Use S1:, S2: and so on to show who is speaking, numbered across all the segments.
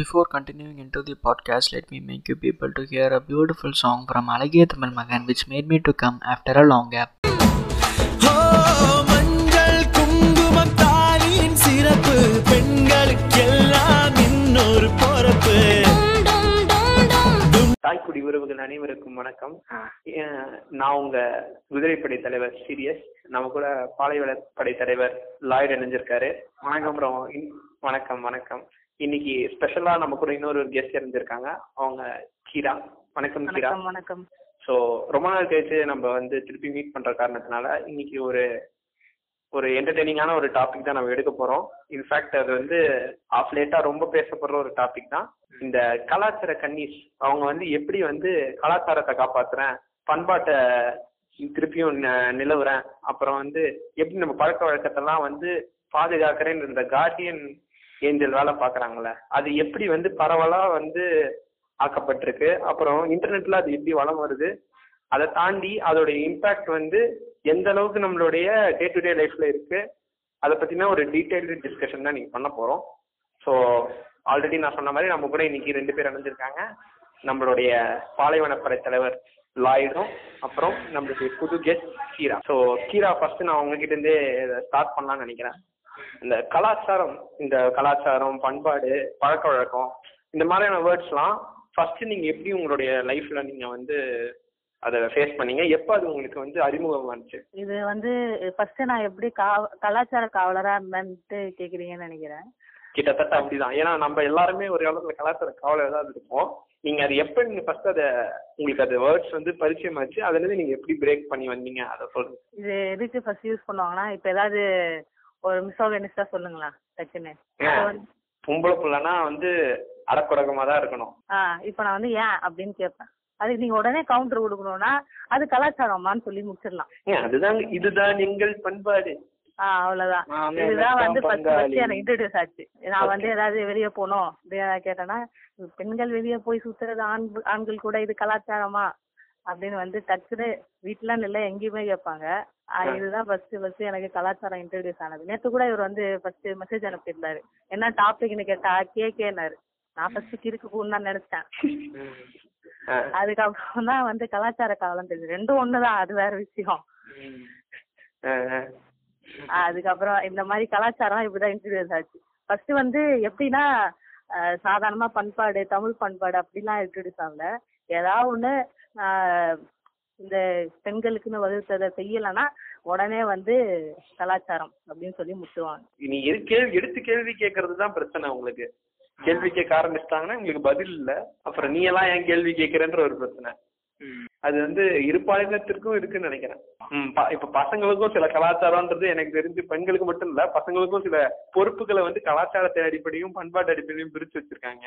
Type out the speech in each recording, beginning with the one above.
S1: Before continuing into the podcast, let me make you people to hear a beautiful song from Alagiya Tamil Magan, which made me to come after a long gap.
S2: ஓ மஞ்சள் குங்குமம் தாலியின் சிறப்பு பெண்களுக்கெல்லாம் இன்னொரு பொறப்பு
S3: தாய்க்குடி உறவுகள் அனைவருக்கும் வணக்கம் அஹ் நான் உங்க குதிரைப்படை தலைவர் சீரியஸ் நம்ம கூட பாலைவன படை தலைவர் லாய்டு இணைஞ்சிருக்காரு வணக்கம் bro. இன்- வணக்கம் வணக்கம் இன்னைக்கு ஸ்பெஷலா நம்ம கூட இன்னொரு கெஸ்ட் இருந்திருக்காங்க அவங்க கீரா வணக்கம் கீரா
S4: வணக்கம் வணக்கம்
S3: சோ ரொம்ப நாள் கழிச்சு நம்ம வந்து திருப்பி மீட் பண்ற காரணத்தினால இன்னைக்கு ஒரு ஒரு என்டர்டெய்னிங்கான ஒரு டாபிக் தான் நம்ம எடுக்க போறோம் இன்ஃபேக்ட் அது வந்து ஆஃப் லேட்டா ரொம்ப பேசப்படுற ஒரு டாபிக் தான் இந்த கலாச்சார கன்னிஸ் அவங்க வந்து எப்படி வந்து கலாச்சாரத்தை காப்பாத்துறேன் பண்பாட்டை திருப்பியும் ந- நிலவுறேன் அப்புறம் வந்து எப்படி நம்ம பழக்க வழக்கத்தெல்லாம் வந்து பாதுகாக்கிறேன் இந்த கார்டியன் ஏஞ்சல் வேலை பாக்குறாங்கல்ல அது எப்படி வந்து பரவலா வந்து ஆக்கப்பட்டிருக்கு அப்புறம் இன்டர்நெட்ல அது எப்படி வளம் வருது அதை தாண்டி அதோட இம்பாக்ட் வந்து எந்த அளவுக்கு நம்மளுடைய டே டு டே லைஃப்ல இருக்கு அதை பத்தின ஒரு டீடைல்டு டிஸ்கஷன் தான் நீங்க பண்ண போறோம் ஸோ ஆல்ரெடி நான் சொன்ன மாதிரி நம்ம கூட இன்னைக்கு ரெண்டு பேர் அணைஞ்சிருக்காங்க நம்மளுடைய பாலைவனப்படை தலைவர் லாயிடும் அப்புறம் நம்மளுடைய புது guest Keera so Keera first நான் உங்ககிட்ட இருந்தே ஸ்டார்ட் பண்ணலாம்னு நினைக்கிறேன் இந்த கலாச்சாரம் இந்த கலாச்சாரம் பண்பாடு பழக்க வழக்கம் இந்த மாதிரியான வேர்ட்ஸ்லாம் ஃபர்ஸ்ட் நீங்க எப்படி உங்களுடைய லைஃப்ல நீங்க வந்து அதை ஃபேஸ் பண்ணீங்க எப்போ அது உங்களுக்கு வந்து அறிமுகம் ஆச்சு
S4: இது வந்து ஃபர்ஸ்ட் நான் எப்படி கா- கலாச்சார காவலரா இருந்தேன்ட்டு கேக்குறீங்கன்னு நினைக்கிறேன்
S3: கிட்டத்தட்ட அப்படிதான் ஏன்னா நம்ம எல்லாருமே ஒரு காலத்துல கலாச்சார காவலர் தான் இருப்போம் நீங்க அது எப்போ நீங்க ஃபர்ஸ்ட் அதை உங்களுக்கு அது வேர்ட்ஸ் வந்து பரிச்சயம் ஆச்சு அதுல இருந்து நீங்க எப்படி பிரேக் பண்ணி வந்தீங்க அதை சொல்லுங்க
S4: இது எதுக்கு ஃபர்ஸ்ட் யூஸ் பண்ணுவாங்கன்னா இப்ப ஏதாவது ஒரு மிஸ்ஆர்கனைஸ்டா சொல்லுங்களா டக்குன்னு அது வந்து-
S3: பொம்பளை பிள்ளைனா வந்து அடக்குடகமா தான் இருக்கணும்
S4: ஆ இப்ப நான் வந்து ஏன் அப்படின்னு கேட்பேன் அதுக்கு நீங்க உடனே கவுண்டர் கொடுக்கணும்னா அது கலாச்சாரமான்னு சொல்லி முடிச்சிடலாம்
S3: ஏன் அதுதான் இதுதான் எங்கள் பண்பாடு
S4: ஆ அவ்வளவுதான்
S3: ஆமா,
S4: இதுதான் வந்து
S3: இதுதான்
S4: ஃபர்ஸ்ட் ஃபர்ஸ்ட்
S3: பங்காளி.
S4: எனக்கு இன்ட்ரடியூஸ் ஆச்சு நான் வந்து ஏதாவது வெளியே போனோம் அப்படியே நான் கேட்டேன்னா பெண்கள் வெளியே போய் சுத்துறது ஆண் ஆண்கள் கூட இது கலாச்சாரமா அப்படின்னு வந்து டக்குனு வீட்டுலாம் இல்லை எங்கேயுமே கேட்பாங்க ஆ, இதுதான் ஃபர்ஸ்ட் ஃபர்ஸ்ட் எனக்கு கலாச்சாரம் இன்ட்ரடியூஸ் ஆனது நேத்து கூட இவர் வந்து ஃபர்ஸ்ட் மெசேஜ் அனுப்பியிருந்தாரு என்ன டாபிக்னு கேட்டா கேக்கேனாரு நான் ஃபர்ஸ்ட் கிறுக்கு பூன்னு தான் நினைச்சேன்
S3: ஆஹ்
S4: அதுக்கப்புறம் தான் வந்து கலாச்சார காலம் தெரிஞ்சு ரெண்டும் ஒண்ணுதான் அது வேற விஷயம்
S3: ஆஹ்
S4: அதுக்கப்புறம் இந்த மாதிரி கலாச்சாரம் இப்படிதான் இன்ட்ரடியூஸ் ஆச்சு ஃபர்ஸ்ட் வந்து எப்படின்னா அஹ், சாதாரணமா பண்பாடு தமிழ் பண்பாடு அப்படிலாம் இன்ட்ரடியூஸ் ஆகல ஏதாவது ஒண்ணு அஹ், இந்த பெண்களுக்குன்னு வகுத்ததை செய்யலைன்னா உடனே வந்து கலாச்சாரம் அப்படின்னு சொல்லி முட்டுவாங்க
S3: நீ எது கேள்வி எடுத்து கேள்வி கேட்கறது தான் பிரச்சனை உங்களுக்கு கேள்வி கேட்க ஆரம்பிச்சிட்டாங்கன்னா உங்களுக்கு பதில் இல்ல அப்புறம் நீ எல்லாம் ஏன் கேள்வி கேட்கறன்ற ஒரு பிரச்சனை அது வந்து இரு பாலினத்திற்கும் இருக்குன்னு நினைக்கிறேன் ம், ப- இப்ப பசங்களுக்கும் சில கலாச்சாரம்ன்றது எனக்கு தெரிஞ்சு பெண்களுக்கு மட்டும் இல்ல பசங்களுக்கும் சில பொறுப்புகளை வந்து கலாச்சாரத்தின் அடிப்படையும் பண்பாட்டு அடிப்படையும் பிரிச்சு வச்சிருக்காங்க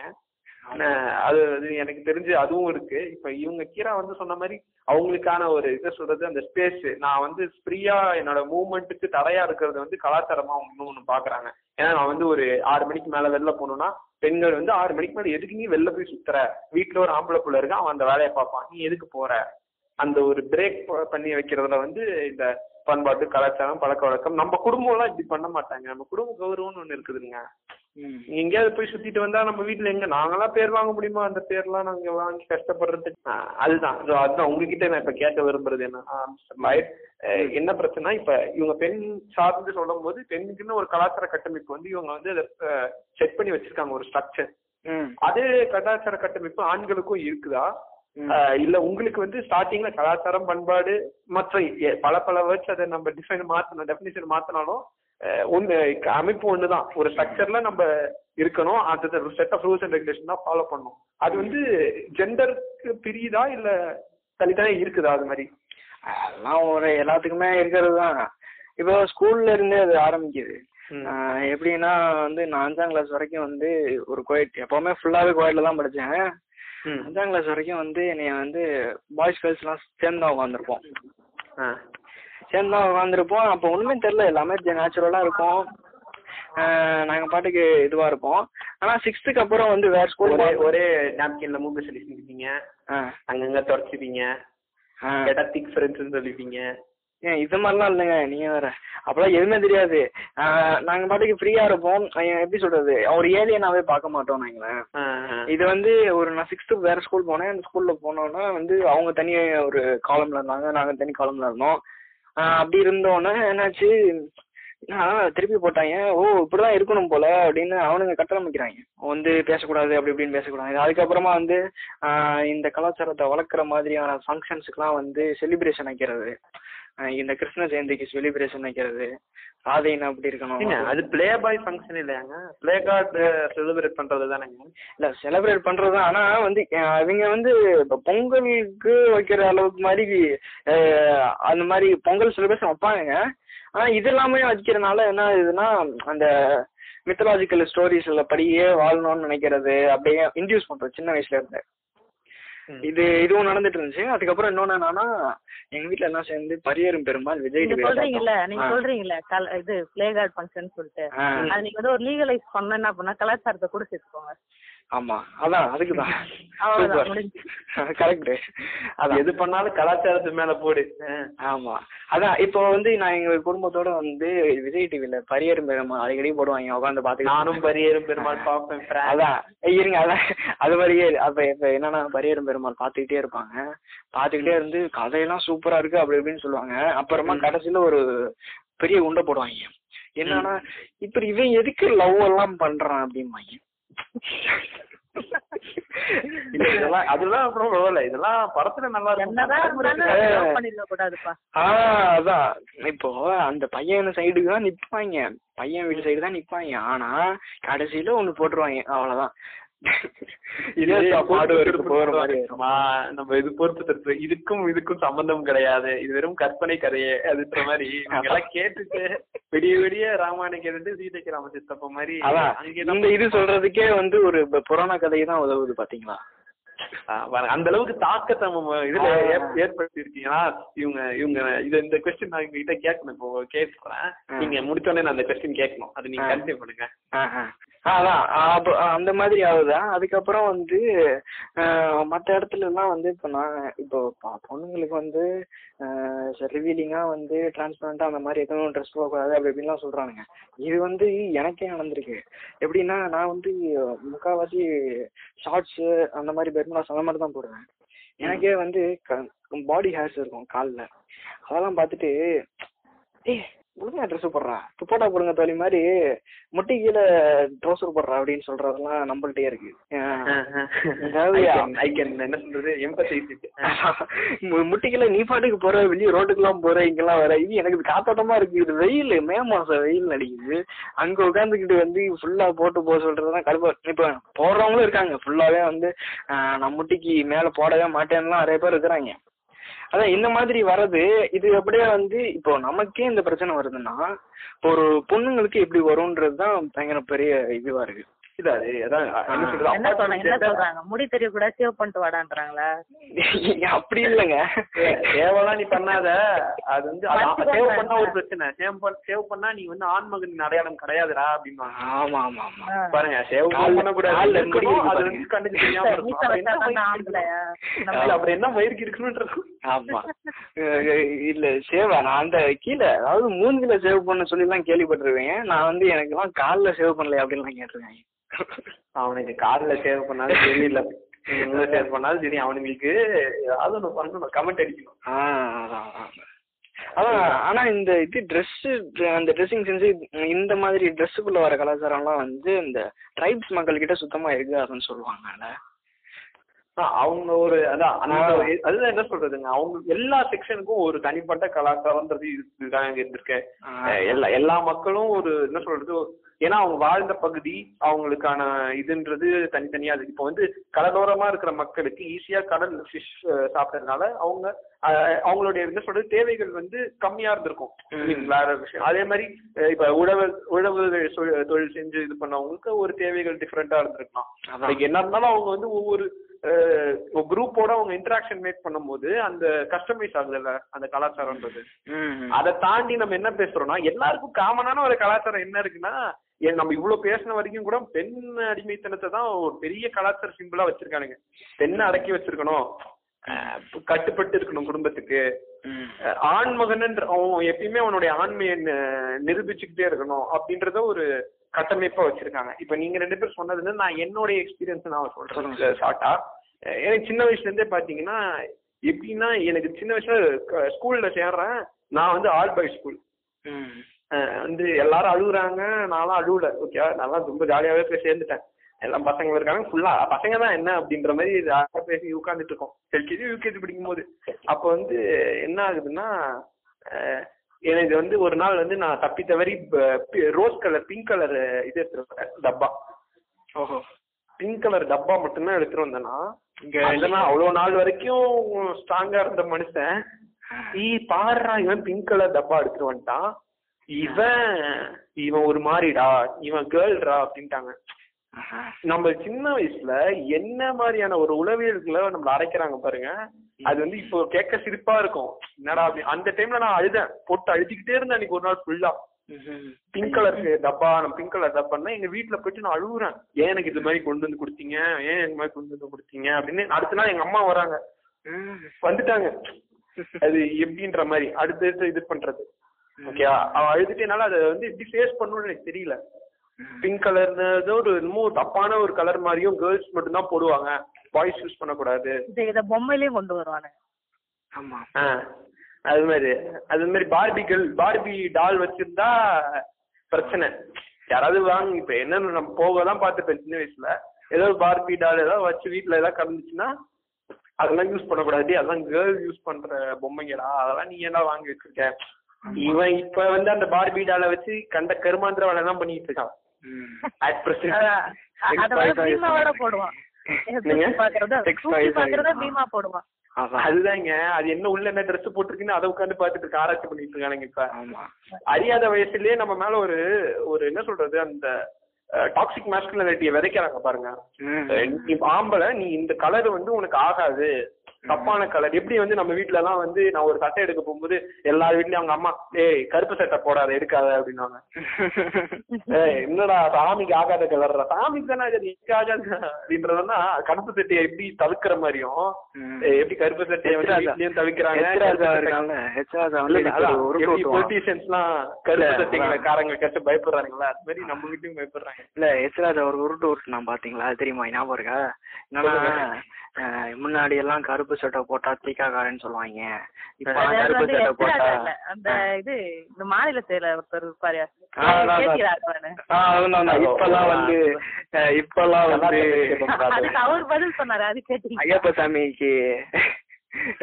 S3: ஆனா, அது அது எனக்கு தெரிஞ்சு அதுவும் இருக்கு இப்ப இவங்க கீரா வந்து சொன்ன மாதிரி அவங்களுக்கான ஒரு இதை சொல்றது அந்த ஸ்பேஸ் நான் வந்து ஃப்ரீயா என்னோட மூவ்மெண்ட்டுக்கு தடையா இருக்கிறது வந்து கலாச்சாரமா அவங்க ஒண்ணு பாக்குறாங்க ஏன்னா நான் வந்து ஒரு ஆறு மணிக்கு மேல வெளில போகணும்னா பெண்கள் வந்து ஆறு மணிக்கு மேல எதுக்கு நீ வெளில போய் சுத்துற வீட்டுல ஒரு ஆம்பளை புள்ள இருக்கான் அவன் அந்த வேலையை பார்ப்பான் நீ எதுக்கு போற அந்த ஒரு பிரேக் பண்ணி வைக்கிறதுல வந்து இந்த பண்பாட்டு கலாச்சாரம் பழக்க வழக்கம் நம்ம குடும்பம் எல்லாம் இப்படி பண்ண மாட்டாங்க நம்ம குடும்ப கௌரவம்னு ஒண்ணு இருக்குதுங்க நீ எங்கேயாவது போய் சுத்திட்டு வந்தா நம்ம வீட்ல எங்க நாங்கெல்லாம் பேர் வாங்க முடியுமா அந்த பேர்லாம் நாங்க வாங்கி கஷ்டப்படுறதுக்கு ஆஹ் அதுதான் So அதுதான் உங்ககிட்ட நான் இப்ப கேட்க விரும்புறது என்ன ஆஹ் Mr. Lloyd, அஹ் என்ன பிரச்சனை இப்ப இவங்க பெண் சார்ந்து சொல்லும் போது பெண்ணுக்குன்னு ஒரு கலாச்சார கட்டமைப்பு வந்து இவங்க வந்து அதை செட் பண்ணி வச்சிருக்காங்க ஒரு ஸ்ட்ரக்சர் அதே கலாச்சார கட்டமைப்பு ஆண்களுக்கும் இருக்குதா ஆஹ் இல்ல உங்களுக்கு வந்து ஸ்டார்டிங்ல கலாச்சாரம் பண்பாடு மற்ற எ- பல பல வேர்ட்ஸ் அதை நம்ம டிஃபைன் மாத்தணும் டெஃபினிஷன் மாத்தினாலும் ஒண்ணு க- அமைப்பு ஒண்ணுதான் ஒரு ஸ்ட்ரக்சர்ல நம்ம இருக்கணும் அது set of rules and regulation தான் ஃபாலோ பண்ணணும் அது வந்து ஜெண்டருக்கு பிரியுதா இல்ல தனித்தனியா இருக்குதா அது மாதிரி
S5: அதெல்லாம் ஒரு எல்லாத்துக்குமே இருக்கிறது தான் இப்போ ஸ்கூல்ல இருந்தே அது ஆரம்பிக்குது
S3: ம்.
S5: ஆஹ் எப்படின்னா வந்து நான் அஞ்சாம் கிளாஸ் வரைக்கும் வந்து ஒரு கோயட் எப்பவுமே ஃபுல்லாவே கோயட்ல தான் படிச்சேன்
S3: ம்.
S5: அஞ்சாம் கிளாஸ் வரைக்கும் வந்து என்னைய வந்து பாய்ஸ் கேர்ள்ஸ் எல்லாம் சேர்ந்து தான் உட்காந்துருப்போம்
S3: ஆ.
S5: சேர்ந்து தான் உட்காந்துருப்போம் அப்போ ஒண்ணுமே தெரியல எல்லாமே நேச்சுரலா இருக்கும் ஆஹ் நாங்க பாட்டுக்கு இதுவா இருப்போம் ஆனா சிக்ஸ்த்துக்கு அப்புறம் வந்து வேற ஸ்கூல்
S3: ஒரே ஒரே நாப்கின்ல மூக்க சொல்லி செஞ்சுப்பீங்க அங்கங்க தொடச்சிப்பீங்க இடத்திக் ஃப்ரெண்ட்ஸ் சொல்லிப்பீங்க
S5: ஏன் இது மாதிரிலாம் இல்லைங்க நீங்க வேற அப்பெல்லாம் எதுவுமே தெரியாது ஆஹ் நாங்க பாட்டுக்கு ஃப்ரீயா இருப்போம் அஹ் எப்படி சொல்றது ஒரு ஏலியனாவே பார்க்க மாட்டோம் நாங்களேன்
S3: ஆ, ஆ.
S5: இது வந்து ஒரு நான் சிக்ஸ்த்து வேற ஸ்கூல் போனேன் அந்த ஸ்கூல்ல போனோன்னா வந்து அவங்க தனி ஒரு காலம்ல இருந்தாங்க நாங்க தனி காலம்ல இருந்தோம் ஆஹ் அப்படி இருந்தோன்னே என்னாச்சு நான் திருப்பி போட்டாங்க ஓ இப்படிதான் இருக்கணும் போல அப்படின்னு அவனுங்க கட்டமைக்கிறாங்க வந்து பேசக்கூடாது அப்படி இப்படின்னு பேசக்கூடாது அதுக்கப்புறமா வந்து ஆஹ் இந்த கலாச்சாரத்தை வளர்க்குற மாதிரியான ஃபங்க்ஷன்ஸுக்குலாம் வந்து செலிப்ரேஷன் வைக்கிறது ஆஹ் இந்த கிருஷ்ண ஜெயந்திக்கு செலிப்ரேஷன் வைக்கிறது ராதைன்னு அப்படி
S3: ஏங்க,
S5: இருக்கணும்
S3: அது பிளே பாய் ஃபங்க்ஷன் இல்லையாங்க பிளே கார்டு செலிப்ரேட் பண்றது தானேங்க
S5: இல்ல செலிப்ரேட் பண்றது தான். ஆனா வந்து அஹ், இவங்க வந்து இப்ப பொங்கலுக்கு வைக்கிற அளவுக்கு மாதிரி அஹ், அந்த மாதிரி பொங்கல் செலிப்ரேஷன் வைப்பாங்க ஆனா இது எல்லாமே வைக்கிறனால என்ன ஆகுதுன்னா அந்த மித்தலாஜிக்கல் ஸ்டோரிஸ்ல படியே வாழணும்னு நினைக்கிறது அப்படியே இன்டியூஸ் பண்றது சின்ன வயசுல இருந்து
S3: ம்.
S5: இது இதுவும் நடந்துட்டு இருந்துச்சு அதுக்கப்புறம் இன்னொன்னு என்னன்னா எங்க வீட்ல எல்லாம் சேர்ந்து பரியரும் பெருமாள் விஜய்
S4: நீங்க
S5: டிவி
S4: சொல்றீங்கல்ல நீங்க
S5: பார்த்தோம்.
S4: சொல்றீங்கல்ல கல- இது பிளே கார்டு ஃபங்க்ஷன் சொல்லிட்டு
S5: ஆ, ஆ,
S4: அது நீங்க வந்து ஒரு லீகலைஸ் பண்ண என்ன பண்ணா கலாச்சாரத்தை கூட சேர்த்துக்கோங்க
S5: ஆமா அதான் அதுக்குதான்
S4: அவ்வளவுதான், முடிஞ்சுச்சு.
S5: கரெக்ட் அதான்
S3: எது பண்ணாலும் கலாச்சாரத்து மேல போடு ஆ.
S5: ஆமா அதான் இப்போ வந்து நான் எங்க குடும்பத்தோட வந்து விஜய் டிவில பரியரும் பெருமாள் அடிக்கடி போடுவாங்க உட்காந்து பாத்துக்கிட்டு
S3: நானும் பரியேறும் பெருமாள் பார்ப்பேன் friend.
S5: அதான் ஏய், இருங்க அதான் அது மாதிரியே அப்ப இப்ப என்னன்னா பரியரும் பெருமாள் பாத்துக்கிட்டே இருப்பாங்க பாத்துக்கிட்டே இருந்து கதையெல்லாம் சூப்பரா இருக்கு அப்படி இப்படின்னு சொல்லுவாங்க அப்புறமா கடைசியில ஒரு பெரிய உண்டை போடுவாங்க என்னன்னா இப்படி இவன் எதுக்கு லவ் எல்லாம் பண்றான் அப்படிம்பாங்க
S3: இல்ல, இதெல்லாம் அதெல்லாம் அப்புறம் பரவாயில்ல இதெல்லாம் படத்துல நல்லா
S4: என்னதான்
S3: இருக்கும்
S4: இருந்தாலும் love பண்ணிடல கூடாதுப்பா
S5: ஆ அதான் இப்போ அந்த பையன் சைடுக்கு தான் நிப்பாங்க பையன் வீட்டு சைடு தான் நிப்பாங்க ஆனா கடைசியில ஒண்ணு போட்டுருவாங்க அவ்வளவுதான்
S3: இது
S5: இதே பாடு வரைக்கும் போற மாதிரி வரும்.
S3: பொறுத்துமா, நம்ம இது பொறுத்து தருத்து. இதுக்கும் இதுக்கும் சம்பந்தம் கிடையாது இது வெறும் கற்பனை கதையே அதுன்ற மாதிரி இவங்க எல்லாம் கேட்டுட்டு விடிய விடிய ராமாயண கேட்டுட்டு சீதைக்கு ராம சித்தப்ப மாதிரி
S5: அதான்
S3: அங்கே
S5: இந்த இது சொல்றதுக்கே வந்து ஒரு ப- புராண கதை தான் உதவுது பாத்தீங்களா
S3: ஆ, பாருங்க, அந்த அளவுக்கு தாக்கத்தை நம்ம இதுல
S5: ஆ.
S3: ஏற்படுத்தி இருக்கீங்கன்னா இவங்க இவங்க இது இந்த கொஸ்டின் நான் உங்ககிட்ட கேட்கணும் இப்போ கேட்கிறேன்
S5: ஆ.
S3: நீங்க முடிச்ச உடனே நான் அந்த கொஸ்டின் கேட்கணும் அது நீங்க
S5: ஆ.
S3: கண்டினியூ பண்ணுங்க
S5: ஆஹ் ஆஹ். அதான் ஆஹ் அப்ப அந்த மாதிரி ஆகுதா அதுக்கப்புறம் வந்து ஆஹ் மத்த இடத்துல எல்லாம் வந்து இப்போ நான் இப்போ ப- பொண்ணுங்களுக்கு வந்து ரிவீலிங்கா வந்து டிரான்ஸ்பரண்டா அந்த மாதிரி எதுவும் ட்ரெஸ் போகக்கூடாது அப்படி இப்படின்லாம் சொல்றானுங்க இது வந்து எனக்கே நடந்திருக்கு எப்படின்னா நான் வந்து முக்காவாசி ஷார்ட்ஸ் அந்த மாதிரி பெர்மலாஸ் அந்த மாதிரி தான் போடுவேன் எனக்கே வந்து பாடி ஹேர்ஸ் இருக்கும் கால்ல அதெல்லாம் பார்த்துட்டு ஏய் ஒழுங்கா ட்ரெஸ் போடுறா துப்பாட்டா போடுங்க தோழி மாதிரி முட்டி கீழே ட்ரௌசர் போடுறா அப்படின்னு சொல்றதெல்லாம் நம்மள்ட்டே இருக்கு அஹ் அதாவது
S3: ஐ கேன் என்ன சொல்றது எம்பசைஸ்
S5: மு- முட்டி கீழே நீ பாட்டுக்கு போற வெளியே ரோட்டுக்கெல்லாம் போற இங்கெல்லாம் வர இது எனக்கு இது காத்தோட்டமா இருக்கு இது வெயில் மே மாசம் வெயில் அடிக்குது அங்க உட்காந்துக்கிட்டு வந்து ஃபுல்லா போட்டு போக சொல்றதுலாம் கடுப்பா இருக்கு. இப்ப போடுறவங்களும் இருக்காங்க ஃபுல்லாவே வந்து அஹ், நான் முட்டிக்கு மேல போடவே மாட்டேன்னுலாம் நிறைய பேர் இருக்கிறாங்க அதான் இந்த மாதிரி வர்றது இது அப்படியே வந்து இப்போ நமக்கே இந்த பிரச்சனை வருதுன்னா ஒரு பொண்ணுங்களுக்கு எப்படி வரும்ன்றது தான் பயங்கர பெரிய இதுவா இருக்கு
S3: இல்ல அது அதான் என்ன சொல்றது
S4: என்ன சொல்றாங்க என்ன
S3: அப்பா
S4: சொல்றாங்க முடி தெரியக்கூடாது சேவ் பண்ணிட்டு வாடான்றாங்களா
S5: அப்படி இல்லைங்க
S3: சேவெல்லாம் நீ பண்ணாத அது வந்து
S4: பத்து பேர்
S3: சேவ் பண்ணா
S4: வேணா.
S3: ஒரு பிரச்சனை சேவ் பண்ண சேவ் பண்ணா நீ வந்து ஆண்மகன் அடையாளம் கிடையாதுடா அப்படின்வாங்க
S5: ஆமா ஆமா ஆமா
S4: ஆ.
S3: பாருங்க சேவ்
S5: கால்ல-
S3: பண்ண
S5: கால்ல
S3: கூடாது
S5: முடி இருக்கு
S3: அது
S5: பாருங்க.
S3: வந்து கண்டுக்கு தெரியாம இருக்கும்.
S4: மீசை
S3: அப்புறம்
S4: வச்சா
S3: என்ன மயிருக்கு இருக்கணும்?
S4: தானே ஆம்பளை.
S3: இல்ல, அப்புறம் என்ன மயிருக்கு இருக்குன்னு இருக்கும்
S5: ஆமா அஹ் இல்ல சேவ் நான் அந்த கீழே அதாவது மூஞ்சில சேவ் பண்ண சொல்லி எல்லாம் கேள்விப்பட்டிருவேன் நான் வந்து எனக்கு எல்லாம் கால்ல சேவ் பண்ணல அப்படின்லாம் கேட்டிருக்கேன்
S3: அவனுக்கு கார்ல சேவ் பண்ணாலும் தெரியல சேவ் பண்ணாலும் சரி அவனுங்களுக்கு ஏதாவது ஒண்ணு பண்ணணும் கமெண்ட் அடிக்கணும்
S5: ஆ, அதான், அதான். அதான் ஆனா இந்த இது ட்ரெஸ் அந்த ட்ரெஸ்ஸிங் சென்ஸ் இந்த மாதிரி ட்ரெஸ்ஸுக்குள்ள வர கலாச்சாரம்லாம் வந்து இந்த ட்ரைப்ஸ் மக்கள் கிட்ட சுத்தமா இருக்காதுன்னு சொல்லுவாங்கல்ல
S3: ஆ, அவங்க ஒரு அதான் அந்த
S5: ஆ.
S3: ஒரு- அதுதான் என்ன சொல்றதுங்க அவங்க எல்லா செக்ஷனுக்கும் ஒரு தனிப்பட்ட கலாச்சாரம்ன்றது இருக்காங்க இருந்திருக்கு
S5: ஆ.
S3: அஹ் எல்லா எல்லா மக்களும் ஒரு என்ன சொல்றது ஏன்னா அவங்க வாழ்ந்த பகுதி அவங்களுக்கான இதுன்றது தனித்தனியா அது இப்போ வந்து கடலோரமா இருக்கிற மக்களுக்கு ஈஸியா கடல் ஃபிஷ் சாப்பிட்டதுனால அவங்க அஹ், அவங்களுடைய என்ன சொல்றது தேவைகள் வந்து கம்மியா இருந்திருக்கும் I mean, வேற விஷயம் அதே மாதிரி அஹ், இப்ப உழவு உழவு தொழில் தொழில் செஞ்சு இது பண்ணவங்களுக்கு ஒரு தேவைகள் டிஃப்ரெண்டா இருந்திருக்கலாம்
S5: அதான்.
S3: Like, என்ன இருந்தாலும் அவங்க வந்து ஒவ்வொரு குரூப்போட அவங்க இன்டராக்ஷன் மேக் பண்ணும்போது அந்த கஸ்டமைஸ் ஆகுதுல்ல அந்த கலாச்சாரம்ன்றது
S5: ம்.
S3: அதை தாண்டி நம்ம என்ன பேசுறோம்னா எல்லாருக்கும் காமனான ஒரு கலாச்சாரம் என்ன இருக்குன்னா ஏன் நம்ம இவ்வளவு பேசின வரைக்கும் கூட பெண் அடிமைத்தனத்தை தான் ஒரு பெரிய கலாச்சார சிம்பிளா வச்சிருக்கானுங்க பெண்ணை அடக்கி வச்சிருக்கணும் அஹ் கட்டுப்பட்டு இருக்கணும் குடும்பத்துக்கு
S5: ம்
S3: அஹ் ஆண்மகன்ன்ற அவன் எப்பயுமே அவனுடைய ஆண்மையை நி- நிரூபிச்சுக்கிட்டே இருக்கணும் அப்படின்றத ஒரு கட்டமைப்பா வச்சிருக்காங்க இப்ப நீங்க ரெண்டு பேரும் சொன்னதுல நான் என்னுடைய எக்ஸ்பீரியன்ஸ் நான் சொல்றேன்
S5: சொல்லுங்க.
S3: ஷார்ட்டா எனக்கு சின்ன வயசுல இருந்தே பாத்தீங்கன்னா எப்படின்னா எனக்கு சின்ன வயசுல க- ஸ்கூல்ல சேர்றேன் நான் வந்து ஆல் பாய் ஸ்கூல்
S5: ம்
S3: அஹ் வந்து எல்லாரும் அழுகுறாங்க நான்லாம் அழுவல ஓகேவா நல்லா ரொம்ப ஜாலியாவே போய் சேர்ந்துட்டேன் எல்லாம் பசங்க இருக்காங்க ஃபுல்லா பசங்க தான் என்ன அப்படின்ற மாதிரி ஜாலியா பேசி உட்காந்துட்டு இருக்கோம் எல்கேஜி யூகேஜி படிக்கும் போது அப்ப வந்து என்ன ஆகுதுன்னா அஹ் எனக்கு வந்து ஒரு நாள் வந்து நான் தப்பி தவறி ரோஸ் கலர் பிங்க் கலர் இது எடுத்துட்டு வந்தேன் டப்பா
S5: ஓஹோ
S3: பிங்க் கலர் டப்பா மட்டும்தான் எடுத்துட்டு வந்தேன்னா
S5: இங்க
S3: இல்லைன்னா அவ்வளவு நாள் வரைக்கும் ஸ்ட்ராங்கா இருந்த மனுஷன் ஈ பாருடா இவன் பிங்க் கலர் டப்பா எடுத்துட்டு வந்துட்டான் இவன் இவன் ஒரு மாதிரிடா இவன் கேர்ள்ரா அப்படின்ட்டாங்க
S5: ஆஹா.
S3: நம்ம சின்ன வயசுல என்ன மாதிரியான ஒரு உளவியல்களை நம்மள அடைக்கிறாங்க பாருங்க அது வந்து இப்போ கேட்க சிரிப்பா இருக்கும் என்னடா அப்படி அந்த டைம்ல நான் அழுதேன் போட்டு அழுதிக்கிட்டே இருந்தேன் அன்னைக்கு ஒரு நாள் ஃபுல்லா
S5: ம்ஹும்.
S3: பிங்க் கலர் டப்பா நான் பிங்க் கலர் டப்பான்னா எங்க வீட்ல போயிட்டு நான் அழுகுறேன் ஏன் எனக்கு இது மாதிரி கொண்டு வந்து கொடுத்தீங்க ஏன் இந்த மாதிரி கொண்டு வந்து கொடுத்தீங்க அப்படின்னு அடுத்த நாள் எங்க அம்மா வராங்க
S5: ம்.
S3: வந்துட்டாங்க அது எப்படின்ற மாதிரி அடுத்தடுத்து இது பண்றது ஓகேவா அவன் அழுதுட்டேனால அதை வந்து எப்படி ஃபேஸ் பண்ணணும்னு எனக்கு தெரியல பிங்க் கலர்னது ஒரு என்னமோ ஒரு தப்பான ஒரு கலர் மாதிரியும் கேர்ள்ஸ் மட்டும்தான் போடுவாங்க பாய்ஸ் யூஸ் பண்ணக்கூடாது
S4: இது இதை பொம்மையிலயும் கொண்டு வருவானுங்க
S5: ஆமா
S3: ஆ, அது மாதிரி அது மாதிரி பார்பி கேர்ள் பார்பி டால் வச்சிருந்தா பிரச்சனை யாராவது வாங்க இப்ப என்னன்னு நம்ம போகலாம் பார்த்துப்பேன் சின்ன வயசுல ஏதோ ஒரு பார்பி டால் ஏதாவது வச்சு வீட்ல ஏதாவது கலந்துச்சுன்னா அதெல்லாம் யூஸ் பண்ணக்கூடாது அதெல்லாம் கேர்ள் யூஸ் பண்ற பொம்மைங்களா அதெல்லாம் நீ ஏன்டா வாங்கி வச்சிருக்க இவன் இப்ப வந்து அந்த பார்பி டாலை வச்சு கண்ட கருமாந்திர வேலை தான் பண்ணிட்டு இருக்கான்
S5: ம்.
S3: அட்
S4: அஹ் அ- அதை வந்து பீமாவோட
S3: பிரசன்ட்
S4: போடுவான்
S3: நீங்க?
S4: தூக்கி பாக்குறத
S3: Text
S4: தூக்கி
S3: wise
S4: பாக்குறத
S3: ஆயிடுமா?
S4: பீமா போடுவான்
S5: அதான்.
S3: அதுதாங்க அது என்ன உள்ள என்ன ட்ரெஸ் போட்டிருக்குன்னு அதை உட்காந்து பார்த்துட்டு இருக்க ஆராய்ச்சி பண்ணிட்டு இருக்கானுங்க இப்ப
S5: ஆமா
S3: அறியாத வயசுலயே நம்ம மேல ஒரு ஒரு என்ன சொல்றது அந்த டாக்ஸிக் மேஸ்குலாரிட்டியை விதைக்கிறாங்க பாருங்க
S5: ம்.
S3: அஹ் நீ ஆம்பளை நீ இந்த கலர் வந்து உனக்கு ஆகாது தப்பான கலர் எப்படி வந்து நம்ம வீட்ல எல்லாம் வந்து நான் ஒரு சட்டை எடுக்க போகும்போது எல்லா வீட்லயும் அவங்க அம்மா ஏய் கருப்பு சட்டை போடாத எடுக்காத அப்படின்னாங்க ஏய் என்னடா சாமிக்கு ஆகாத கலர்டா சாமிக்கு தானே ஆகாது எனக்கு ஆகாது அப்படின்றதுன்னா கருப்பு சட்டையை எப்படி தவிர்க்கிற மாதிரியும்
S5: ம்.
S3: ஏய், எப்படி கருப்பு சட்டையை வந்து
S5: HRதா.
S3: வீட்லயும் தவிக்கிறாங்க
S5: HRதா இருக்கான்ல, HRதா வந்து
S3: இல்ல,
S5: எனக்கு
S3: அதான்,
S5: ஒரு
S3: எப்படி
S5: workout வரும்.
S3: politiciansலாம் கருப்பு
S5: இல்ல,
S3: சட்டைங்களை
S5: அதான்.
S3: காரங்களை கேட்டு பயப்படுறானுங்களா, அது மாதிரி நம்ம வீட்லயும் பயப்படுறாங்க.
S5: இல்ல எஸ்ராஜ் ஒரு உருட்டு உருட்டுனான் பாத்தீங்களா அது தெரியுமா ஞாபகம் இருக்கா என்னன்னா அஹ், முன்னாடி எல்லாம் கருப்பு சட்டை போட்டா தீக்காக்காரன்னு சொல்லுவாங்க இப்ப
S3: ஆ,
S4: அது
S5: கருப்பு
S4: வந்து
S5: சட்டை
S4: எஸ்ரா
S5: போட்டா
S4: இல்ல, அந்த இது இந்த மாநில செயலர் ஒருத்தர் இருப்பாரு
S5: ஆ, அதான், அதான்.
S4: கேட்டி ராகவனு.
S5: ஆ, அதுதான், அதான். இப்பெல்லாம் வந்து அஹ், இப்பெல்லாம் வந்து
S4: அதுக்கு அவர் பதில் சொன்னாரு அது கேட்டீங்க
S5: ஐயப்ப சாமிக்கு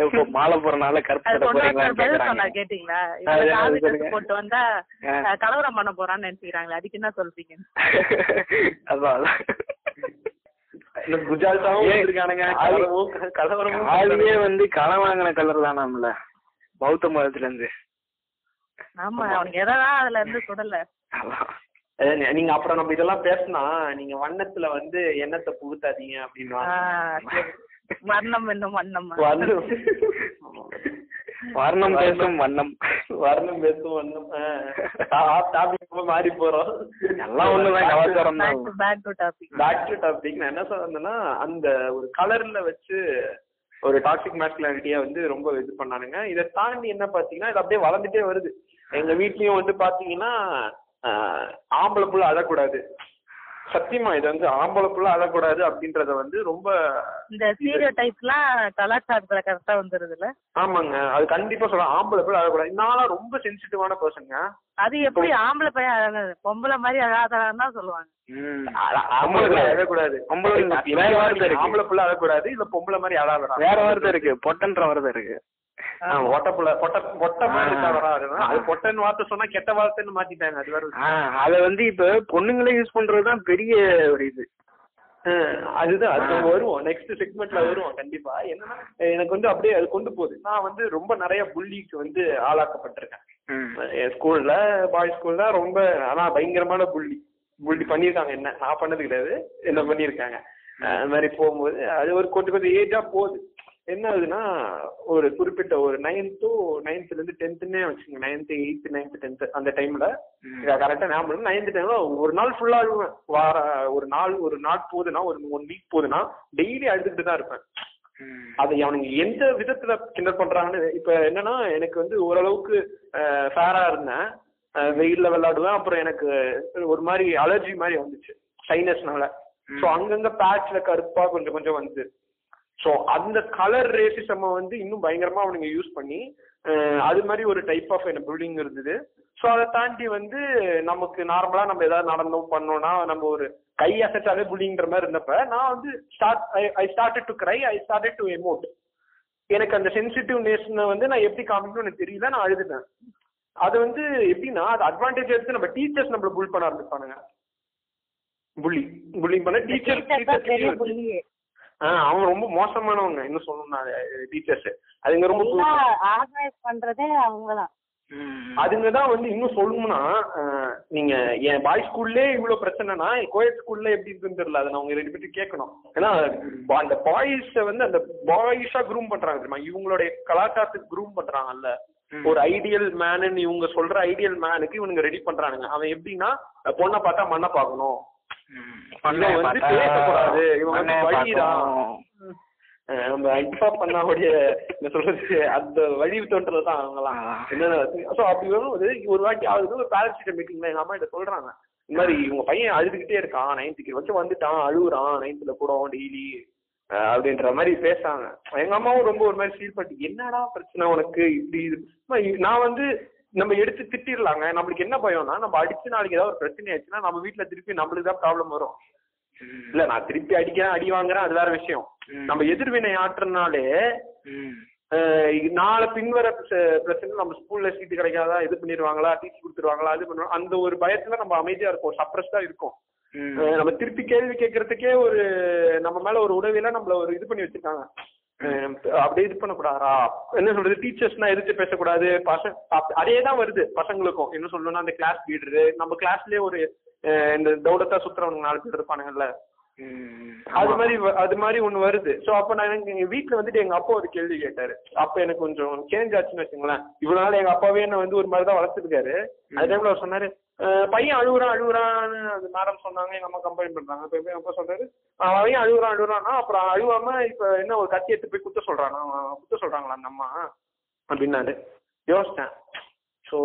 S5: இப்போ மாலை போறனால கருப்பு
S4: அது
S5: சட்டை
S4: கொண்டு
S5: போறீங்களான்னு
S4: வந்து பதில் சொன்னாரு
S5: கேக்குறாங்க
S4: கேட்டீங்களா இவங்க
S5: அது என்ன
S4: காவி
S5: அது சொல்லுங்க?
S4: dress போட்டு வந்தா
S5: ஆ.
S4: அஹ், கலவரம் பண்ண போறான்னு நினைச்சுக்கிறாங்களே அதுக்கு என்ன சொல்றீங்க
S5: அதான் அதான்.
S3: இந்த குஜால்தாவும்
S5: ஏய்,
S3: வந்திருக்கானுங்க,
S5: அது-
S3: கலவரமும் க- கலவரமும்
S5: ஆளுமே
S3: பண்றானுங்க.
S5: வந்து களை வாங்கின கலர் தானாம்ல பௌத்த மதத்துல இருந்து
S4: ஆமா அவனுக்கு எதான் அதுல இருந்து சுடல
S5: அதான்
S3: அது நீ- நீங்க அப்புறம் நம்ம இதெல்லாம் பேசினா நீங்க வண்ணத்துல வந்து எண்ணத்தை புகுத்தாதீங்க அப்படின்னுவாங்க.
S4: ஆஹ் சரி. வர்ணம் என்னும் வண்ணம்
S3: வண்ணம்
S5: வர்ணம் பேசும் வண்ணம்
S3: வர்ணம் பேசும் வண்ணம் டாபிக் மாறி போறோம்
S5: எல்லாம் ஒண்ணுதான் கலாச்சாரம் தான்
S4: back to back to topic
S3: back to topic நான் என்ன சொன்னேன்னா அந்த ஒரு கலர்ல வச்சு ஒரு டாக்ஸிக் மேஸ்குலாரிட்டியா வந்து ரொம்ப இது பண்ணானுங்க இதை தாண்டி என்ன பாத்தீங்கன்னா இது அப்படியே வளர்ந்துட்டே வருது எங்க வீட்லயும் வந்து பாத்தீங்கன்னா ஆஹ், ஆம்பளை புள்ள அழக்கூடாது சத்தியமா இது வந்து ஆம்பளை புள்ள அழக்கூடாது அப்படின்றத வந்து ரொம்ப
S4: இந்த சீரியோ டைப்லாம் கலாச்சாரத்துல கரெக்டா வந்துருதுல
S3: ஆமாங்க அது கண்டிப்பா சொல்றேன் ஆம்பளை புள்ள அழக்கூடாது நான்லாம் ரொம்ப சென்சிட்டிவான பர்சனுங்க
S4: அது எப்படி ஆம்பளை பையன் அழகாது பொம்பளை மாதிரி அழகாதான் தான் சொல்லுவாங்க
S5: ம்.
S3: ஆம்பளை புள்ள அழக்கூடாது
S5: ஆம்பளை புள்ள இல்ல, வேற வார்த்தை இருக்கு.
S3: ஆம்பளை புள்ள அழக்கூடாது இல்ல பொம்பளை மாதிரி அழகா
S5: வேற வார்த்தை இருக்கு பொட்டன்ற வார்த்தை இருக்கு
S3: ஆ, பொட்டை புள்ள, பொட்டை பொட்டை மாதிரி
S5: ஆ.
S3: இருக்காதடா அதுனா. அது பொட்டைன்னு வார்த்தை சொன்னா கெட்ட வார்த்தைன்னு மாத்திட்டாங்க அது வேற
S5: ஆ, அத வந்து இப்ப பொண்ணுங்களே யூஸ் பண்றதுதான் பெரிய ஒரு இது
S3: அதுதான் அது
S5: ஆ.
S3: நம்ம வருவோம் நெக்ஸ்ட் செக்மெண்ட்ல வருவோம் கண்டிப்பா என்னன்னா எனக்கு வந்து அப்படியே அது கொண்டு போகுது நான் வந்து ரொம்ப நிறைய புள்ளிக்கு வந்து ஆளாக்கப்பட்டிருக்கேன்
S5: ம்.
S3: என் ஸ்கூல்ல பாய்ஸ் ஸ்கூல்ல ரொம்ப ஆனா பயங்கரமான புள்ளி புள்ளி பண்ணியிருக்காங்க என்ன நான் பண்ணது கிடையாது என்ன பண்ணியிருக்காங்க அஹ் அது மாதிரி போகும்போது அது ஒரு கொஞ்சம் கொஞ்சம் ஏஜா போகுது என்ன ஆகுதுன்னா ஒரு குறிப்பிட்ட ஒரு நைன்த்து நைன்த்ல இருந்து டென்த்துன்னே வச்சுக்கோங்க நைன்த்து எயித்து நைன்த்து டென்த்து அந்த டைம்ல கரெக்டா ஞாபகம் நைன்த் டைம்ல ஒரு நாள் ஃபுல்லா அழுவேன் வார ஒரு நாள் ஒரு நாள் போகுதுன்னா ஒரு ஒன் வீக் போகுதுன்னா டெய்லி அழுதுகிட்டு தான் இருப்பேன் அது அவனுங்க எந்த விதத்துல கிண்டல் பண்றாங்கன்னு இப்ப என்னன்னா எனக்கு வந்து ஓரளவுக்கு ஃபேரா இருந்தேன் அஹ் வெயில்ல விளையாடுவேன் அப்புறம் எனக்கு ஒரு மாதிரி அலர்ஜி மாதிரி வந்துச்சு சைனஸ்னால ஸோ அங்கங்க பேட்ச்ல கருப்பா கொஞ்சம் கொஞ்சம் வந்து ஸோ அந்த கலர் ரேசிசம் வந்து இன்னும் பயங்கரமா அவனுங்க யூஸ் பண்ணி அஹ் அது மாதிரி ஒரு டைப் ஆஃப் என்ன பில்டிங் இருந்தது ஸோ அதை தாண்டி வந்து நமக்கு நார்மலா நம்ம ஏதாவது நடந்தோம் பண்ணோம்னா நம்ம ஒரு கை அசைச்சாலே புல்லிங்கிற மாதிரி இருந்தப்ப நான் வந்து start I started to cry I started to emote எனக்கு அந்த சென்சிட்டிவ் நேஷனை வந்து நான் எப்படி காமிக்கணும்னு எனக்கு தெரியல நான் அழுதுட்டேன் அது வந்து எப்படின்னா அது அட்வான்டேஜ் எடுத்து நம்ம டீச்சர்ஸ் நம்மள புல் பண்ண ஆரம்பிப்பானுங்க புள்ளி புள்ளிங் பண்ண டீச்சர்
S4: டீச்சர் தான் பெரிய புள்ளியே
S3: ஆஹ் அவன் ரொம்ப மோசமானவங்க இன்னும் சொல்லணும்னா டீச்சர்ஸ் அதுங்க ரொம்ப
S4: எல்லா ஆர்கனைஸ் பண்றதே அவங்கதான்
S3: அதுங்க தான் வந்து இன்னும் சொல்லணும்னா அஹ், நீங்க என் பாய் ஸ்கூல்லே இவ்வளவு பிரச்சனைனா கோயட் ஸ்கூல்ல எப்படி இருக்குன்னு தெரியல அதை நான் உங்க ரெண்டு பேர்ட்டு கேட்கணும் ஏன்னா பா- அந்த பாய்ஸ வந்து அந்த பாய்ஸா க்ரூம் பண்றாங்க தெரியுமா இவங்களுடைய கலாச்சாரத்துக்கு க்ரூம் பண்றாங்கல்ல ஒரு ஐடியல் மேனுன்னு இவங்க சொல்ற ஐடியல் மேனுக்கு இவனுங்க ரெடி பண்றானுங்க அவன் எப்படின்னா பொண்ணை பார்த்தா மண்ணை பார்க்கணும்
S5: பண்ணைய
S3: இவன் வந்து
S5: பார்த்தா-
S3: பேசக்கூடாது. இவன் வந்து
S5: பண்ணைய
S3: வழிதான்.
S5: பார்க்கணும்.
S3: அஹ், நம்ம அல்பா பண்ணாவுடைய என்ன சொல்றது அந்த வழி தோன்றது தான் அவங்கலாம் என்னன்னா ஸோ அப்படி வரும்போது ஒரு வாட்டி ஆகுது ஒரு பேரண்ட்ஸ் டீச்சர் மீட்டிங்ல எங்க அம்மா கிட்ட சொல்றாங்க இந்த மாதிரி உங்க பையன் அழுதுகிட்டே இருக்கான் நைன்த்துக்கு வச்சு வந்துட்டான் அழுகுறான் நைன்த்துல கூட டெய்லி அப்படின்ற மாதிரி பேசுறாங்க எங்க அம்மாவும் ரொம்ப ஒரு மாதிரி ஃபீல் பண்ணிட்டு என்னடா பிரச்சனை உனக்கு இப்படி இது அம்மா, இ- நான் வந்து நம்ம எடுத்து திட்டிடலாங்க நம்மளுக்கு என்ன பயம்னா நம்ம அடிச்சு நாளைக்கு ஏதாவது ஒரு பிரச்சனை ஆயிடுச்சுன்னா நம்ம வீட்ல திருப்பி நம்மளுக்கு தான் ப்ராப்ளம் வரும் இல்ல நான் திருப்பி அடிக்கிறேன் அடி வாங்குறேன் அது வேற விஷயம் நம்ம எதிர்வினை ஆற்றுறனாலே
S5: ம்.
S3: அஹ் இது நாளை பின்வர பிர- பிரச்சனை நம்ம ஸ்கூல்ல சீட்டு கிடைக்காதா இது பண்ணிடுவாங்களா டீச் கொடுத்துருவாங்களா இது பண்ணுவாங்க அந்த ஒரு பயத்துல நம்ம அமைதியா இருப்போம் சப்ரஸ்டா இருக்கும்
S5: ம்.
S3: அஹ் நம்ம திருப்பி கேள்வி கேட்கறதுக்கே ஒரு நம்ம மேல ஒரு உடவில நம்மள ஒரு இது பண்ணி வச்சிருக்காங்க அஹ் அப்படியே இது பண்ணக்கூடாதா என்ன சொல்றது டீச்சர்ஸ்னா எதிர்த்து பேசக்கூடாது பசங்க அதே தான் வருது பசங்களுக்கும் என்ன சொல்லணும்னா அந்த கிளாஸ் லீடரு நம்ம கிளாஸ்லயே ஒரு அஹ் இந்த தௌடத்தா சுத்துறவனுங்க நாலு பேர் இருப்பானுங்கல்ல
S5: ம்.
S3: அது மாதிரி வ- அது மாதிரி ஒண்ணு வருது சோ அப்ப நான் எனக்கு எங்க வீட்டுல வந்துட்டு எங்க அப்பா ஒரு கேள்வி கேட்டாரு அப்ப எனக்கு கொஞ்சம் சேஞ்ச் ஆச்சுன்னு வச்சுங்களேன் இவ்வளவு நாள் எங்க அப்பாவே என்ன வந்து ஒரு மாதிரி தான் வளர்த்துருக்காரு அது டைம்ல அவர் சொன்னாரு "அஹ், பையன் அழுகுறான் அழுகுறான்னு அது மேடம் சொன்னாங்க எங்க அம்மா கம்ப்ளைண்ட் பண்றாங்க அப்ப எங்க அப்பா சொல்றாரு "அவன் பையன் அழுகுறான் அழுகுறான்னா அப்புறம் அழுவாம இப்ப என்ன ஒரு கத்தி எடுத்து போய் குத்த சொல்றானா அவன் குத்த சொல்றாங்களா அந்த அம்மா அப்படின்னாரு யோசிச்சேன் சோ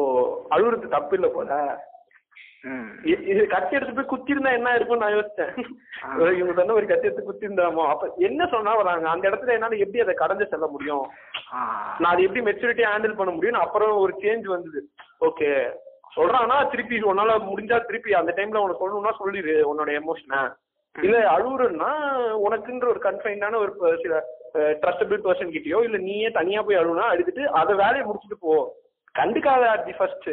S3: அழுகுறது தப்பு இல்ல போல
S5: ம்.
S3: இ- இது கத்தி எடுத்து போய் குத்திருந்தா என்ன இருக்கும்னு நான் யோசிச்சேன் ஒரு இவங்க சொன்ன ஒரு கத்தி எடுத்து குத்திருந்தாமோ அப்ப என்ன சொன்னா வராங்க அந்த இடத்துல என்னால எப்படி அதை கடந்து செல்ல முடியும்
S5: ஆ.
S3: நான் அதை எப்படி மெச்சூரிட்டி ஹேண்டில் பண்ண முடியும்னு அப்புறம் ஒரு சேஞ்ச் வந்தது ஓகே சொல்றானா திருப்பி உன்னால முடிஞ்சா திருப்பி அந்த டைம்ல உனக்கு சொல்லணும்னா சொல்லிடு உன்னோட எமோஷனை இல்ல அழுகுறன்னா உனக்குன்ற ஒரு கன்ஃபைன்டான ஒரு ப- சில ட்ரஸ்டபிள் பர்சன் கிட்டயோ இல்ல நீயே தனியா போய் அழுகுனா அழுதுட்டு அதை வேலையை முடிச்சுட்டு போ கண்டுக்காத தி ஃபர்ஸ்ட்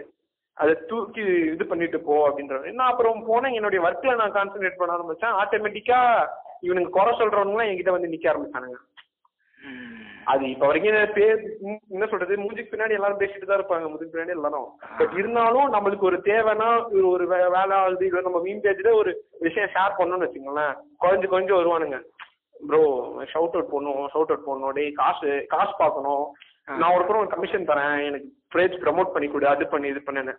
S3: அதை தூக்கி இது பண்ணிட்டு போ அப்படின்ற மாதிரி. நான் அப்புறம் போனேன் என்னுடைய ஒர்க்ல நான் கான்சென்ட்ரேட் பண்ண ஆரம்பிச்சேன் ஆட்டோமேட்டிக்கா இவனுக்கு குறை சொல்றவனுங்களாம் என்கிட்ட வந்து நிக்க ஆரம்பிச்சானுங்க அது இப்ப வரைக்கும் என்ன பேர் உம் என்ன சொல்றது மூஞ்சிக்கு பின்னாடி எல்லாரும் பேசிட்டு தான் இருப்பாங்க முதுக்கு பின்னாடி எல்லாரும் பட் இருந்தாலும் நம்மளுக்கு ஒரு தேவைன்னா ஒரு ஒரு வே- வேலை ஆகுது இல்ல நம்ம மீன் பேஜ்ல ஒரு விஷயம் ஷேர் பண்ணணும்னு வச்சுக்கோங்களேன் குறைஞ்சு குறைஞ்சு வருவானுங்க ப்ரோ ஷவுட் அவுட் பண்ணும் ஷவுட் அவுட் பண்ணும் டேய் காசு காசு பார்க்கணும் நான் ஒருத்தரும் ஒரு கமிஷன் தரேன் எனக்கு பேஜ் ப்ரமோட் பண்ணி கொடு அது பண்ணி இது பண்ணுன்னு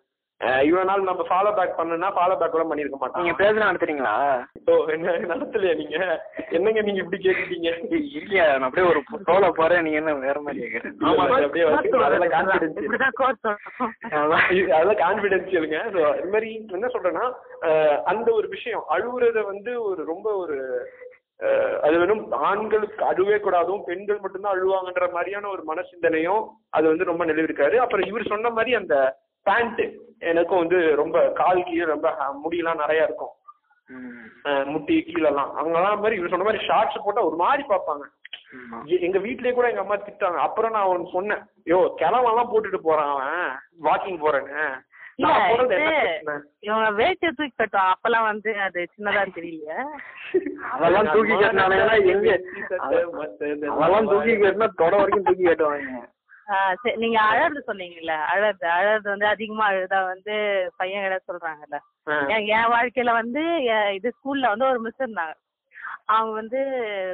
S3: அஹ் இவ்வளவு நாள் நம்ம ஃபாலோ பேக் பண்ணுனா ஃபாலோ பேக் கூட பண்ணிருக்க
S5: நீங்க
S3: மாட்டோம்
S5: பேசுனா நடத்துறீங்களா
S3: ஓ என்ன நடத்தலையா நீங்க என்னங்க நீங்க இப்படி கேக்குறீங்க
S5: ஏய், இல்லையா நான் அப்படியே ஒரு டோல போறேன் நீங்க என்ன வேற மாதிரி கேக்குறேன்
S3: ஆமா அது அப்படியே வச்சு நல்ல கான்பிடன்ஸ்
S4: இப்படிதான் கோர்ஸ் சொல்லணும்
S5: அதான்.
S3: இது- அதெல்லாம் கான்பிடென்சியலுங்க ஸோ இது மாதிரி என்ன சொல்றேன்னா அஹ், அந்த ஒரு விஷயம் அழுகுறத வந்து ஒரு ரொம்ப ஒரு அஹ், அது வெறும் ஆண்களுக்கு அழுவே கூடாதும் பெண்கள் மட்டும்தான் அழுவாங்கன்ற மாதிரியான ஒரு மனசிந்தனையும் அது வந்து ரொம்ப நிலவிருக்காரு அப்புறம் இவர் சொன்ன மாதிரி அந்த பேண்ட் எனக்கும் வந்து ரொம்ப கால் கீழே ரொம்ப அஹ், முடியெல்லாம் நிறைய இருக்கும்
S5: ம்.
S3: அஹ், முட்டி கீழெல்லாம் அவங்கலாம் மாதிரி இவர் சொன்ன மாதிரி ஷார்ட்ஸ் போட்டா ஒரு மாதிரி பார்ப்பாங்க
S5: ஆமா.
S3: எ- எங்க வீட்லயே கூட எங்க அம்மா திட்டாங்க அப்புறம் நான் அவனுக்கு சொன்னேன் யோ கிளம்பெல்லாம் போட்டுட்டு போறான் அவன் வாக்கிங் போறேன்னு
S4: இல்ல,
S3: நான் போறது
S4: இது
S3: என்ன பிரச்சனை?
S4: இவங்க வேஷ்டிய தூக்கி கட்டும் அப்பெல்லாம் வந்து அது சின்னதா தெரியல
S5: அதெல்லாம் தூக்கி கட்டினாங்கன்னா எங்க
S3: அதெல்லாம் மத்த இந்த-
S5: அதெல்லாம் தூக்கி கட்டினா தொட வரைக்கும் தூக்கி கட்டுவாங்க
S4: ஆஹ் சரி, நீங்க அழறது சொன்னீங்கல்ல அழறது அழறது வந்து அதிகமா அழுதா வந்து பையன் இட சொல்றாங்கல்ல
S3: ஆ.
S4: என் என் வாழ்க்கையில வந்து எ- இது ஸ்கூல்ல வந்து ஒரு மிஸ் இருந்தாங்க அவங்க வந்து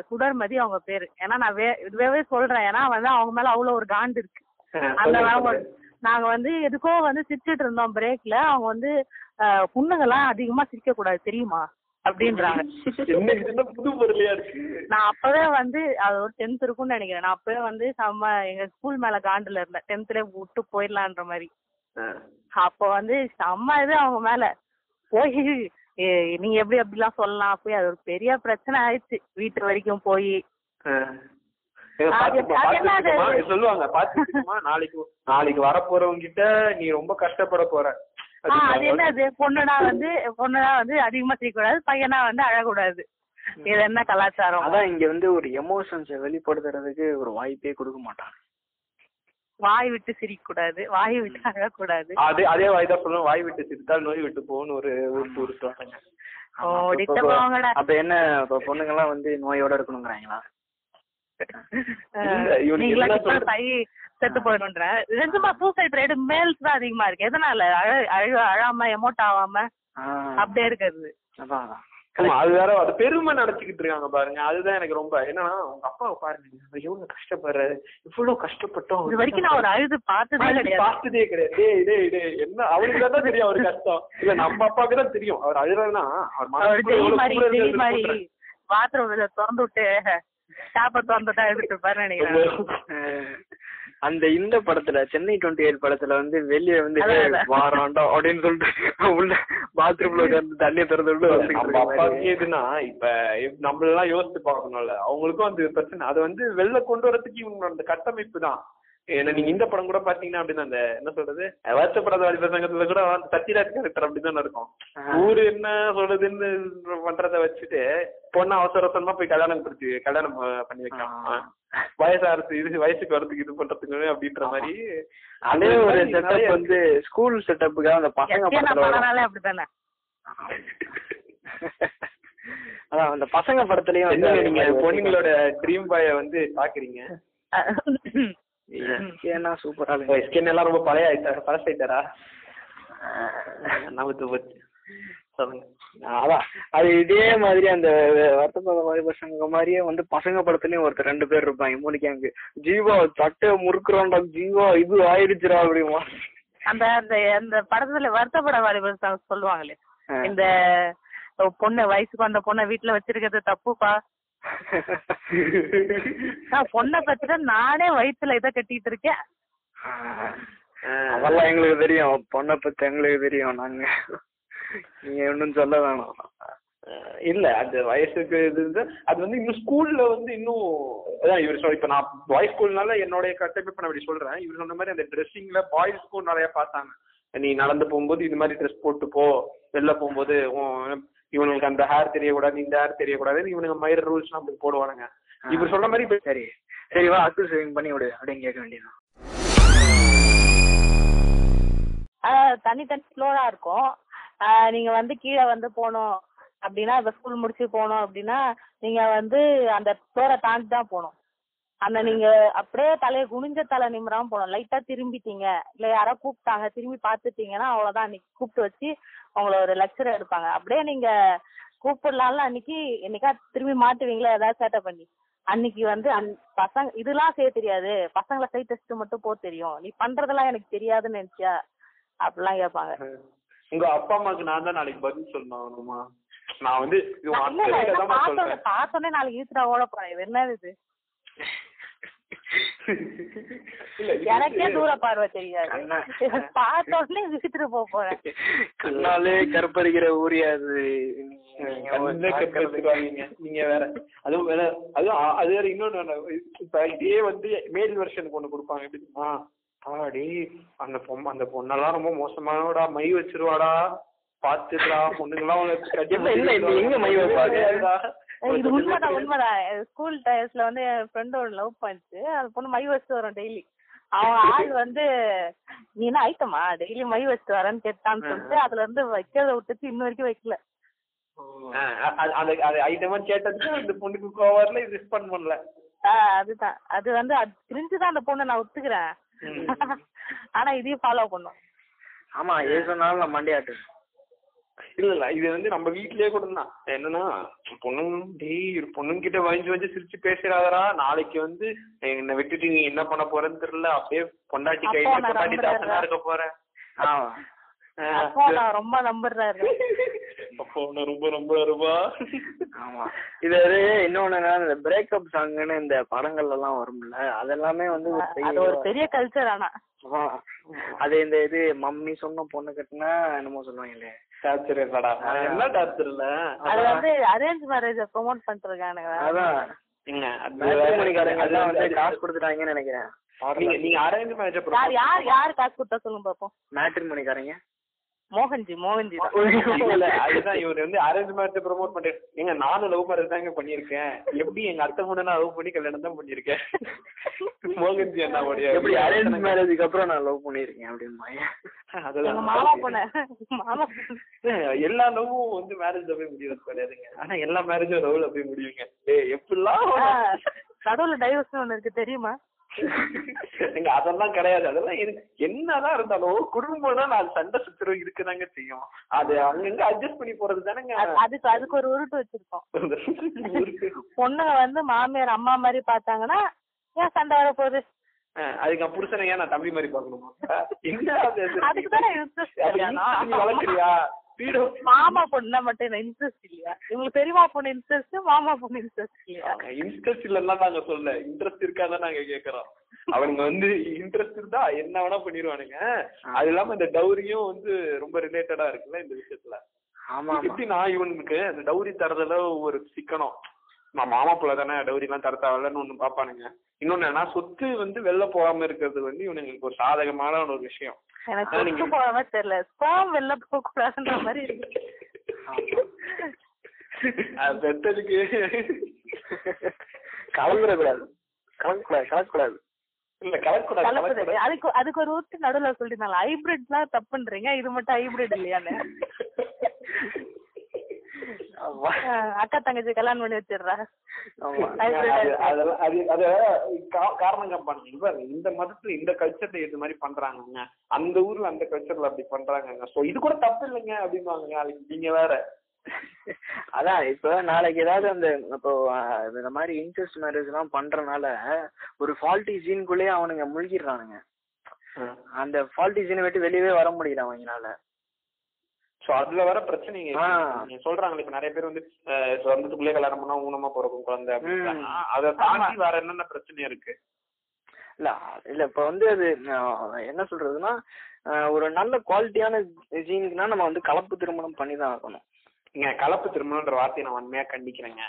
S4: சுடர்மதி அவங்க பேரு ஏன்னா நான் வே இதுவே சொல்றேன் ஏன்னா வந்து அவங்க மேல அவ்வளவு ஒரு காண்டு இருக்கு
S3: ஆ,
S4: அந்த
S3: சொல்லுங்க,
S4: நாங்க
S3: சொல்லுங்க.
S4: நாங்க வந்து எதுக்கோ வந்து சிரிச்சிட்டு இருந்தோம் பிரேக்ல அவங்க வந்து அஹ், பொண்ணுங்கெல்லாம் அதிகமா சிரிக்க கூடாது தெரியுமா அப்படின்றாங்க
S3: என்ன இது என்ன புது பொருளையா இருக்கு
S4: நான் அப்பவே வந்து அது ஒரு டென்த் இருக்கும்னு நினைக்கிறேன் நான் அப்பவே வந்து செம்ம எங்க ஸ்கூல் மேல காண்டுல இருந்தேன் டென்த்ல விட்டு போயிடலான்ற மாதிரி அப்போ வந்து செம்ம இது அவங்க மேல போய் ஏ, நீங்க எப்படி அப்படிலாம் சொல்லலாம் போய் அது ஒரு பெரிய பிரச்சனை ஆயிடுச்சு வீட்டு வரைக்கும் போய்
S3: ஏங்க,
S4: அது-
S3: பாத்துப்பா,
S4: அது என்னது?
S3: பாத்துக்கிட்டுமா? சொல்லுவாங்க பாத்துக்கிட்டுமா நாளைக்கு நாளைக்கு வரப்போறவங்க கிட்ட நீ ரொம்ப கஷ்டப்பட போற அது
S4: ஆஹ் அது
S3: நாங்க வந்து-
S4: என்னது பொண்ணுனா வந்து பொண்ணுனா வந்து அதிகமா சிரிக்கக்கூடாது பையனா வந்து அழக்கூடாது இது என்ன கலாச்சாரம்
S5: அதான் இங்க வந்து ஒரு எமோஷன்ஸை வெளிப்படுத்துறதுக்கு ஒரு வாய்ப்பே கொடுக்க மாட்டாங்க
S4: வாய் விட்டு சிரிக்க கூடாது வாய் விட்டு அழக்கூடாது
S3: அதே அதே வாய் தான் சொல்லுவேன் வாய் விட்டு சிரித்தால் நோய் விட்டு போன்னு ஒரு ஒரு ஒரு சொல்றாங்க
S4: ஓ
S5: ஆமா, அப்ப-
S4: டிஸ்டர்ப் ஆவாங்கடா
S5: அப்ப என்ன இப்ப பொண்ணுங்க எல்லாம் வந்து நோயோட இருக்கணுங்கிறாங்களா
S3: இல்ல, இவனுக்கு
S4: நீங்களா
S3: என்ன
S4: டிஸ்டர்ப்
S3: சொல்றது?
S4: ஆகி செத்து போயிடும்ன்ற நிஜமா சூசைட் ரேட் மேல்ஸ் தான் அதிகமா இருக்கு எதனால அழ அழ அழாம எமோட் ஆகாம
S5: ஆஹ்,
S4: அப்படியே இருக்கிறது
S5: அதான் அதான்.
S3: ஆமா அது வேற அது பெருமை நினைச்சுக்கிட்டு இருக்காங்க பாருங்க அதுதான் எனக்கு ரொம்ப என்னன்னா உங்க அப்பாவை பாருங்க அவர் எவ்வளவு கஷ்டப்படுறாரு இவ்வளவு கஷ்டப்பட்டோம்
S4: இது வரைக்கும் நான் ஒரு அழுது பார்த்ததே கிடையாது
S3: பார்த்ததே கிடையாது டேய் டேய் டேய் என்ன அவருக்கு தான் தெரியும் அவர் கஷ்டம் இல்ல நம்ம அப்பாவுக்கு தான் தெரியும் அவர் அழுறாருன்னா அவர் மனசுக்குள்ள
S4: ஒரு டெய்
S3: எவ்வளவு
S4: மாதிரி
S3: குமுறல்
S4: டெய்
S3: இருக்குன்னு
S4: மாதிரி
S3: சொல்றேன்.
S4: பாத்ரூம் இதை திறந்து விட்டு டாப்பை திறந்து விட்டா எடுத்துட்டு இருப்பாரு நினைக்கிறேன்
S5: ஆஹ், அந்த இந்த படத்துல சென்னை டுவெண்ட்டி எயிட் படத்துல வந்து வெளியே வந்து
S4: அதான், அதான்.
S5: வாராண்டா அப்படின்னு சொல்லிட்டு உள்ள பாத்ரூம்ல உட்கார்ந்து தண்ணியை திறந்து விட்டு வந்துகிட்டு
S3: நம்ம
S5: இருக்க மாதிரி.
S3: அப்பாவுக்கு எதுனா இப்ப இப்ப நம்மள எல்லாம் யோசிச்சு பார்க்கணும்ல அவங்களுக்கும் அந்த பிரச்சனை அதை வந்து வெளில கொண்டு வரதுக்கு இவங்களோட அந்த கட்டமைப்பு தான் ஏன்னா நீங்க இந்த படம் கூட பாத்தீங்கன்னா அப்படின்னா அந்த என்ன சொல்றது வருத்தப்படாத வாலிபர் சங்கத்துல கூட அந்த சத்யராஜ் கேரக்டர் அப்படிதான் இருக்கும்
S5: ஆ.
S3: ஊரு என்ன சொல்றதுன்னு பண்றத வச்சுட்டு பொண்ணு அவசர அவசரமா போய் கல்யாணம் பிடிச்சி கல்யாணம் ப- பண்ணி வைக்கலாம்
S5: ஆ.
S3: வயசா இருக்கு இது வயசுக்கு வரதுக்கு இது பண்றதுக்கு அப்படின்ற மாதிரி
S5: அதே ஒரு
S3: நிறைய
S5: செட்டப் வந்து ஸ்கூல் செட்டப்புக்காக அந்த பசங்க
S4: எஸ்கே நான்
S5: படத்துல வரும்.
S4: பண்ணனாலே அப்படித்தானே
S5: அதான் அந்த பசங்க படத்துலயும் வந்து
S3: என்னங்க
S5: அதே
S3: நீங்க
S5: மாதிரி
S3: பொண்ணுங்களோட ட்ரீம் பாய வந்து பாக்குறீங்க
S5: ஏன்னா சூப்பரா
S3: ஸ்கின் எல்லாம் ரொம்ப பழைய ஆயிட்டாரு பழசாயிட்டாரா நமக்கு போச்சு சொல்லுங்க
S5: அதான் அது இதே மாதிரி அந்த வருத்தப்பட மாதிரி பசங்க மாதிரியே வந்து பசங்க படத்துலயும் ஒருத்தர் ரெண்டு பேர் இருப்பாங்க மூணு கேங்கு ஜீவா தட்டை முறுக்குறோம்டா ஜீவா இது ஆயிடுச்சுடா அப்படிமா
S4: அந்த அந்த அந்த படத்துல வருத்தப்பட வாலிபர் song சொல்லுவாங்களே இந்த பொண்ணு வயசுக்கு அந்த பொண்ணை வீட்டுல வச்சிருக்கிறது தப்புப்பா நான் பொண்ணை பத்திட்டு நானே வயித்துல இதை கட்டிட்டு இருக்கேன்
S5: அதெல்லாம் எங்களுக்கு தெரியும் பொண்ணை பத்தி எங்களுக்கு தெரியும் நாங்க நீங்க ஒன்றும் சொல்ல வேணாம்
S3: அஹ் இல்ல அந்த வயசுக்கு இது வந்து அது வந்து இன்னும் ஸ்கூல்ல வந்து இன்னும் அதான் இவர் சொல் இப்ப நான் பாய்ஸ் ஸ்கூல்னால என்னுடைய கட்டமைப்பு நான் இப்படி சொல்றேன் இவர் சொன்ன மாதிரி அந்த ட்ரெஸ்ஸிங்ல பாய்ஸ் ஸ்கூல் நிறைய பார்த்தாங்க நீ நடந்து போகும்போது இது மாதிரி ட்ரெஸ் போட்டு போ வெளில போகும்போது உன் இவனுங்களுக்கு அந்த ஹேர் தெரியக்கூடாது இந்த ஹேர் தெரியக்கூடாதுன்னு இவனுங்க மயிர ரூல்ஸ் எல்லாம் அப்படி போடுவானுங்க இவர் சொன்ன மாதிரி இப்ப
S5: சரி சரி வா அக்கு சேவிங் பண்ணி விடு அப்படின்னு கேட்க வேண்டியதுதான்
S4: ஆஹ் தனி தனி ஃப்ளோரா இருக்கும் ஆஹ் நீங்க வந்து கீழே வந்து போகணும் அப்படின்னா இப்ப ஸ்கூல் முடிச்சு போகணும் அப்படின்னா நீங்க வந்து அந்த ஃப்ளோரை தாண்டி தான் போகணும் அந்த நீங்க அப்படியே தலையை குனிஞ்ச தலை நிமிராம போகணும் லைட்டா திரும்பிட்டீங்க இல்ல யாரோ கூப்பிட்டாங்க திரும்பி பார்த்துட்டீங்கன்னா அவ்வளவுதான் அன்னைக்கு கூப்பிட்டு வச்சு உங்களை ஒரு லெக்சர் எடுப்பாங்க அப்படியே நீங்க கூப்பிடலாம்ல அன்னைக்கு என்னைக்கா திரும்பி மாட்டுவீங்களா ஏதாவது சேட்டை பண்ணி அன்னைக்கு வந்து அந் பசங்க இதெல்லாம் செய்ய தெரியாது பசங்களை சை டெஸ்ட் மட்டும் போக தெரியும் நீ பண்றதெல்லாம் எனக்கு தெரியாதுன்னு நினைச்சியா அப்படிலாம் கேட்பாங்க
S3: உங்க அப்பா அம்மாக்கு நான் தான் நாளைக்கு பதில் சொல்லணும் அவனுமா நான் வந்து இது உன்
S4: நான் இல்ல,
S3: அத்தை
S4: இல்ல,
S3: கிட்ட
S4: என்ன
S3: தாம்மா
S4: பார்த்தோன்னே-
S3: சொல்றேன்
S4: பார்த்தோன்னே நாளைக்கு ஈஸ்டரா ஓட போறேன். இது என்னது இது?
S3: இல்ல இது
S4: எனக்கே
S3: வந்து-
S4: தூர பார்வை தெரியாது
S5: கண்ணா.
S4: இதை பார்த்தோன்னே விசித்திர போப் போறேன்.
S5: கண்ணாலே கற்பழிக்கிற ஊரியாது
S3: நீங்க வந்து கெட்டு வச்சிருவாங்க. நீங்க வேற அதுவும் வேற அதுவும் அ- அது வேற இன்னொன்னு ஒண்ணு. இப்ப இதே வந்து மேல் வெர்ஷனுக்கு ஒண்ணு கொடுப்பாங்க எப்படி தெரியுமா? ஆடி அந்த பொம்மை அந்த பொண்ணெல்லாம் ரொம்ப மோசமானடா மை வச்சிருவாடா பாத்துடா பொண்ணுங்கெல்லாம் உனக்கு கட்டி
S5: இல்ல, இல்ல, இப்ப எங்க மை வைப்பாங்க?
S3: தெரியாதுடா.
S4: இது உண்மைதான், உண்மைதான். என் school times ல வந்து என் friend ஒரு love பண்ணுச்சு. அந்த பொண்ணு மை வச்சுட்டு வரும் daily. அவன் ஆள் வந்து நீ என்ன ஐட்டமா டெய்லி மை வச்சுட்டு வரேன்னு கேட்டான்னு சொல்லிட்டு அதுல இருந்து வைக்கிறத விட்டுச்சு இன்ன வரைக்கும் வைக்கல
S3: ஆ, அது- அது அது ஐட்டமா கேட்டதுக்கு அந்த பொண்ணுக்கு கோவம் வரல இது ரெஸ்பாண்ட் பண்ணல
S4: ஆஹ் அதுதான் அது வந்து அது தெரிஞ்சுதான் அந்த பொண்ணை நான் ஒத்துக்கிறேன் ஆனா இதையும் ஃபாலோ பண்ணும்
S5: ஆமா எது சொன்னாலும் நான் மண்டையாட்டு
S3: இல்ல இல்ல இது வந்து நம்ம வீட்லயே கூட தான் என்னன்னா பொண்ணுங்க டேய் பொண்ணுங்க கிட்ட வளைஞ்சு வளைஞ்சு சிரிச்சு பேசுறாதடா நாளைக்கு வந்து என்னை விட்டுட்டு நீ என்ன பண்ண போறேன்னு தெரியல அப்படியே பொண்டாட்டி
S4: அப்பா
S3: கையில
S4: நான்
S3: பொண்டாட்டி
S4: நம்புறேன்டா.
S3: தாசனா இருக்க போறேன்
S5: ஆமா
S4: அப்போ நான் ரொம்ப நம்புறாரு
S3: அப்போ உன்னை ரொம்ப ரொம்ப ரொம்ப
S5: ஆமா இது வந்து இன்னொன்னு என்னன்னா, இந்த பிரேக்கப் சாங்னு இந்த படங்கள்ல எல்லாம் வரும்ல அதெல்லாமே வந்து ஒரு பெரிய-
S4: அது ஒரு பெரிய கல்ச்சர் ஆனா
S5: ஆமா. அது இந்த இது மம்மி சொன்ன பொண்ணு கட்டினா என்னமோ சொல்லுவாங்களே
S3: டார்ச்சர் இல்லடா என்ன டார்ச்சர் இல்ல
S4: அது வந்து அரேஞ்ச் மேரேஜ ப்ரோமோட் பண்ணிருக்கானுங்க
S5: அதான்
S3: ஏங்க, அது
S5: matrimony-காரங்க
S3: அது-
S5: எல்லாம் வந்து
S3: அது-
S5: காசு கொடுத்துட்டாங்கன்னு நினைக்கிறேன்
S3: நீங்க நீங்க அரேஞ்ச் மேட்ச
S4: யார் யார் யார் காசு கொடுத்தா சொல்லுங்க பாப்போம்
S5: மேட்ரிமோனிக்காரங்க
S4: மோகன்ஜி மோகன்ஜி தான்
S3: இல்ல அதுதான் இவர் வந்து அரேஞ்ச் மேட்ச ப்ரோமோட் பண்றேன் ஏங்க நானும் லவ் மேரேஜ் தாங்க பண்ணிருக்கேன் எப்படி எங்க அத்தை கூட நான் லவ் பண்ணி கல்யாணம் தான் பண்ணிருக்கேன் மோகன்ஜி அண்ணாவுடைய
S5: எப்படி அரேஞ்ச் மேரேஜுக்கு அப்புறம் நான் லவ் பண்ணிருக்கேன் அப்படின்னு
S4: எங்க
S3: அதுதான்
S4: மாமா பொண்ணு மாமா பொண்ணு
S3: எல்லா லவ்வும் வந்து மேரேஜ்ல போய் முடியறது கிடையாதுங்க ஆனா எல்லா மேரேஜும் லவ்ல போய் முடியுங்க டேய் எப்படிலாம்
S4: ஆ, நடுவுல டைவர்ஸ் ஒண்ணு இருக்கு தெரியுமா
S3: எங்க அதெல்லாம் கிடையாது அதெல்லாம் எனக்கு என்னதான் இருந்தாலும் குடும்பம்னா நான் சண்டை சுத்துறவு இருக்குதாங்க செய்யும் அது அங்கங்க அட்ஜஸ்ட் பண்ணி போறது தானேங்க
S4: அது- அதுக்கு அதுக்கு ஒரு உருட்டு வச்சிருக்கோம்
S3: இருக்கு.
S4: பொண்ணுங்க வந்து மாமியார் அம்மா மாதிரி பார்த்தாங்கன்னா ஏன் சண்டை வர போகுது
S3: அஹ் அதுக்கு நான் புருஷனை ஏன் நான் தம்பி மாதிரி பாக்கணுமா என்ன அது?
S4: அதுக்கு தானே interest
S3: அப்ப interest நீ வளர்க்குறியா பீடோ
S4: மாமா பொண்ணுனா மட்டும் என்ன இன்ட்ரெஸ்ட் இல்லையா இவங்களுக்கு பெரியமா பொண்ணு இன்ட்ரெஸ்ட் மாமா பொண்ணு இன்ட்ரெஸ்ட் இல்லையா
S3: இன்ட்ரெஸ்ட் இல்லன்னா நாங்க சொல்ல இன்ட்ரெஸ்ட் இருக்காதான் நாங்க கேக்குறோம் அவனுங்க வந்து இன்ட்ரெஸ்ட் இருந்தா என்ன வேணா பண்ணிருவானுங்க அது இல்லாம இந்த டௌரியும் வந்து ரொம்ப ரிலேட்டடா இருக்குல்ல இந்த விஷயத்துல
S5: ஆமா ஆமா
S3: எப்படி நான் இவனுக்கு அந்த டௌரி தரதுல ஒரு சிக்கனம் நான் மாமா பிள்ளை தானே டௌரி எல்லாம் தர தேவையில்லன்னு ஒண்ணு பாப்பானுங்க இன்னொன்னு என்ன சொத்து வந்து வெளில போகாம இருக்கிறது வந்து இவனுங்களுக்கு ஒரு சாதகமான ஒரு விஷயம்
S4: எனக்கு
S3: அதான்
S4: ஒத்து
S3: நீங்க-
S4: போகாம தெரியல ஸ்பாம் வெளில போக கூடாதுன்ற மாதிரி இருக்கு.
S3: அது பெத்ததுக்கு
S5: கலந்துடக்கூடாது கலக்கக்கூடாது கலக்கக்கூடாது
S3: இல்ல கலக்கூடாது
S4: கலப்புது
S3: கலக்கூடாது
S4: அதுக்கு அதுக்கு ஒரு ஊத்து நடுவுல சொல்லிருந்தாங்க ஹைபிரிட் எல்லாம் தப்புன்றீங்க இது மட்டும் ஹைபிரிட் இல்லையான்னு
S5: ஆமா
S4: ஆ, அக்கா தங்கச்சி கல்யாணம் பண்ணி வச்சிடுறா
S5: ஆமா
S3: அது- அதெல்லாம் அது அது கா- காரணம் காப்பாங்க இப்ப இந்த மதத்துல இந்த கல்ச்சர்ல இது மாதிரி பண்றாங்கங்க அந்த ஊர்ல அந்த கல்ச்சர்ல அப்படி பண்றாங்கங்க சோ இது கூட தப்பு இல்லைங்க அப்படிம்பாங்க நாளைக்கு நீங்க வேற
S5: அதான் இப்ப நாளைக்கு ஏதாவது அந்த இப்போ அஹ், இந்த மாதிரி இன்ட்ரெஸ்ட் மேரேஜ் எல்லாம் பண்றனால ஒரு ஃபால்ட்டி ஜீன்குள்ளேயே அவனுங்க முழுகிடுறானுங்க அந்த ஃபால்ட்டி ஜீனை விட்டு வெளியவே வர முடியல அவங்கனால
S3: சோ அதுல வர பிரச்சனைங்க
S5: ஆ.
S3: நீங்க சொல்றாங்க இப்ப நிறைய பேர் வந்து அஹ், சொந்தத்துக்குள்ளே கல்யாணம் பண்ணா ஊனமா பிறக்கும் குழந்தை அப்படின்றாங்க
S5: ம்.
S3: அதை தாண்டி வேற என்னென்ன பிரச்சனை இருக்கு
S5: இல்ல அஹ், இல்ல இப்ப வந்து அது அஹ், என்ன சொல்றதுன்னா அஹ், ஒரு நல்ல குவாலிட்டியான ஜீனுக்குன்னா நம்ம வந்து கலப்பு திருமணம் பண்ணி தான் ஆகணும்
S3: இங்க கலப்பு திருமணம்ன்ற வார்த்தையை நான் வன்மையா கண்டிக்கிறேங்க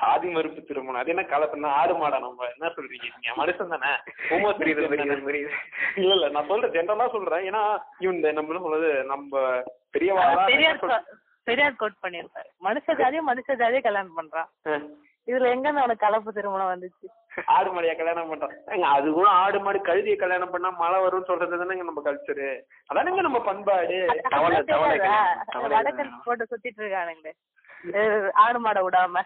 S3: சாதி மறுப்பு திருமணம் அது என்ன கலப்புன்னா ஆடு மாடா நம்ம என்ன சொல்றீங்க நீங்க மனுஷன் தானே ஹோமோ
S5: புரியுது புரியுது
S3: தெரியுது
S5: புரியுது
S3: இல்ல இல்ல நான் சொல்ற ஜென்ரலா சொல்றேன் ஏன்னா இவன் இந்த நம்ம என்ன சொல்றது நம்ம பெரியவாளா
S4: பெரியார் co- பெரியார் கோட் பண்ணிருப்பாரு மனுஷ ஜாதியை மனுஷ ஜாதியை கல்யாணம் பண்றான்
S3: அஹ்,
S4: இதுல எங்க உனக்கு கலப்பு திருமணம் வந்துச்சு
S3: ஆடு மாடியா கல்யாணம் பண்றான் ஏங்க, அது கூட ஆடு மாடு கழுதியை கல்யாணம் பண்ணா மழை வரும்னு சொல்றது தானேங்க நம்ம கல்ச்சரு அதானுங்க நம்ம பண்பாடு
S5: தவளை,
S4: அதான்
S5: தவளை
S4: தெரியாதா?
S5: கல்யாணம், தவளை
S4: வடக்கன் போட்டு சுத்திட்டு இருக்கானுங்களே அஹ் ஆடு மாடை விடாம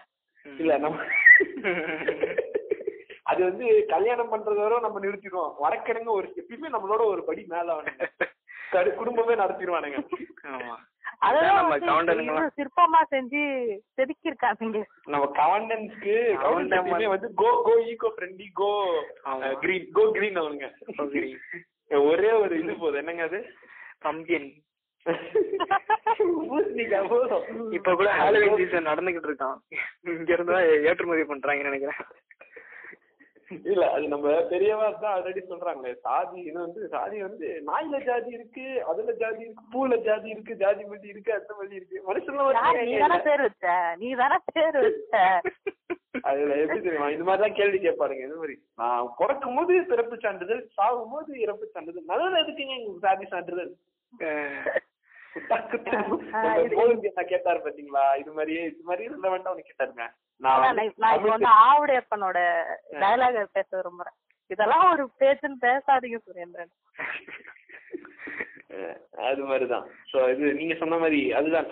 S3: இல்ல நம்ம அது வந்து கல்யாணம் பண்றது வரை நம்ம நிறுத்திடுவோம் வடக்கணுங்க ஒரு எப்பயுமே நம்மளோட ஒரு படி மேல அவனுங்க கரு- குடும்பமே நடத்திடுவானுங்க
S5: ஆமா
S4: அதெல்லாம்
S5: நம்ம
S4: வந்து
S5: கவுண்டனுங்க
S4: இவ்வளவு சிற்பமா செஞ்சு செதுக்கி இருக்காங்க
S3: நம்ம கவர்னன்ஸ்க்கு
S5: கவர்னன்ஸ்
S3: கவர்னன்ஸ் வந்து go go eco friendly go
S5: ஆமா.
S3: கிரீன் கோ கிரீன் அவனுங்க ஒரே ஒரு இது போதும் என்னங்க அது
S5: பம்பியன்
S3: பூசணிக்கா போதும்
S5: இப்ப கூட ஹாலோவின் சீசன் நடந்துகிட்டு இருக்கான் இங்க இருந்து தான் ஏற்றுமதி பண்றாங்கன்னு நினைக்கிறேன்
S3: இல்ல அது நம்ம பெரியவா தான் ஆல்ரெடி சொல்றாங்களே சாதி இது வந்து சாதி வந்து நாயில ஜாதி இருக்கு அதுல ஜாதி இருக்கு பூல ஜாதி இருக்கு ஜாதி மல்லி இருக்கு அந்த மல்லி இருக்கு மனுஷன்லாம் ஒரு
S4: யார் நீ
S3: ஜாதியே
S4: தானே
S3: இல்ல.
S4: பேர் வச்ச நீ தானே பேர் வச்ச
S3: அதுல எப்படி தெரியுமா இது மாதிரிதான் கேள்வி கேட்பாருங்க இது மாதிரி நான் பிறக்கும் போது பிறப்பு சான்றிதழ் சாகும் போது இறப்பு சான்றிதழ் நல்லது எதுக்குங்க எங்களுக்கு சாதி சான்றிதழ் டக்கு டக்கு.
S4: ஆஹ்
S3: இந்த கோவிந்த் என்ன கேட்டாரு பாத்தீங்களா இது மாதிரியே இது மாதிரி relevant ஆ ஒண்ணு கேட்டாருங்க நான்
S4: அதான்
S3: வந்து
S4: நான் நான் இப்ப வந்து ஆவுடையப்பனோட டயலாக பேச விரும்புறேன் இதெல்லாம் ஒரு பேச்சுன்னு பேசாதீங்க சுரேந்திரன்
S3: அஹ் அது மாதிரிதான் சோ இது நீங்க சொன்ன மாதிரி அதுதான்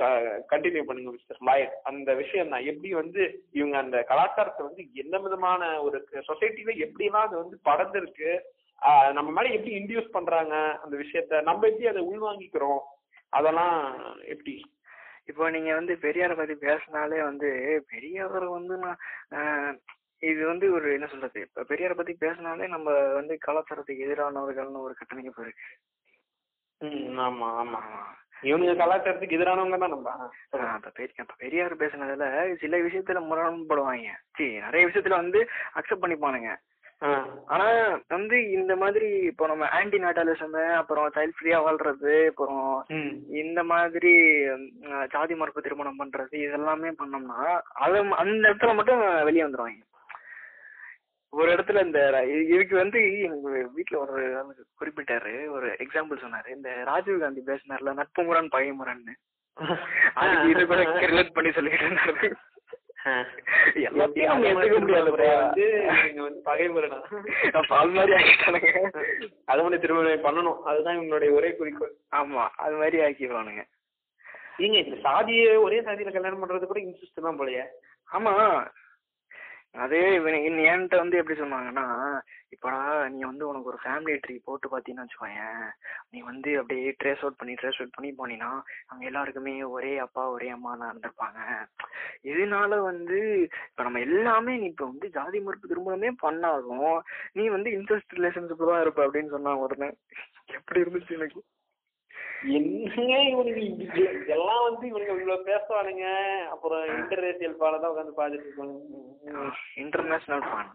S3: கண்டினியூ பண்ணுங்க மிஸ்டர் லாயட் அந்த விஷயம் தான் எப்படி வந்து இவங்க அந்த கலாச்சாரத்தை வந்து என்ன விதமான ஒரு சொசைட்டில எப்படிலாம் அது வந்து படர்ந்திருக்கு ஆஹ் நம்ம மேல எப்படி இன்டியூஸ் பண்றாங்க அந்த விஷயத்த நம்ம எப்படி அதை உள்வாங்கிக்கிறோம் அதெல்லாம் எப்படி
S5: இப்போ நீங்க வந்து பெரியார பத்தி பேசினாலே வந்து பெரியவர் வந்து நான் ஆஹ், இது வந்து ஒரு என்ன சொல்றது இப்ப பெரியார பத்தி பேசினாலே நம்ம வந்து கலாச்சாரத்துக்கு எதிரானவர்கள்னு ஒரு கட்டமைப்பு இருக்கு
S3: ம் ஆமா ஆமா இவனுங்க கலாச்சாரத்துக்கு எதிரானவங்க தான் நம்ம ஆ, சொல்லுங்க.
S5: இப்ப பெரிய இப்ப பெரியார் பேசுனதுல சில விஷயத்துல முரண்படுவாங்க சீ, நிறைய விஷயத்துல வந்து அக்செப்ட் பண்ணிப்பானுங்க
S3: ஆ.
S5: ஆனா வந்து இந்த மாதிரி இப்போ நம்ம ஆன்டி நாட்டாலிசம் அப்புறம் சைல்ட் ஃப்ரீயா வாழ்றது அப்புறம்
S3: ம்
S5: இந்த மாதிரி ம், ஜாதி மறுப்பு திருமணம் பண்றது இதெல்லாமே பண்ணோம்னா அது அந்த இடத்துல மட்டும் வெளியே வந்துருவாங்க ஒரு இடத்துல இந்த ர- இ- இதுக்கு வந்து எங்க வீட்ல ஒரு ஆளு குறிப்பிட்டாரு ஒரு எக்ஸாம்பிள் சொன்னாரு இந்த ராஜீவ் காந்தி பேசினார்ல நட்பு முரண் பகை முரண்னு அதுக்கு இது கூட ரிலேட் பண்ணி சொல்லிட்டு இருந்தாரு
S3: ஆ.
S5: எல்லாத்தையும் நம்ம
S3: அந்த மாதிரி
S5: எடுத்துக்க
S3: திருமண
S5: முடியாது
S3: முறையை வந்து இவங்க வந்து பகைமுறைடா
S5: அப்ப அது மாதிரி ஆகிட்டானுங்க
S3: அது மாதிரி திருமணம் பண்ணணும் அதுதான் இவங்களுடைய ஒரே குறிக்கோள்
S5: ஆமா அது மாதிரி ஆக்கிடுவானுங்க
S3: நீங்க இந்த சாதியை ஒரே சாதியில கல்யாணம் பண்றது கூட இன்ட்ரெஸ்ட் தான் போலயே
S5: ஆமா அதே இவன் இன் என்கிட்ட வந்து எப்படி சொன்னாங்கன்னா இப்படா நீ வந்து உனக்கு ஒரு ஃபேமிலி ட்ரீ போட்டு பார்த்தீங்கன்னு வச்சுக்கோயேன் நீ வந்து அப்படியே ட்ரேஸ் அவுட் பண்ணி ட்ரேஸ் அவுட் பண்ணி போனீன்னா அவங்க எல்லாருக்குமே ஒரே அப்பா ஒரே அம்மா தான் இருந்திருப்பாங்க இதனால வந்து இப்போ நம்ம எல்லாமே நீ இப்போ வந்து ஜாதி மறுப்பு திருமணமே பண்ணாலும் நீ வந்து இன்ட்ரெஸ்ட் ரிலேஷன்ஷிப்பில் தான் இருப்ப அப்படின்னு சொன்னா உடனே எப்படி இருந்துச்சு எனக்கு
S3: என்னங்க இவனுக்கு இப்படி எல்லாம் வந்து இவனுக்கு இவ்வளவு பேசுவானுங்க அப்புறம் இன்டர்நேஷனல் பால தான் உட்காந்து பாத்துட்டு இருப்பானுங்க
S5: இன்டர்நேஷனல் ஃபேன்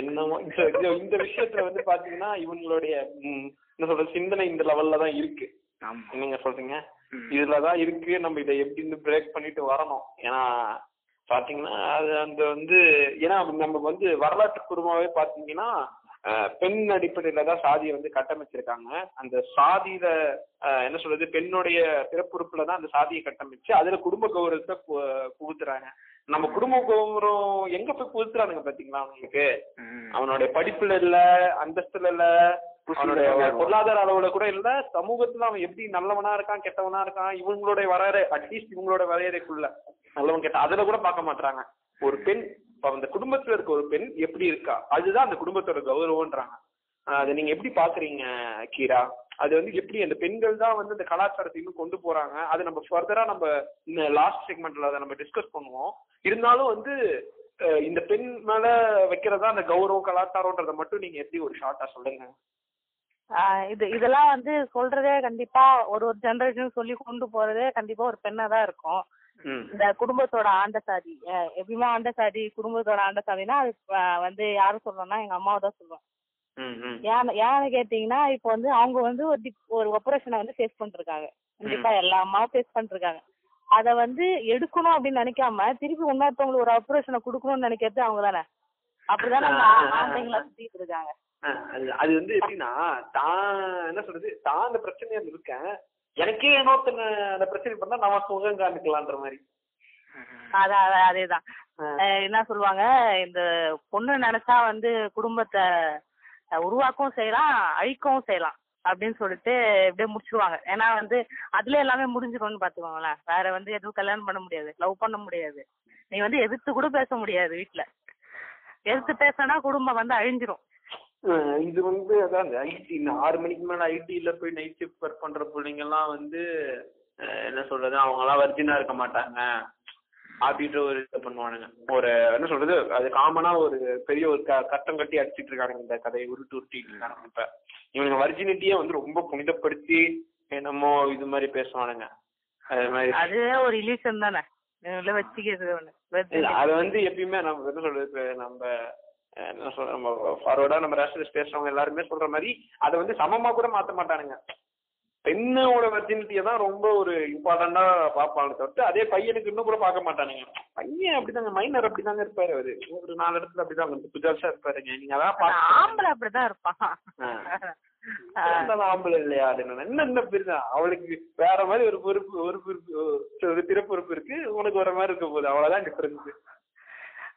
S3: என்னமோ இந்த இந்த- இந்த விஷயத்துல வந்து பாத்தீங்கன்னா இவங்களுடைய ம், என்ன சொல்றது சிந்தனை இந்த லெவல்ல தான் இருக்கு
S5: ஆமா
S3: என்னங்க சொல்றீங்க
S5: ம்.
S3: இதுலதான் இருக்கு நம்ம இதை எப்படி இருந்து பிரேக் பண்ணிட்டு வரணும் ஏன்னா பாத்தீங்கன்னா அது அந்த வந்து ஏன்னா நம்ம வந்து வரலாற்று குடும்பமாவே பாத்தீங்கன்னா அஹ், பெண் அடிப்படையில தான் சாதியை வந்து கட்டமைச்சிருக்காங்க அந்த சாதியில அஹ், என்ன சொல்றது பெண்ணுடைய பிறப்புறுப்புல தான் அந்த சாதியை கட்டமைச்சு அதுல குடும்ப கௌரவத்தை பு- புகுத்துறாங்க நம்ம குடும்ப கௌரவம் எங்க போய் புகுத்துறானுங்க பாத்தீங்களா அவங்களுக்கு
S5: ம்.
S3: அவனுடைய படிப்புல இல்ல அந்தஸ்துல இல்ல அவனுடைய பொருளாதார அளவுல கூட இல்ல சமூகத்துல அவன் எப்படி நல்லவனா இருக்கான் கெட்டவனா இருக்கான் இவங்களுடைய வரையறை அட்லீஸ்ட் இவங்களோட வரையறைக்குள்ள நல்லவன் கெட்ட அதுல கூட பார்க்க மாட்டாங்க ஒரு பெண் இப்ப அந்த குடும்பத்துல இருக்க ஒரு பெண் எப்படி இருக்கா அதுதான் அந்த குடும்பத்தோட கௌரவம்ன்றாங்க ஆஹ் அதை நீங்க எப்படி பாக்குறீங்க கீரா அது வந்து எப்படி அந்த பெண்கள் தான் வந்து இந்த கலாச்சாரத்தை இன்னும் கொண்டு போறாங்க அது நம்ம ஃபர்தரா நம்ம லாஸ்ட் செக்மெண்ட்ல அதை நம்ம டிஸ்கஸ் பண்ணுவோம் இருந்தாலும் வந்து அஹ் இந்த பெண் மேல வைக்கிறதா அந்த கௌரவம் கலாச்சாரம்ன்றத மட்டும் நீங்க எப்படி ஒரு ஷார்ட்டா சொல்லுங்க
S4: ஆஹ் இது இதெல்லாம் வந்து சொல்றதே கண்டிப்பா ஒரு ஒரு ஜெனரேஷன் சொல்லி கொண்டு போறதே கண்டிப்பா ஒரு பெண்ணா தான் இருக்கும் இந்த குடும்பத்தோட ஆண்ட சாதி அஹ் எப்பயுமே ஆண்ட சாதி குடும்பத்தோட ஆண்ட சாதினா அது அஹ் வந்து யாரும் சொல்லணும்னா எங்க அம்மாவை தான் சொல்லுவேன் ஏன் ஏன்னு கேட்டீங்கன்னா இப்போ வந்து அவங்க வந்து ஒரு dip- ஒரு ஆபரேஷனை வந்து ஃபேஸ் பண்ணிருக்காங்க கண்டிப்பா எல்லா அம்மாவும் ஃபேஸ் பண்ணிருக்காங்க அத வந்து எடுக்கணும் அப்படின்னு நினைக்காம திருப்பி இன்னொருத்தவங்களுக்கு ஒரு ஆபரேஷனை கொடுக்கணும்னு நினைக்கிறது அவங்க தானே அப்படிதான் நம்ம ஆ- ஆம்பளைங்களை சுத்திட்டு இருக்காங்க
S3: அஹ் அது அது வந்து எப்படின்னா தான் என்ன சொல்றது தான் அந்த பிரச்சனையா இருக்கேன் எனக்கே இன்னொருத்தங்க அந்த பிரச்சனை பண்ணா நம்ம சுகம் காமிக்கலான்ற மாதிரி
S4: அதான் அதான் அதேதான் அஹ் என்ன சொல்லுவாங்க இந்த பொண்ணு நினைச்சா வந்து குடும்பத்தை அஹ், உருவாக்கவும் செய்யலாம் அழிக்கவும் செய்யலாம் அப்படின்னு சொல்லிட்டு இப்படியே முடிச்சிருவாங்க ஏன்னா வந்து அதுல எல்லாமே முடிஞ்சிரும்னு பாத்துக்கோங்களேன் வேற வந்து எதுவும் கல்யாணம் பண்ண முடியாது லவ் பண்ண முடியாது நீ வந்து எதிர்த்து கூட பேச முடியாது வீட்ல எதிர்த்து பேசினா குடும்பம் வந்து அழிஞ்சிரும்
S3: அஹ் இது வந்து அதான் அந்த ஐடி ஆறு மணிக்கு மேல ஐடில போய் நைட் ஷிஃப்ட் ஒர்க் பண்ற பிள்ளைங்க எல்லாம் வந்து அஹ் என்ன சொல்றது அவங்க எல்லாம் வர்ஜினா இருக்க மாட்டாங்க அப்படின்ற ஒரு இது பண்ணுவானுங்க ஒரு என்ன சொல்றது அது காமனா ஒரு பெரிய ஒரு க கட்டம் கட்டி அடிச்சிட்டு இருக்கானுங்க இந்த கதையை உருட்டு உருட்டிட்டு இருக்கானுங்க இப்ப இவனுங்க வர்ஜினிட்டியே வந்து ரொம்ப புனிதப்படுத்தி என்னமோ இது மாதிரி பேசுவானுங்க அது மாதிரி
S4: அதுவே ஒரு இலியூஷன் தானே இதுல வச்சுக்கிறது ஒண்ணு
S3: இல்ல
S4: வெறுத்து-
S3: அது வந்து எப்பயுமே நம்ம என்ன சொல்றது இப்ப நம்ம அஹ், என்ன சொல்ற நம்ம ஃபார்வர்டா நம்ம ரேஷனலிஸ்ட் பேசுறவங்க எல்லாருமே சொல்ற மாதிரி அதை வந்து சமமா கூட மாத்த மாட்டானுங்க பெண்ணோட வெர்ஜினிட்டியை தான் ரொம்ப ஒரு இம்பார்ட்டண்டா பார்ப்பாங்க தவிர்த்து அதே பையனுக்கு இன்னும் கூட பார்க்க மாட்டானுங்க பையன் அப்படிதாங்க மைனர் அப்படிதாங்க இருப்பாரு அவரு ஒரு நாலு இடத்துல அப்படிதான் வந்து புதுசா இருப்பாருங்க நீங்க அதான்
S4: ஆனா
S3: பாத்து-
S4: ஆம்பளை அப்படிதான் இருப்பான்
S3: ஆஹ்.
S4: ஆஹ்.
S3: அந்த ஆம்பளை இல்லையா அது என்ன என்ன என்ன பெருதான் அவளுக்கு வேற மாதிரி ஒரு பொறுப்பு ஒரு பொறுப்பு ஒரு பிறப்புறுப்பு இருக்கு உனக்கு வர மாதிரி இருக்க போகுது அவ்வளவுதான் டிஃபரன்ஸ்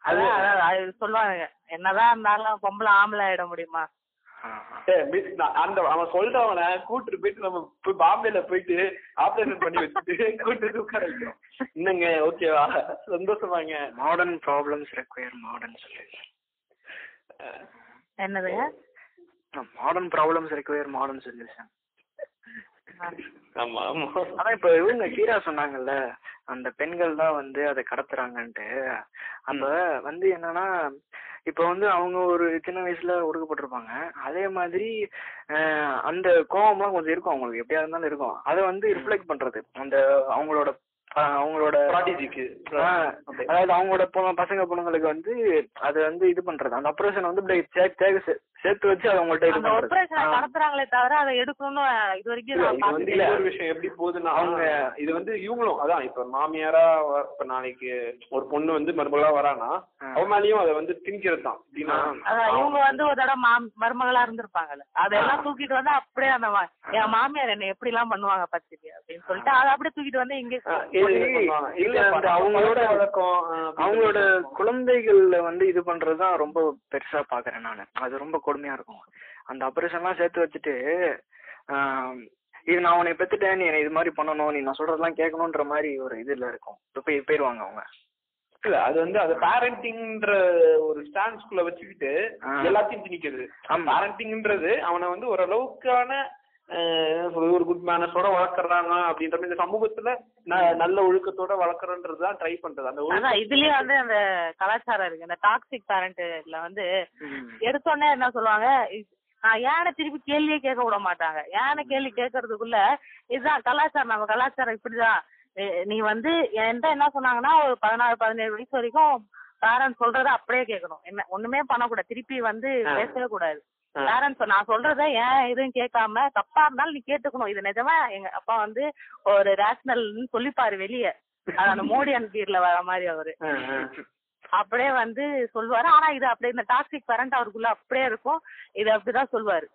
S4: அதான் அதான் அது சொல்லுவாங்க என்னதான் இருந்தாலும் பொம்பளை ஆம்பளை ஆயிட முடியுமா
S3: ஏய், மிஸ், நான் அந்த அவன் சொல்றவன கூட்டிட்டு போயிட்டு நம்ம போய் பாம்பேல போயிட்டு ஆபரேஷன் பண்ணி வச்சுட்டு கூட்டிட்டு உட்கார வைக்கிறோம் என்னங்க ஓகேவா சந்தோஷமாங்க
S5: மாடர்ன் ப்ராப்ளம்ஸ் ரெக்வயர் மாடர்ன் சொல்லிடுறேன்
S4: என்னதுங்க
S5: modern problems require modern solution
S3: ஆமா ஆமா
S5: ஆனா இப்ப இவங்க கீரா சொன்னாங்கல்ல அந்த பெண்கள் தான் வந்து அதை கடத்துறாங்கன்ட்டு அப்ப வந்து என்னன்னா இப்போ வந்து அவங்க ஒரு சின்ன வயசுல ஒடுக்கப்பட்டிருப்பாங்க அதே மாதிரி அஹ், அந்த கோவம்லாம் கொஞ்சம் இருக்கும் அவங்களுக்கு எப்படியா இருந்தாலும் இருக்கும் அதை வந்து ரிஃப்ளெக்ட் பண்றது அந்த அவங்களோட அஹ், அவங்களோட
S3: ப்ராட்டிஜிக்கு
S5: ஆ, அதாவது அவங்களோட பொ- பசங்க பொண்ணுங்களுக்கு வந்து அது வந்து இது பண்றது அந்த அப்ரேஷன் வந்து இப்படி சே- சே- சே- சேர்த்து வச்சு அது அவங்கள்ட்ட இது
S4: அந்த
S5: பண்றது
S4: ஆபரேஷனை கடத்துறாங்களே தவிர அதை எடுக்கணும்னு இது வரைக்கும் நான்
S3: இது வந்து
S4: பார்த்தது
S3: இன்னொரு விஷயம் எப்படி போகுதுன்னா அவங்க இது வந்து இவங்களும் அதான் இப்ப மாமியாரா வ- இப்ப நாளைக்கு ஒரு பொண்ணு வந்து மருமகளா வரானா
S5: ஆ.
S3: அவன் மேலயும் அதை வந்து திணிக்கிறது தான் எப்படின்னா
S4: அதான் இவங்க வந்து ஒரு தடவை மாம்- மருமகளா இருந்திருப்பாங்கல்ல அதெல்லாம் தூக்கிட்டு வந்து அப்படியே அந்த மா- என் மாமியார் என்ன எப்படி எல்லாம் பண்ணுவாங்க பத்திரி அப்படின்னு சொல்லிட்டு அதை அப்படியே தூக்கிட்டு வந்து இங்க
S3: ஆ, இது
S5: இது-
S3: பண்ணுவாங்க.
S5: இது
S3: இல்ல
S5: அந்த
S3: அவங்களோட
S5: அவங்களோட-
S3: வழக்கம் ஆ, அப்படி
S5: அவங்களோட
S3: சொல்லுவாங்க.
S5: குழந்தைகள்ல வந்து இது பண்றதுதான் ரொம்ப பெருசா பாக்குறேன் நானு அது ரொம்ப கொடுமையா இருக்கும் அந்த ஆபரேஷன்லாம் சேர்த்து வச்சுட்டு ஆம், இது நான் உன்னை பெத்துட்டேன் நீ என்னை இது மாதிரி பண்ணணும் நீ நான் சொல்றதெல்லாம் கேட்கணுன்ற மாதிரி ஒரு இதுல இருக்கும் இப்ப போய் போயிருவாங்க அவங்க
S3: இல்ல அது வந்து அது பேரண்டிங்ன்ற ஒரு ஸ்டாண்ட்ஸ்குள்ள வச்சுக்கிட்டு
S5: ஆ.
S3: எல்லாத்தையும் திணிக்குது
S5: ஆமா.
S3: பேரண்டிங்ன்றது அவனை வந்து ஓரளவுக்கான அஹ், ஒரு- ஒரு குட் மேனஸோட வளர்க்குறாங்க அப்படின்ற மாதிரி இந்த சமூகத்துல ந- நல்ல ஒழுக்கத்தோட வளர்க்குறன்றது தான் ட்ரை பண்றது அந்த
S4: அதான்
S3: ஒழுக்கம்
S4: இதுலயே வந்து அந்த கலாச்சாரம் இருக்கு இந்த டாக்ஸிக் பேரண்ட்ல வந்து எடுத்தோடனே என்ன சொல்லுவாங்க இ- நான் ஏன திருப்பி கேள்வியே கேட்க விட மாட்டாங்க ஏன கேள்வி கேட்கறதுக்குள்ள இதுதான் கலாச்சாரம் நம்ம கலாச்சாரம் இப்படிதான் எ- நீ வந்து என்கிட்ட என்ன சொன்னாங்கன்னா ஒரு பதினாறு பதினேழு வயசு வரைக்கும் பேரண்ட்ஸ் சொல்றத அப்படியே கேட்கணும் என்ன ஒண்ணுமே பண்ணக்கூடாது திருப்பி வந்து
S3: ஆ.
S4: பேசவே கூடாது
S3: ஆ.
S4: பேரண்ட்ஸ் நான் சொல்றத ஏன் எதுவும் கேட்காம தப்பா இருந்தாலும் நீ கேட்டுக்கணும் இது நிஜமா எங்க அப்பா வந்து ஒரு ரேஷனல்னு சொல்லிப்பாரு வெளியே அது அந்த மோடி அன்பீர்ல வர மாதிரி அவரு
S3: ஆ, ஆ.
S4: அப்படியே வந்து சொல்லுவாரு ஆனா இது அப்படியே இந்த டாக்ஸிக் கரண்ட் அவருக்குள்ள அப்படியே இருக்கும் இது அப்படிதான் சொல்லுவாரு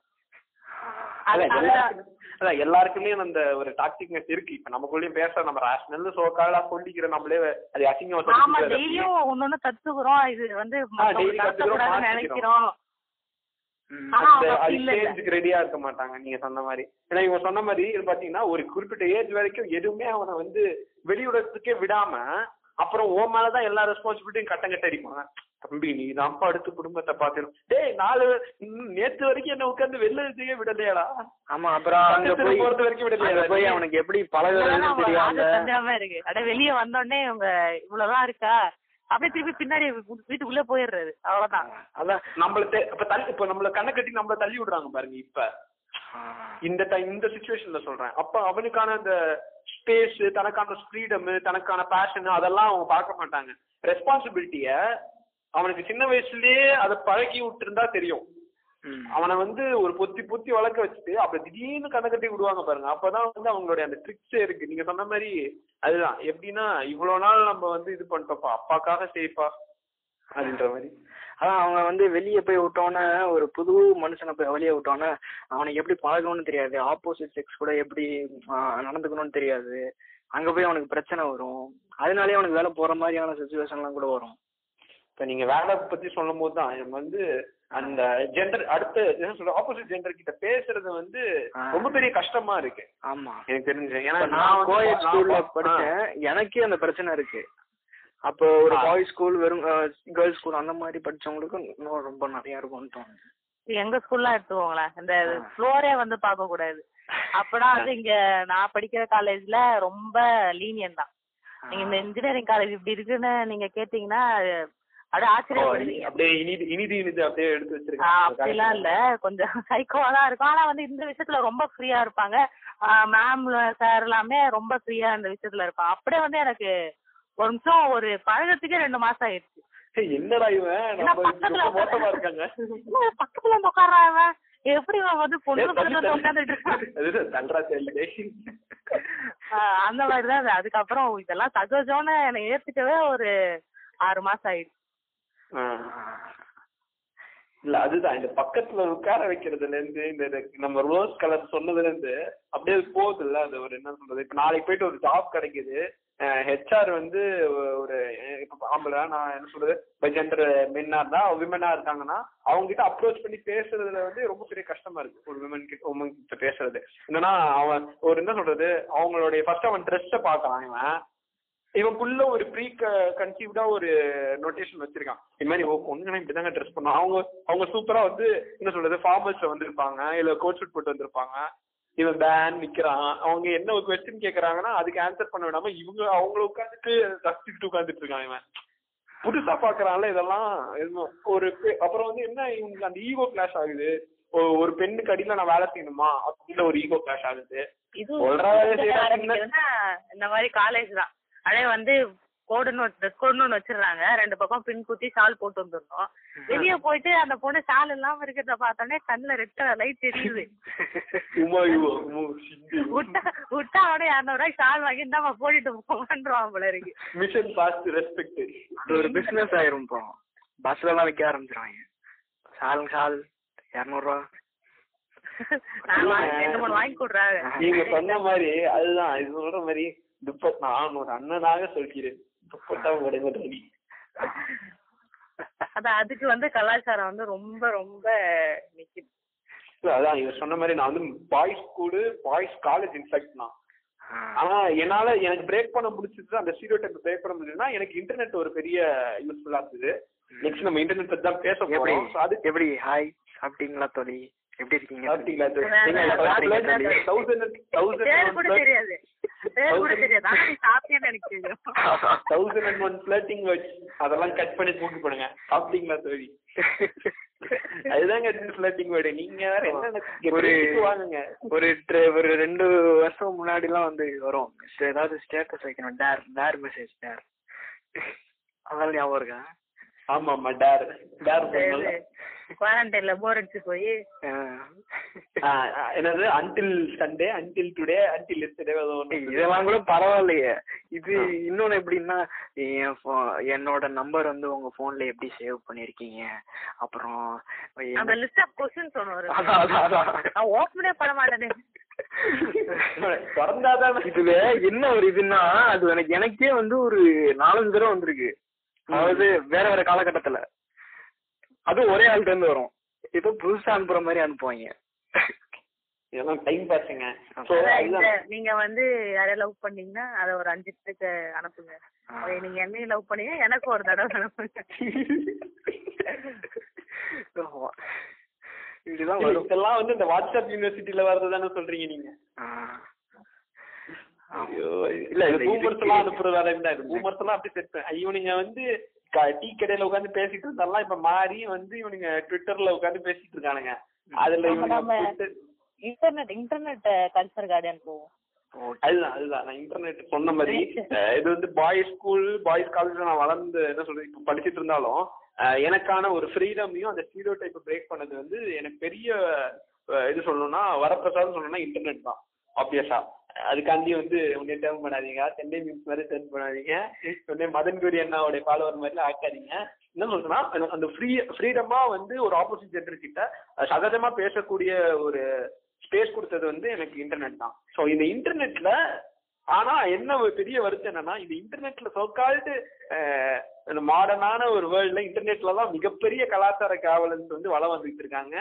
S3: அதான்
S4: அது-
S3: எல்லாருக்குமே- அதான் எல்லாருக்குமே அந்த ஒரு டாக்டிக்னஸ் இருக்கு இப்ப நமக்குள்ளேயும் பேச நம்ம ரேஷனல் சோக்காலா சொல்லிக்கிற நம்மளே அது அசிங்கம் வந்து
S4: நாம
S3: சொல்லிக்கிறது.
S4: டெய்லியும் ஒன்னொன்னு கத்துக்கிறோம் இது வந்து மத்தவங்களுக்கு
S3: daily கத்துக்கிறோம்,
S4: கத்துக்கூடாதுன்னு
S3: மாத்திக்கிறோம்.
S4: நினைக்கிறோம் ஆனா
S3: அந்த
S4: அவங்க அப்படி இல்ல
S3: சேஞ்சுக்கு ரெடியா இருக்க மாட்டாங்க நீங்க சொன்ன மாதிரி ஏன்னா இவங்க சொன்ன மாதிரி இது பாத்தீங்கன்னா ஒரு குறிப்பிட்ட ஏஜ் வரைக்கும் எதுவுமே அவனை வந்து வெளியுடத்துக்கே விடாம அப்புறம் உன் மேலதான் எல்லா ரெஸ்பான்சிபிலிட்டியும் கட்டம் கட்டடிப்பாங்க தம்பி நீ தான்ப்பா அடுத்து குடும்பத்தை பாத்துக்கணும் டேய் நாலு ம், நேத்து வரைக்கும் என்ன உட்கார்ந்து வெளில செய்ய விடலையாடா
S5: ஆமா அப்புறம் அங்க
S3: பக்கத்துல
S5: போய்
S3: போறது வரைக்கும் விடலையா
S5: அங்க போய்
S3: நீ?
S5: அவனுக்கு எப்படி
S4: இதெல்லாம்
S5: பழகுறதுன்னு
S4: அவங்க
S5: தெரியாம
S4: ஆளு சந்தேகமா இருக்கு அட வெளிய வந்தோடனே இவங்க இவ்வளவுதான் இருக்கா அப்படியே திருப்பி பின்னாடி வீட்டு- வீட்டுக்குள்ள போயிடுறது அவ்வளவுதான்
S5: அதான்
S3: நம்மள தெ- இப்ப தள்ளி இப்ப நம்மள கண்ணை கட்டி நம்மள தள்ளி விடுறாங்க பாருங்க இப்ப இந்த டைம் இந்த சுச்சுவேஷன்ல சொல்றேன் அப்ப அவனுக்கான அந்த ஸ்பேஸ் தனக்கான ஃப்ரீடம் தனக்கான பேஷன் அதெல்லாம் அவங்க பார்க்க மாட்டாங்க ரெஸ்பான்சிபிலிட்டிய அவனுக்கு சின்ன வயசுலயே அதை பழகி விட்டுருந்தா தெரியும்
S5: ம்.
S3: அவனை வந்து ஒரு பொத்தி பொத்தி வளர்க்க வச்சுட்டு அப்ப திடீர்னு கண்ணை கட்டி விடுவாங்க பாருங்க அப்பதான் வந்து அவங்களுடைய அந்த ட்ரிக்ஸே இருக்கு நீங்க சொன்ன மாதிரி அதுதான் எப்படின்னா இவ்வளவு நாள் நம்ம வந்து இது பண்ணிட்டோம்ப்பா அப்பாக்காக செய்ப்பா அப்படின்ற மாதிரி
S5: அதான் அவங்க வந்து வெளியே போய் விட்டோன்னே ஒரு புது மனுஷனை போய் வெளியே விட்டோன்னே அவனுக்கு எப்படி பழகணும்னு தெரியாது ஆப்போசிட் செக்ஸ் கூட எப்படி ஆ, நடந்துக்கணும்னு தெரியாது அங்க போய் அவனுக்கு பிரச்சனை வரும் அதனாலே அவனுக்கு வேலை போற மாதிரியான சுச்சுவேஷன்லாம் கூட வரும்
S3: இப்ப நீங்க வேலை பத்தி சொல்லும் போது தான் நம்ம வந்து அந்த ஜெண்டர் அடுத்த என்ன சொல்ற ஆப்போசிட் ஜெண்டர் கிட்ட பேசுறது வந்து
S5: ஆ.
S3: ரொம்ப பெரிய கஷ்டமா இருக்கு
S5: ஆமா
S3: எனக்கு தெரிஞ்சு ஏன்னா
S5: இப்ப
S3: நான்
S5: நான் கோயட் ஸ்கூல்ல
S3: படிச்சேன்
S5: படிச்சேன் எனக்கே அந்த பிரச்சனை இருக்கு அப்போ ஒரு பாய்ஸ் ஸ்கூல் வெறும் கேர்ள்ஸ் ஸ்கூல் அந்த மாதிரி படிச்சவங்களுக்கு இன்னும் ரொம்ப நிறைய இருக்கும்னு தோணுது
S4: எங்க ஸ்கூல்லாம் எடுத்துக்கோங்களேன் இந்த ஃப்ளோரே வந்து பார்க்க கூடாது அப்பனா வந்து இங்க நான் படிக்கிற காலேஜ்ல ரொம்ப லீனியன் தான் நீங்க இந்த இன்ஜினியரிங் காலேஜ் இப்படி இருக்குன்னு நீங்க கேட்டீங்கன்னா அப்படியே ஆச்சரியப்படுவீங்க
S3: அப்படியே இனிது இனிது இனிது அப்படியே எடுத்து
S4: ஆ,
S3: வச்சிருக்கேன்
S4: அப்படிலாம் இல்ல கொஞ்சம் சைக்கோவா தான் இருக்கும் ஆனா வந்து இந்த விஷயத்துல ரொம்ப ஃப்ரீயா இருப்பாங்க மேம் சார் எல்லாமே ரொம்ப ஃப்ரீயா இந்த விஷயத்துல இருப்பாங்க அப்படியே வந்து எனக்கு ஒரு நிமிஷம் ஒரு பழகத்துக்கே ரெண்டு மாசம் ஆயிடுச்சு
S3: ஏய், என்னடா இவன்
S4: ஏன்னா
S3: நம்ம இப்படி
S4: பக்கத்துல
S3: ரொம்ப மோசமா இருக்காங்க
S4: என்ன பக்கத்துல வந்து உட்கார்றான் இவன்? எப்படி இவன் வந்து பொண்ணு
S3: ஏய்,
S4: பக்கத்துல
S3: தள்ளி,
S4: வந்து
S3: தள்ளி.
S4: உட்கார்ந்துட்டு இருக்கான்
S3: அது என்ன, தள்ளுறா தெரியல
S4: ஆஹ் அந்த மாதிரி தான் அது. அதுக்கப்புறம் இதெல்லாம் சகஜம்னு என்னை ஏத்துக்கவே ஒரு ஆறு மாசம் ஆயிடுச்சு
S3: ஆ. இல்ல அதுதான் இந்த பக்கத்துல உட்கார வைக்கிறதுல இருந்து இந்த இந்த நம்ம ரோஸ் கலர் சொன்னதுல இருந்து அப்படியே போகுதுல்ல அது ஒரு என்ன சொல்றது இப்ப நாளைக்கு போயிட்டு ஒரு ஜாப் கிடைக்குது ஹெச்ஆர் வந்து ஒ- ஒரு அஹ் இப்ப ஆம்பளை நான் என்ன சொல்றது பை ஜெண்டர் மென்னா இருந்தா விமனா இருக்காங்கன்னா அவங்க கிட்ட அப்ரோச் பண்ணி பேசுறதுல வந்து ரொம்ப பெரிய கஷ்டமா இருக்கு ஒரு விமன் கிட்ட உமன் கிட்ட பேசுறது என்னன்னா அவன் ஒரு என்ன சொல்றது அவங்களுடைய ஃபர்ஸ்ட் அவன் ட்ரெஸ்ஸை பாக்குறான் இவன் இவனுக்குள்ள ஒரு ப்ரீ கன்சீவ்டா ஒரு நோட்டேஷன் வச்சிருக்கான் இது மாதிரி ஓ பொண்ணுனா இப்படிதாங்க ட்ரெஸ் பண்ணும் அவங்க அவங்க சூப்பரா வந்து என்ன சொல்றது ஃபார்மல்ஸ்ல வந்திருப்பாங்க இல்ல கோட் ஷூட் போட்டு வந்திருப்பாங்க இவன் பேன் நிக்கிறான் அவங்க என்ன ஒரு கொஸ்டின் கேக்குறாங்கன்னா அதுக்கு ஆன்சர் பண்ண விடாம இவங்க அவங்கள உட்காந்துட்டு ரசிச்சுக்கிட்டு உட்காந்துட்டு இருக்கான் இவன் புதுசா பாக்குறான்ல இதெல்லாம் எதுவும் ஒரு பெ- அப்புறம் வந்து என்ன இவனுக்கு அந்த ஈகோ கிளாஷ் ஆகுது ஒ- ஒரு பெண்ணுக்கு அடியில நான் வேலை செய்யணுமா அப்படின்னு ஒரு ஈகோ கிளாஷ் ஆகுது
S4: இது
S3: சொல்றா வேலையை செய்றா
S4: ஆரம்பிக்கிறதுன்னா இந்த மாதிரி காலேஜ் தான் அதே வந்து கோடுன்னு ட்ரெஸ் கோடுன்னு ஒண்ணு வச்சிடுறாங்க ரெண்டு பக்கம் பின் குத்தி ஷால் போட்டு வந்துடணும் வெளியே போயிட்டு அந்த பொண்ணு ஷால் இல்லாம இருக்கிறத பார்த்தோன்னே கண்ணுல ரெட் கலர் லைட் தெரியுது
S3: சும்மா ஈகோ சும்மா சிங்கு.
S4: விட்டா விட்டா அவனே இரநூறுவாய்க்கு ஷால் வாங்கி இந்தாம்மா போட்டுட்டு போவான்றான் போல இருக்கு
S3: மிஷன் பாஸ்ட் ரெஸ்பெக்ட்
S5: அது ஒரு பிசினஸ் ஆயிரும் இப்போ பஸ்ல எல்லாம் விற்க ஆரம்பிச்சிருவாங்க சால் சால் இரநூறுவா
S4: நான் வாங்கி- ரெண்டு மூணு வாங்கி கொடுறாங்க
S3: நீங்க சொன்ன மாதிரி அதுதான் இது சொல்ற மாதிரி துப்பட் நான் ஒரு அண்ணனாக சொல்கிறேன் துப்பட்டா உடைவடி
S4: அதான் அதுக்கு வந்து கலாச்சாரம் வந்து ரொம்ப ரொம்ப நிக்குது
S3: அதான் இவர் சொன்ன மாதிரி நான் வந்து boys school boys college in fact நான் ஆனா என்னால எனக்கு பிரேக் பண்ண முடிச்சது அந்த ஸ்டீரியோ டைப் பிரேக் பண்ண முடியுதுன்னா எனக்கு இன்டர்நெட் ஒரு பெரிய யூஸ்ஃபுல்லா இருந்தது நெக்ஸ்ட் நம்ம இன்டர்நெட் பத்தி தான் பேச
S5: எப்படி
S3: போறோம் So அது
S5: எப்படி ஹாய் சாப்பிட்டீங்களா தோழி எப்படி இருக்கீங்க தோழி?
S3: சாப்பிட்டீங்களா தௌசண்ட்
S4: பேர் கூட
S3: தௌசண்ட்
S4: தெரியாது பேர் கூட தெரியாது ஆனா நீ சாப்பிட்டியான்னு எனக்கு தெரியும்
S3: தௌசண்ட் அண்ட் ஒன் ஃபிளட்டிங் வச்சு அதெல்லாம் கட் பண்ணி தூக்கி போடுங்க சாப்பிட்டீங்களா தோழி அதுதாங்க ஃபிளட்டிங் வேர்டு நீங்க வேற என்ன
S5: ஒரு-
S3: வாங்குங்க
S5: ஒரு tre- ஒரு ரெண்டு வருஷம் முன்னாடி எல்லாம் வந்து வரும் சரி, ஏதாவது ஸ்டேட்டஸ் வைக்கணும் டேர் டேர் மெசேஜ் டேர் அதெல்லாம் ஞாபகம் இருக்கா
S3: ஆமா ஆமா டேர் டேர் பண்ணல
S4: குவாரண்டைன்ல போர் அடிச்சு போய்
S5: ஆ.
S3: என்னது until Sunday until today until yesterday
S5: இதெல்லாம் கூட பரவாயில்லையே இது இன்னொன்னு எப்படின்னா என் pho- என்னோட நம்பர் வந்து உங்க போன்ல எப்படி சேவ் பண்ணிருக்கீங்க அப்புறம் என்ன-
S4: அந்த லிஸ்ட் ஆஃப் கொஸ்டின்ஸ் ஒன்று வரும்
S5: அதான், அதான், அதான்.
S4: நான் ஓப்பனே பண்ண மாட்டேன்
S3: பிறந்தாதான்
S5: இதுல என்ன ஒரு இதுன்னா அது எனக்கு எனக்கே வந்து ஒரு நாலஞ்சு தடவை வந்திருக்கு அதாவது வேற வேற காலகட்டத்துல அது ஒரே ஆள்கிட்ட இருந்து வரும் ஏதோ புதுசா அனுப்புற மாதிரி அனுப்புவாங்க
S3: இதெல்லாம் டைம் பாஸுங்க சோ
S4: அதான் இந்த நீங்க வந்து யாரையா லவ் பண்ணீங்கன்னா அதை ஒரு அஞ்சு பேருக்கு அனுப்புங்க அதை நீங்க என்னையும் லவ் பண்ணீங்க எனக்கு ஒரு தடவை அனுப்புங்க
S5: ஆமா. இப்படிதான் வரும்
S3: இதெல்லாம் வந்து இந்த வாட்ஸ்அப் யூனிவர்சிட்டில வர்றதுதானே சொல்றீங்க நீங்க
S5: ஆ.
S3: ஐயோ, இல்ல இது
S5: இல்ல,
S3: பூமர்ஸ்
S5: இதுக்கு-
S3: எல்லாம் அனுப்புறது வேற என்ன இது பூமர்ஸ் எல்லாம் அப்படி செட் ஐயோ நீங்க வந்து டீ கடையில உட்கார்ந்து பேசிட்டு இருந்தாலாம் இப்ப மாறி வந்து இவனுங்க ட்விட்டர்ல உட்கார்ந்து பேசிட்டு இருக்கானுங்க அதுல
S4: ஆமா,
S3: இவனுங்க
S4: நாம-
S3: Twitter-
S4: internet internet culture garden போவோம்
S5: ஓகே.
S3: அதுதான் அதுதான் நான் இன்டர்நெட் சொன்ன மாதிரி அஹ், இது வந்து பாய்ஸ் ஸ்கூல் பாய்ஸ் காலேஜ்ல நான் வளர்ந்து என்ன சொல்றது இப்ப படிச்சிட்டு இருந்தாலும் அஹ், எனக்கான ஒரு ஃப்ரீடமையும் அந்த ஸ்டீரியோ டைப் பிரேக் பண்ணது வந்து எனக்கு பெரிய அஹ், இது சொல்லணும்னா வரப்பிரசாதம் சொல்லணும்னா இன்டர்நெட் தான் ஆப்வியஸா அதுக்காண்டி வந்து உடனே டேர்ன் பண்ணாதீங்க சென்னை மீன்ஸ் மாதிரி டேர்ன் பண்ணாதீங்க உடனே மதன் குரி அண்ணாவுடைய ஃபாலோவர் மாதிரி ஆக்காதீங்க என்ன சொல்றேன்னா எனக்கு அந்த ஃப்ரீ ஃப்ரீடமா வந்து ஒரு ஆப்போசிட் ஜென்டர் கிட்ட அஹ், சகஜமா பேசக்கூடிய ஒரு ஸ்பேஸ் கொடுத்தது வந்து எனக்கு இன்டர்நெட் தான் ஸோ இந்த இன்டர்நெட்ல ஆனா என்ன ஒரு பெரிய வருத்தம் என்னன்னா இந்த இன்டர்நெட்ல சோக்கால்டு மாடர்னான ஒரு வேர்ல்ட்ல இன்டர்நெட்ல தான் மிகப்பெரிய கலாச்சார காவலன்ஸ் வந்து வளம் வந்துட்டு இருக்காங்க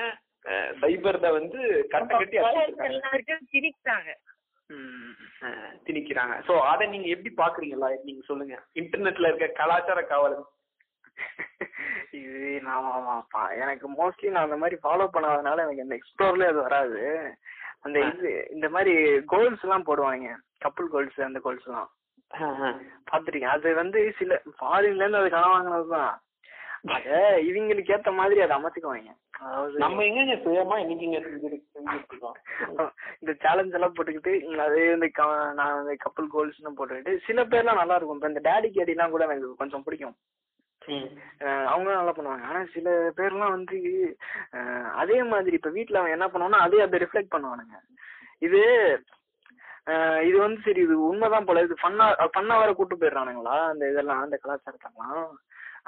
S3: சைபர்ல வந்து கட்டை கட்டி அடிச்சிட்டு இருக்காங்க.
S4: எல்லாருக்கும் திணிக்கிறாங்க
S5: ம்.
S3: அஹ், திணிக்கிறாங்க சோ அதை நீங்க எப்படி பாக்குறீங்களா நீங்க சொல்லுங்க இன்டர்நெட்ல இருக்க கலாச்சார காவலன்
S5: இது நான் ஆமா, பா- எனக்கு மோஸ்ட்லி நான் அந்த மாதிரி ஃபாலோ பண்ணாதனால எனக்கு இந்த எக்ஸ்ப்ளோர்ல அது வராது அந்த இது இந்த மாதிரி கோல்ஸ் எல்லாம் போடுவாங்க கப்புள் கோல்ஸ் அந்த கோல்ஸ் எல்லாம் பாத்திருக்கேன் அது வந்து சில ஃபாரின்ல இருந்து அது கடன் வாங்கினதுதான் அத இவங்களுக்கு ஏத்த மாதிரி அதை அமைச்சுக்குவாங்க அதாவது
S3: நம்ம எங்க சுயமா என்னைக்குங்க செஞ்சிரு- செஞ்சுட்டு இருக்கோம்
S5: இந்த சேலஞ்ச் எல்லாம் போட்டுக்கிட்டு இங்க அதே இந்த க- நான் இந்த கப்பல் கோல்ஸ்னு போட்டுக்கிட்டு சில பேர்லாம் நல்லா இருக்கும் இப்ப இந்த டேடி கேடிலாம் கூட எனக்கு கொஞ்சம் பிடிக்கும்
S3: ம்.
S5: அஹ் அவங்களும் நல்லா பண்ணுவாங்க ஆனா சில பேர்லாம் வந்து அஹ் அதே மாதிரி இப்ப வீட்ல அவன் என்ன பண்ணுவானா அதே அதை ரிஃப்ளெக்ட் பண்ணுவானுங்க இது அஹ் இது வந்து சரி இது உண்மைதான் போல இது பண்ணா பண்ணா வர கூட்டு போயிடுறானுங்களா அந்த இதெல்லாம் அந்த கலாச்சாரத்தெல்லாம்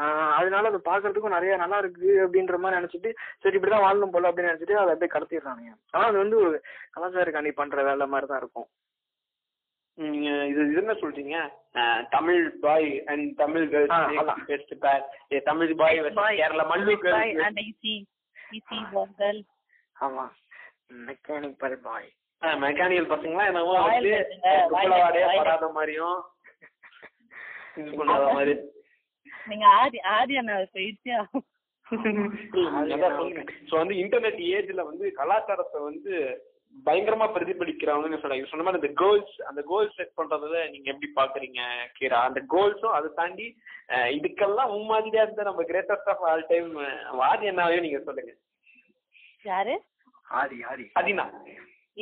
S5: அஹ் அதனால அதை பாக்குறதுக்கும் நிறைய நல்லா இருக்கு அப்படின்ற மாதிரி நினைச்சிட்டு சரி இப்படிதான் வாழணும் போல அப்படின்னு நினைச்சிட்டு அதை அப்படியே கடத்திடுறானுங்க ஆனா அது வந்து ஒரு கலாச்சார காணி பண்ற வேலை மாதிரி தான் இருக்கும்
S3: நீங்க இது இது என்ன சொல்றீங்க அஹ், தமிழ் பாய் அண்ட் தமிழ்
S5: ஆ, அதான்.
S3: கேர்ள்ஸ் பெஸ்ட் பேர் Tamil boy
S4: Boy,
S3: Kerala Mallu
S4: boy
S3: girls
S4: and easy, easy girl,
S5: ஆமா மெக்கானிக் பாரு பாய்
S3: மெக்கானிக்கல் பசங்களாம் என்னவோ
S4: Boy
S3: வந்து
S4: பசங்க, boy
S3: குப்பலவாடையா
S4: boy
S3: படாத மாதிரியும் இது பண்ணாத மாதிரி
S4: நீங்க ஆதி ஆதி அண்ணா போயிடுச்சியா
S3: ஸோ வந்து இன்டர்நெட் ஏஜ்ல வந்து கலாச்சாரத்தை வந்து பயங்கரமா பிரதிபலிக்கிறாங்கன்னு சொல்றாங்க சொன்ன மாதிரி அந்த கோல்ஸ் அந்த கோல்ஸ் செட் பண்றதுல நீங்க எப்படி பாக்குறீங்க கீரா அந்த கோல்ஸும் அதை தாண்டி அஹ், இதுக்கெல்லாம் உம்மாதிரியா இருந்த நம்ம greatest of all time Aadhi என்னாவே நீங்க சொல்லுங்க
S4: யாரு
S5: ஆதி ஆதி
S3: அதினா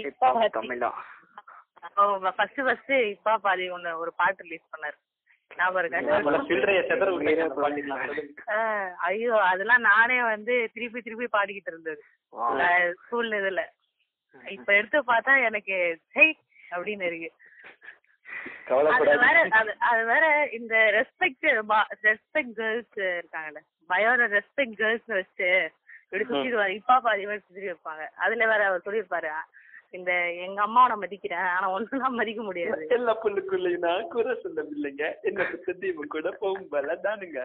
S5: இப்ப தமிழா
S4: ஃபர்ஸ்ட் ஃபர்ஸ்ட் இப்பா பாதி ஒண்ணு ஒரு பாட்டு ரிலீஸ் பண்ணாரு ஞாபகம் இருக்கா
S3: நம்மள சில்லறைய செதற விட்டு அந்த பாட்டு நான் சொல்லுங்க.
S4: ஆஹ் ஐயோ அதெல்லாம் நானே வந்து திருப்பி திருப்பி பாடிக்கிட்டு இருந்தது நான் ஸ்கூல் இதுல இப்ப எடுத்து பார்த்தா எனக்கு ஹெய் அப்படின்னு இருக்கு அது வேற அது- அது வேற இந்த ரெஸ்பெக்ட் ரெஸ்பெக்ட் கேர்ள்ஸ் இருக்காங்கல்ல பயோட ரெஸ்பெக்ட் கேர்ள்ஸ் வச்சு இப்படி சுத்திடுவாரு இப்பா பாதி மாதிரி சுத்தி வைப்பாங்க அதுல வேற அவர் சொல்லியிருப்பாரு இந்த எங்க அம்மாவை நான் மதிக்கிறேன் ஆனா ஒன்னும் மதிக்க முடியாது
S3: எல்லா புல்லுக்குள்ளேயும் நான் குறை சொல்லவில்லைங்க என்ன தீபம் கூட போகும் பல தானுங்க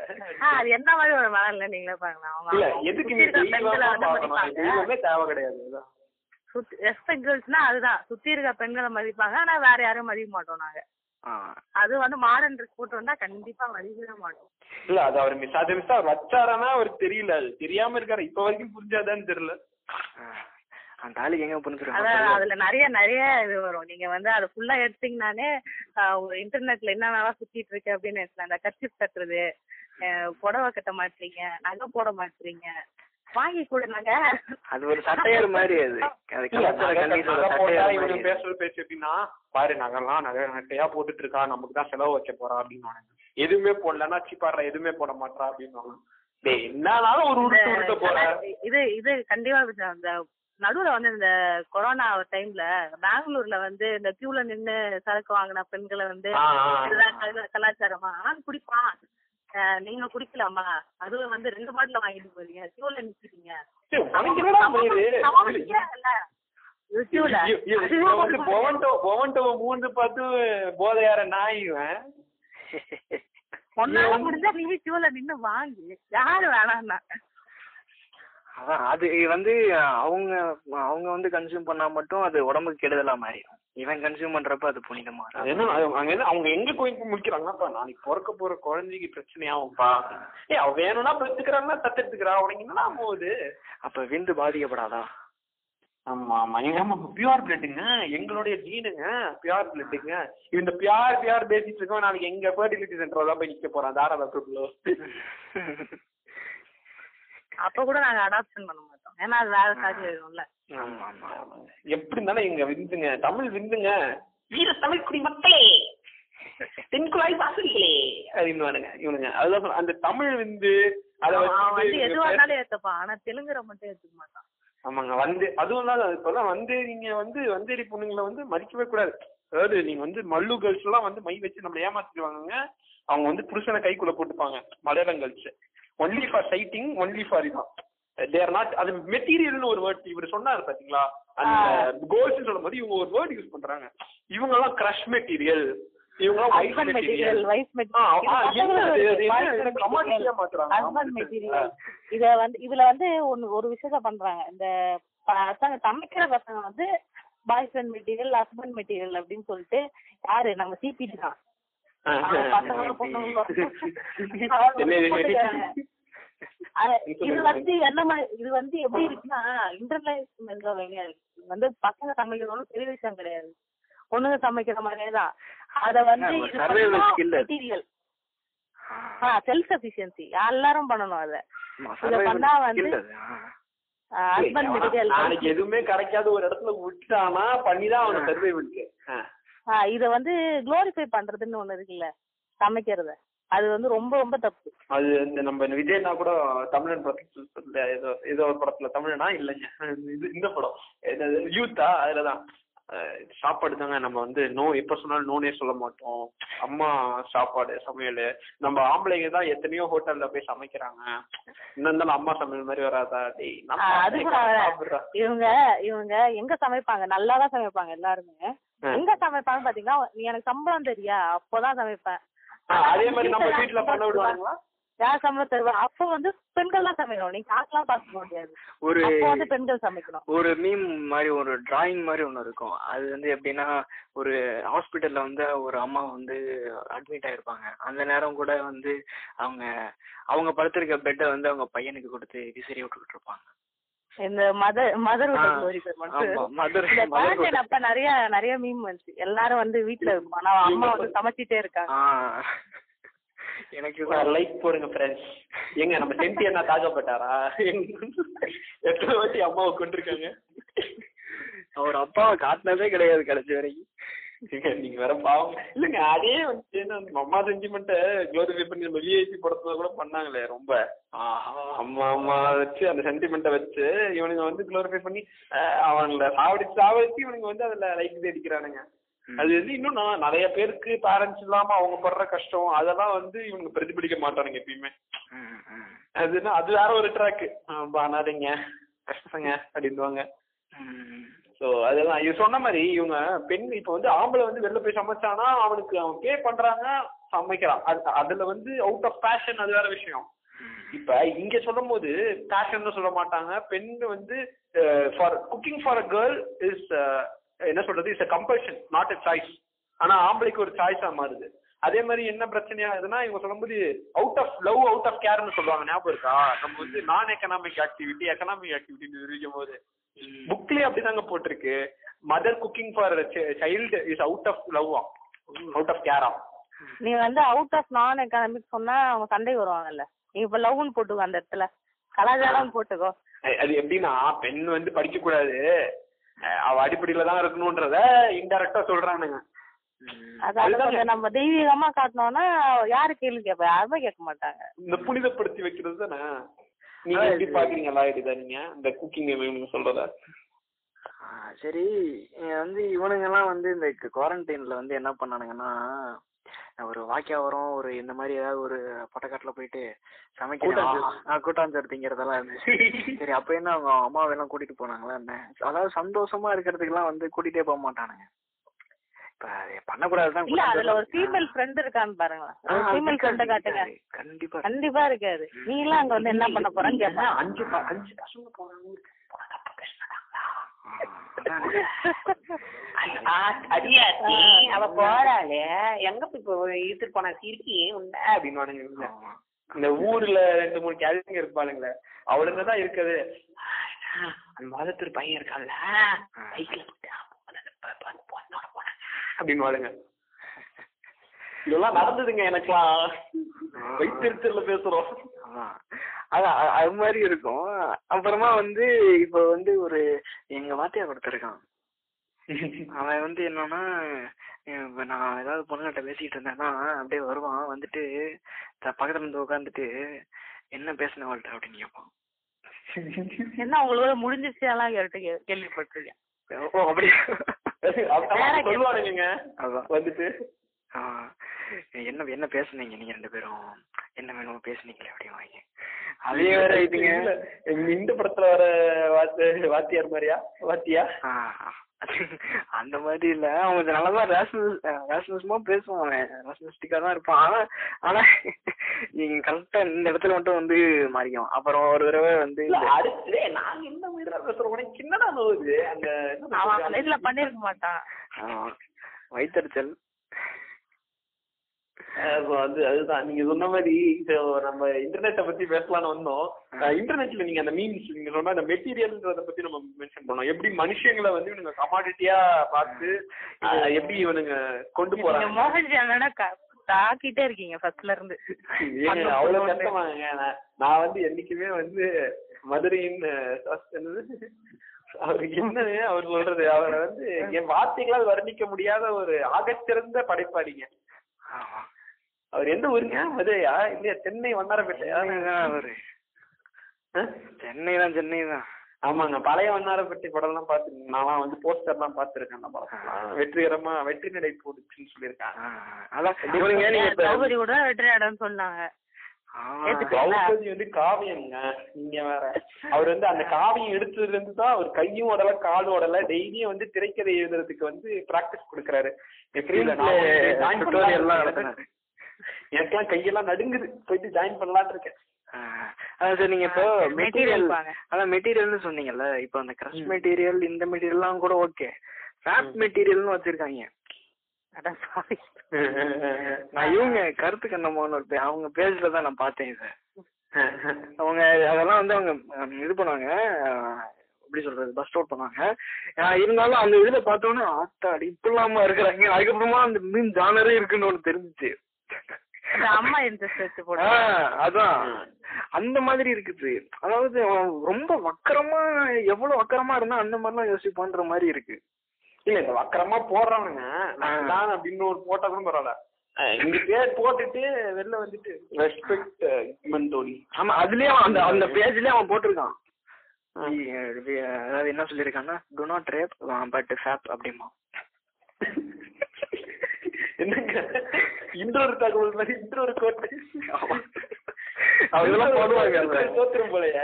S4: ஆஹ், அது என்ன மாதிரி ஒரு மனநிலை நீங்களே பாருங்க
S3: இல்ல
S4: அவங்க
S3: எதுக்கு
S4: சுத்தி
S3: நீ
S4: இருக்க பெண்களை
S3: தெய்வமா
S4: வந்து
S3: பார்க்கணும்
S4: மதிப்பாங்க
S3: தெய்வமே தேவை கிடையாது அதான்.
S4: சுத்தி ரெஸ்பெக்ட் கேர்ள்ஸ்னா அதுதான் சுத்தி இருக்க பெண்களை மதிப்பாங்க ஆனா வேற யாரும் மதிக்க மாட்டோம் நாங்க அது வந்து மாடர்ன் ட்ரெஸ் போட்டு வந்தா கண்டிப்பா மதிக்கவே மாட்டோம்
S3: இல்ல அது அவர் மிஸ் அது மிஸ் அவர் வச்சாரானா அவர் தெரியல அது தெரியாம இருக்காரு இப்ப வரைக்கும் புரிஞ்சாதான்னு தெரியல
S5: அந்த ஆளுக்கு எங்க
S4: அதான்
S5: புரிஞ்சுருக்காங்க
S4: அதுல நிறைய நிறைய இது வரும் நீங்க வந்து அதை ஃபுல்லா எடுத்தீங்கன்னாலே ஆஹ், ஒரு இன்டர்நெட்ல என்னென்னலாம் சுத்திட்டு இருக்கு அப்படின்னு எடுக்கலாம் இந்த கர்ச்சிப் கட்டுறது ஆஹ், புடவை கட்ட மாட்டீங்க நகை போட மாட்டீங்க வாங்கி கொடுங்க
S5: அது ஒரு சட்டையர் மாதிரி அது அது கலாச்சார கல்வியோட
S3: நகை போட்டா
S5: சட்டையர்
S3: இவங்க
S5: மாதிரி
S3: பேசுற பேச்சு எப்படின்னா பாரு நகைலாம் நகை நகையா போட்டுட்டு இருக்கா நமக்கு தான் செலவு வைக்க போறா அப்படின்னு எதுவுமே போடலன்னா சீப்பாடுற எதுவுமே போட மாட்டா அப்படின்னு டேய் என்னனாலும் ஒரு உடுத்து உடுத்த போற
S4: இது இது கண்டிப்பா பிரச்சனை. இந்த நடுவுல வந்து இந்த கொரோனா டைம்ல பெங்களூர்ல வந்து இந்த கியூல நின்னு சரக்கு வாங்கின பெண்களை வந்து
S3: ஆ, ஆ, ஆ.
S4: இதுதான் கல- கலாச்சாரமா ஆண் குடிப்பான் அஹ் நீங்க குடிக்கலாமா அதுவும் வந்து ரெண்டு பாட்டில வாங்கிட்டு போறீங்க கியூல நிக்கிறீங்க
S3: சரி, உனக்கு என்னடா மயிறு?
S4: கியூல
S3: இவ- இவ- இவன் வந்து பொவன்டோ பொவன்டோவை மூந்து பார்த்து போதையார நாய் இவன்
S4: ஒன்னால முடிஞ்சா நீ கியூல நின்னு வாங்கி யாரு வேணாம்னா
S5: அதான் அது வந்து அவங்க அவங்க வந்து கன்சியூம் பண்ணா மட்டும் அது உடம்புக்கு கெடுதலா மாறிடும் இவன் கன்சியூம் பண்றப்ப அது புனிதமா
S3: அது என்ன அது அங்க என்ன அவங்க எங்க கோயில் முடிக்கிறாங்கப்பா நாளைக்கு பிறக்க போற குழந்தைக்கு பிரச்சனையாகும்ப்பா ஏ அவ வேணும்னா பெத்துக்கிறான்னா தத்தெடுத்துக்கிறா உனக்கு என்னடா போகுது
S5: அப்ப விந்து பாதிக்கப்படாதா
S3: ஆமா ஆமா எங்க ஆமா பியூர் பிளட்டுங்க எங்களுடைய ஜீனுங்க பியூர் பிளட்டுங்க இந்த பியூர் பியூர் பேசிட்டு இருக்கோம் நாளைக்கு எங்க ஃபர்டிலிட்டி சென்டர் தான் போய் நிக்க போறான் தாராபுரத்துக்குள்ள
S4: அப்ப கூட நாங்க அடாப்ஷன் பண்ண மாட்டோம் ஏன்னா அது வேற சாக்கு வரும்ல
S5: ஆமா ஆமா
S3: எப்படி இருந்தாலும் எங்க விந்துங்க தமிழ் விந்துங்க வீர தமிழ் குடி மக்களே தென்குழாய் வாசல்களே அப்படின்னு இவனுங்க அதுதான் சொல்ல- அந்த தமிழ் விந்து அத
S4: அவன் வந்து
S3: வச்சு
S4: எதுவா இருந்தாலும் ஏத்துப்பான் ஆனா தெலுங்குற மட்டும் ஏத்துக்க மாட்டான்
S3: ஆமாங்க வந்து அதுவும் இல்லாத இப்பெல்லாம் வந்து நீங்க வந்து வந்தேரி பொண்ணுங்களை வந்து மதிக்கவே கூடாது அதாவது நீங்க வந்து மல்லு கேர்ள்ஸ் எல்லாம் வந்து மை வச்சு நம்மள ஏமாத்திடுவாங்கங்க அவங்க வந்து புருஷனை கைக்குள்ள போட்டுப்பாங்க Malayalam girls only for sighting only for இதான் தேர் நாட் அது மெட்டீரியல்னு ஒரு வேர்ட் இவர் சொன்னாரு பாத்தீங்களா அந்த கோல்ஸ் சொல்லும் போது இவங்க ஒரு வேர்ட் யூஸ் பண்றாங்க இவங்க எல்லாம் கிரஷ் மெட்டீரியல் இவங்க எல்லாம் wife
S4: husband material
S3: material
S4: wife
S3: ஆ, ஆ, என்ன இது? இது என்ன? commercial ஆ
S4: மெட்டீரியல்
S3: மாத்துறாங்க.
S4: ஹஸ்பண்ட் மெட்டீரியல் இத வந்து இதுல வந்து ஒன்னு ஒரு விஷயத்த பண்றாங்க இந்த பசங்க சமைக்கிற பசங்க வந்து boyfriend material husband material அப்படின்னு சொல்லிட்டு யாரு நம்ம சிபிடி தான் அவங்க பசங்களும் பொண்ணுங்களும் அவங்க போட்டுக்கிறாங்க. அது- இது வந்து என்ன மாதிரி- இது வந்து எப்படி இருக்குன்னா இன்டர்நேஷனல் வந்து பசங்க சமைக்கிறவங்களும் பெரிய விஷயம் கிடையாது பொண்ணுங்க சமைக்கிற மாதிரியே தான் அத வந்து
S5: ஆமா, survival skill அது.
S4: மெட்டீரியல் செல்ஃப் சஃபிஷியன்சி எல்லாரும் பண்ணணும் அத
S5: ஆமா,
S4: இத
S5: survival
S4: பண்ணா வந்து-
S5: skill அது. ஆ.
S4: ஹஸ்பண்ட் மெட்டீரியல்
S3: நாளைக்கு எதுவுமே கிடைக்காத ஒரு இடத்துல விட்டுட்டானா பண்ணிதான் அவனை சர்வை பண்ணிக்க
S4: இத வந்து க்ளோரிஃபை பண்றதுன்னு ஒண்ணு இருக்குல்ல சமைக்கிறத அது வந்து ரொம்ப ரொம்ப தப்பு
S3: அது இந்த நம்ம விஜய்னா கூட தமிழன் படத்துல சொல்ல ஏதோ ஏதோ ஒரு படத்துல தமிழனா இல்லைங்க இது இந்த படம் என்னது யூத்தா அதுலதான் அஹ் சாப்பாடு தாங்க நம்ம வந்து நோ எப்ப சொன்னாலும் நோனே சொல்ல மாட்டோம் அம்மா சாப்பாடு சமையல் நம்ம ஆம்பளைங்க தான் எத்தனையோ ஹோட்டல்ல போய் சமைக்கிறாங்க இன்னும் இருந்தாலும் அம்மா சமையல் மாதிரி வராதா டேய் நம்ம
S4: ஆஹ் அது கூட
S3: ஆம்பளைங்க
S4: வர-
S3: சாப்பிடுறா.
S4: இவங்க இவங்க எங்க சமைப்பாங்க நல்லா தான் சமைப்பாங்க எல்லாருமே
S3: ஆ.
S4: எங்க சமைப்பாங்க பாத்தீங்கன்னா நீ எனக்கு சம்பளம் தெரியா அப்பதான் சமைப்பேன்
S3: ஆஹ் அதே மாதிரி நம்ம வீட்டுல பண்ண விடுவாங்களா
S4: யார் சம்பளம் தருவா அப்ப வந்து பெண்கள் தான் சமைக்கணும் நீ காசுலாம் பார்க்க முடியாது
S5: ஒரு
S4: அப்ப வந்து பெண்கள் சமைக்கணும்
S5: ஒரு மீம் மாதிரி ஒரு டிராயிங் மாதிரி ஒன்று இருக்கும் அது வந்து எப்படின்னா ஒரு ஹாஸ்பிட்டல்ல வந்து ஒரு அம்மா வந்து அட்மிட் ஆயிருப்பாங்க அந்த நேரம் கூட வந்து அவங்க அவங்க படுத்திருக்க பெட்டை வந்து அவங்க பையனுக்கு கொடுத்து விசிறி விட்டுக்கிட்டு இருப்பாங்க
S4: இந்த மதர் மதர்
S5: ஆ, ஆமா, mother-
S4: இந்த
S5: motherhood.
S4: குவாரண்டைன் அப்ப நிறைய நிறைய மீம் வந்துச்சு எல்லாரும் வந்து வீட்ல இருக்கும் ஆனா அம்மா வந்து சமைச்சிட்டே இருக்காங்க
S5: ஆ எனக்கு
S3: ஒரு லைக் போடுங்க ஃப்ரெண்ட்ஸ் எங்க நம்ம சென்டி என்ன தாக்கப்பட்டாரா எங்க- எத்தனை வாட்டி அம்மாவை கொண்டிருக்காங்க
S5: அவர் அப்பாவை காட்டினதே கிடையாது கடைசி வரைக்கும்
S3: ஏங்க, நீங்க வேற பாவம் இல்லங்க அதே வந்து என்ன, நம்ம அம்மா சென்டிமெண்ட் குளோரிஃபை பண்ணி நம்ம விஐபி படத்துல கூட பண்ணாங்களே ரொம்ப ஆஹா, அம்மா அம்மா வச்சு அந்த சென்டிமெண்ட்டை வச்சு இவனுங்க வந்து குளோரிஃபை பண்ணி அஹ், அவங்கள சாவடிச்சு சாவடிச்சு இவனுங்க வந்து அதுல லைக் தேடிக்கிறானுங்க அது வந்து இன்னும் நான் நிறைய பேருக்கு பேரண்ட்ஸ் இல்லாம அவங்க படுற கஷ்டம் அதெல்லாம் வந்து இவனுங்க பிரதிபலிக்க மாட்டானுங்க எப்பயுமே அதுன்னா அது வேற ஒரு ட்ராக் பண்ணாதீங்க கஷ்டங்க அப்படின்வாங்க சோ அதெல்லாம் இது சொன்ன மாதிரி இவங்க பெண் இப்ப வந்து ஆம்பளை வந்து வெளில போய் சமைச்சானா அவனுக்கு அவன் பே பண்றாங்க சமைக்கிறான் அது- அதுல வந்து அவுட் ஆஃப் பேஷன் அது வேற விஷயம் இப்ப இங்க சொல்லும் போது பேஷன் சொல்ல மாட்டாங்க பெண் வந்து for cooking for a girl is என்ன சொல்றது is a compulsion not a choice ஆனா ஆம்பளைக்கு ஒரு சாய்ஸா மாறுது அதே மாதிரி என்ன பிரச்சனையா ஆகுதுன்னா இவங்க சொல்லும்போது out of love out of கேர்னு சொல்லுவாங்க ஞாபகம் இருக்கா நம்ம வந்து நான் எக்கனாமிக் ஆக்டிவிட்டி எக்கனாமிக் ஆக்டிவிட்டி நிரூபிக்கும் போது புக்லயே அப்படிதாங்க போட்டிருக்கு mother cooking for child is out of love out of கேரா
S4: நீ வந்து அவுட் ஆஃப் நான் எக்கனாமிக் சொன்னா அவங்க சண்டை வருவாங்கல்ல நீ இப்ப லவ்னு போட்டுக்கோ அந்த இடத்துல கலாச்சாரம் போட்டுக்கோ
S3: அது எப்படின்னா பெண் வந்து படிக்க கூடாது அஹ் அவ அடிப்படையில தான் இருக்கணும்ன்றத இன்டெரக்டா சொல்றானுங்க
S4: அதாவது கொஞ்சம் நம்ம தெய்வீகமா காட்டினோம்னா யாரு கேள்வி கேட்பா யாருமே கேட்க மாட்டாங்க
S3: இந்த புனிதப்படுத்தி வைக்கிறது தானே நீங்க எப்படி பாக்குறீங்களா இதுதான் நீங்க இந்த குக்கிங் சொல்றத
S5: ஆ, சரி இங்க வந்து இவனுங்கெல்லாம் வந்து இந்த குவாரண்டைன்ல வந்து என்ன பண்ணானுங்கன்னா ஒரு வாக்கியா வரும் ஒரு இந்த மாதிரி ஏதாவது ஒரு பட்டக்காட்டுல போயிட்டு சமைக்கிறேன்
S3: கூட்டாஞ்சோறு.
S5: ஆ, கூட்டாஞ்சோறு திங்கிறதெல்லாம் இருந்துச்சு சரி அப்ப என்ன அவங்க அம்மாவெல்லாம் கூட்டிட்டு போனாங்களா என்ன அதாவது சந்தோஷமா இருக்கிறதுக்கெல்லாம் வந்து கூட்டிட்டே போக மாட்டானுங்க இப்ப அது பண்ணக்கூடாதுதான்
S4: இல்ல அதுல ஒரு
S5: கூட்டாஞ்சோறு.
S4: ஃபீமேல் ஃப்ரெண்ட் இருக்கான்னு பாருங்களேன்
S5: ஆ,
S4: ஒரு
S5: அது
S4: ஃபீமேல் ஃப்ரெண்ட காட்டுங்க
S5: இருக்காது. கண்டிப்பா
S4: கண்டிப்பா இருக்காது நீ எல்லாம் அங்க வந்து என்ன பண்ண போறேன்னு கேட்பா
S3: அஞ்சு ப- அஞ்சு பசங்க போறாங்க
S5: அதானே.
S4: அடியாத்தி அவ போறாளே எங்க
S3: அப்படின்னு இந்த ஊர்ல ரெண்டு மூணு கேள்விங்க இருப்பாளுங்களே அவளுங்க தான் இருக்குது அந்த மாதத்து ஒரு பையன் இருக்கான்ல பைக்ல அப்படின்னு வாழுங்க இதெல்லாம் நடந்ததுங்க எனக்குலாம் வைத்திருத்தல பேசுறோம்
S5: ஆமா. அதான் அ- அது மாதிரி இருக்கும் அப்புறமா வந்து இப்ப வந்து ஒரு எங்க வாத்தியார் ஒருத்தர் இருக்கான் அவன் வந்து என்னன்னா இப்ப நான் ஏதாவது பொண்ணுகிட்ட பேசிட்டு இருந்தேன்னா அப்படியே வருவான் வந்துட்டு த- பக்கத்துல இருந்து உட்காந்துட்டு என்ன பேசுன அவள்கிட்ட அப்படின்னு கேட்பான்
S4: என்ன உங்களுக்கு முடிஞ்சிருச்சாலாம் கேட்டு கே- கேள்விப்பட்டிருக்கேன்
S5: ஓ அப்படியே
S3: அப்படி சொல்லுவானுங்க
S5: அதான்
S3: வந்துட்டு
S5: ஆ, என்ன என்ன பேசுனீங்க நீங்க ரெண்டு பேரும் என்ன வேணும் பேசுனீங்களே அப்படிவாங்க அதே வேற இதுங்க
S3: இல்ல, இந்த- இந்த படத்துல வர வாத்து- வாத்தியார் மாதிரியா வாத்தியா
S5: ஆ, அந்த மாதிரி இல்ல அவன் கொஞ்சம் நல்லதா ரேஷனல் ரேஷனலிசமா பேசுவான் அவன் ரேஷனலிஸ்டிக்கா தான் இருப்பான் ஆனா ஆனா நீங்க கரெக்டா இந்த இடத்துல மட்டும் வந்து மாறிக்கும் அப்புறம் ஒரு தடவை வந்து
S3: இல்ல அடுத்து டேய், நாங்க இந்த மாதிரி பேசுறோம் உனக்கு சின்னதா போகுது அந்த என்ன
S4: அவன்
S3: சொல்றது,
S4: அந்த இதுல பண்ணிருக்க மாட்டான்
S5: ஆ, வயித்தெரிச்சல்
S3: அஹ் so அது அதுதான் நீங்க சொன்ன மாதிரி so நம்ம இன்டர்நெட்டை பத்தி பேசலாம்னு வந்தோம் அஹ் இன்டர்நெட்ல நீங்க அந்த மீன்ஸ் நீங்க சொன்ன அந்த மெட்டீரியல்ன்றத பத்தி நம்ம மென்ஷன் பண்ணோம் எப்படி மனுஷங்களை வந்து இவனுங்க கமாடிட்டியா பார்த்து அஹ் எப்படி இவனுங்க கொண்டு
S4: நீங்க
S3: போறாங்க
S4: மோகன் ஜானா தாக்கிட்டே இருக்கீங்க ஃபர்ஸ்ட்ல இருந்து
S3: ஏங்க, அவ்வளவு கஷ்டமாங்க நான்- நான் வந்து என்னைக்குமே வந்து மதுரையின் அஹ், first என்னது அவருக்கு என்ன அவர் சொல்றது அவரை வந்து என் வார்த்தைகளால் வர்ணிக்க முடியாத ஒரு ஆகச்சிறந்த படைப்பாடிங்க
S5: ஆமா.
S3: அவர் எந்த ஊருங்க மதுரையா இல்லையா சென்னை வண்ணாரப்பேட்டையா
S5: சென்னைதான் அவரு
S3: அஹ்?
S5: சென்னை தான் சென்னை தான்
S3: ஆமாங்க பழைய வண்ணாரப்பட்டி படம் எல்லாம் பாத்துருக்கேன் நான் வந்து போஸ்டர் எல்லாம் பாத்துருக்கேன் அந்த படம் வெற்றிகரமா வெற்றி நடை போடுச்சுன்னு சொல்லியிருக்காங்க
S5: அதான் இவனுங்க நீங்க இப்ப-
S4: சௌகரி கூட வெற்றி இடம்னு சொன்னாங்க
S5: ஆ,
S4: ஏத்துக்கல
S3: திரௌபதி வந்து காவியம்ங்க நீங்க வேற அவர் வந்து அந்த காவியம் எடுத்ததுல இருந்து தான் அவர் கையும் உடல காலும் உடல டெய்லியும் வந்து திரைக்கதை எழுதுறதுக்கு வந்து பிராக்டிஸ் கொடுக்கறாரு எப்படி இல்ல, நான் வந்து join
S5: tutorial எல்லாம்
S3: பண்ணலாம்னு
S5: நடத்துனாரு.
S3: எனக்கெல்லாம் கையெல்லாம் நடுங்குது போயிட்டு ஜாயின் பண்ணலாம்னு இருக்கேன்
S5: ஆ, அதான் சார் நீங்க இப்போ
S4: ஆ,
S5: மெட்டீரியல்
S4: material பாங்க.
S5: அதான் மெட்டீரியல்னு சொன்னீங்கல்ல இப்போ அந்த கிரஷ் மெட்டீரியல் இந்த மெட்டீரியல்லாம் கூட ஓகே ஃபேப் மெட்டீரியல்னு வச்சிருக்காங்க
S4: அட சாரி
S5: நான் இவங்க கருத்து கண்ணம்மான்னு ஒருத்தர் அவங்க பேஜ்ல தான் நான் பார்த்தேன் இதை அவங்க அதெல்லாம் வந்து அவங்க ம், இது பண்ணுவாங்க அஹ், எப்படி சொல்றது பஸ் அவுட் பண்ணுவாங்க அஹ் இருந்தாலும் அந்த இதுல பார்த்தோன்னே ஆத்தாடி இப்படிலாமா இருக்கிறாங்க அதுக்கப்புறமா அந்த மீன் ஜானரே இருக்குன்னு ஒண்ணு தெரிஞ்சுச்சு
S4: அது அம்மா இன்ட்ரெஸ்ட் வச்சு போடுறேன்
S5: ஆஹ் அதான் அந்த மாதிரி இருக்குது அதாவது அவன் ரொம்ப வக்கரமா எவ்வளவு வக்கரமா இருந்தா அந்த மாதிரிலாம் யோசிப்பான்ற மாதிரி இருக்கு
S3: இல்ல இந்த வக்கரமா போடுறவனுங்க நான் தான் அப்படின்னு ஒரு போட்டா கூட பரவாயில்ல அஹ் இங்க பேர் போட்டுட்டு வெளில வந்துட்டு ரெஸ்பெக்ட் ஹியூமன் தோனி
S5: ஆமா அதுலயே அவன் அந்த அந்த பேஜ்லயே அவன் போட்டிருக்கான் இ- அதாவது என்ன சொல்லியிருக்கான்னா do not rape but fap uh, அப்படிமா
S3: என்னங்க இன்னொரு தகவல் மாதிரி இன்னொரு கோட்டை
S5: அதெல்லாம் போடுவாங்க அதுல.
S3: தோத்துரும் போலயே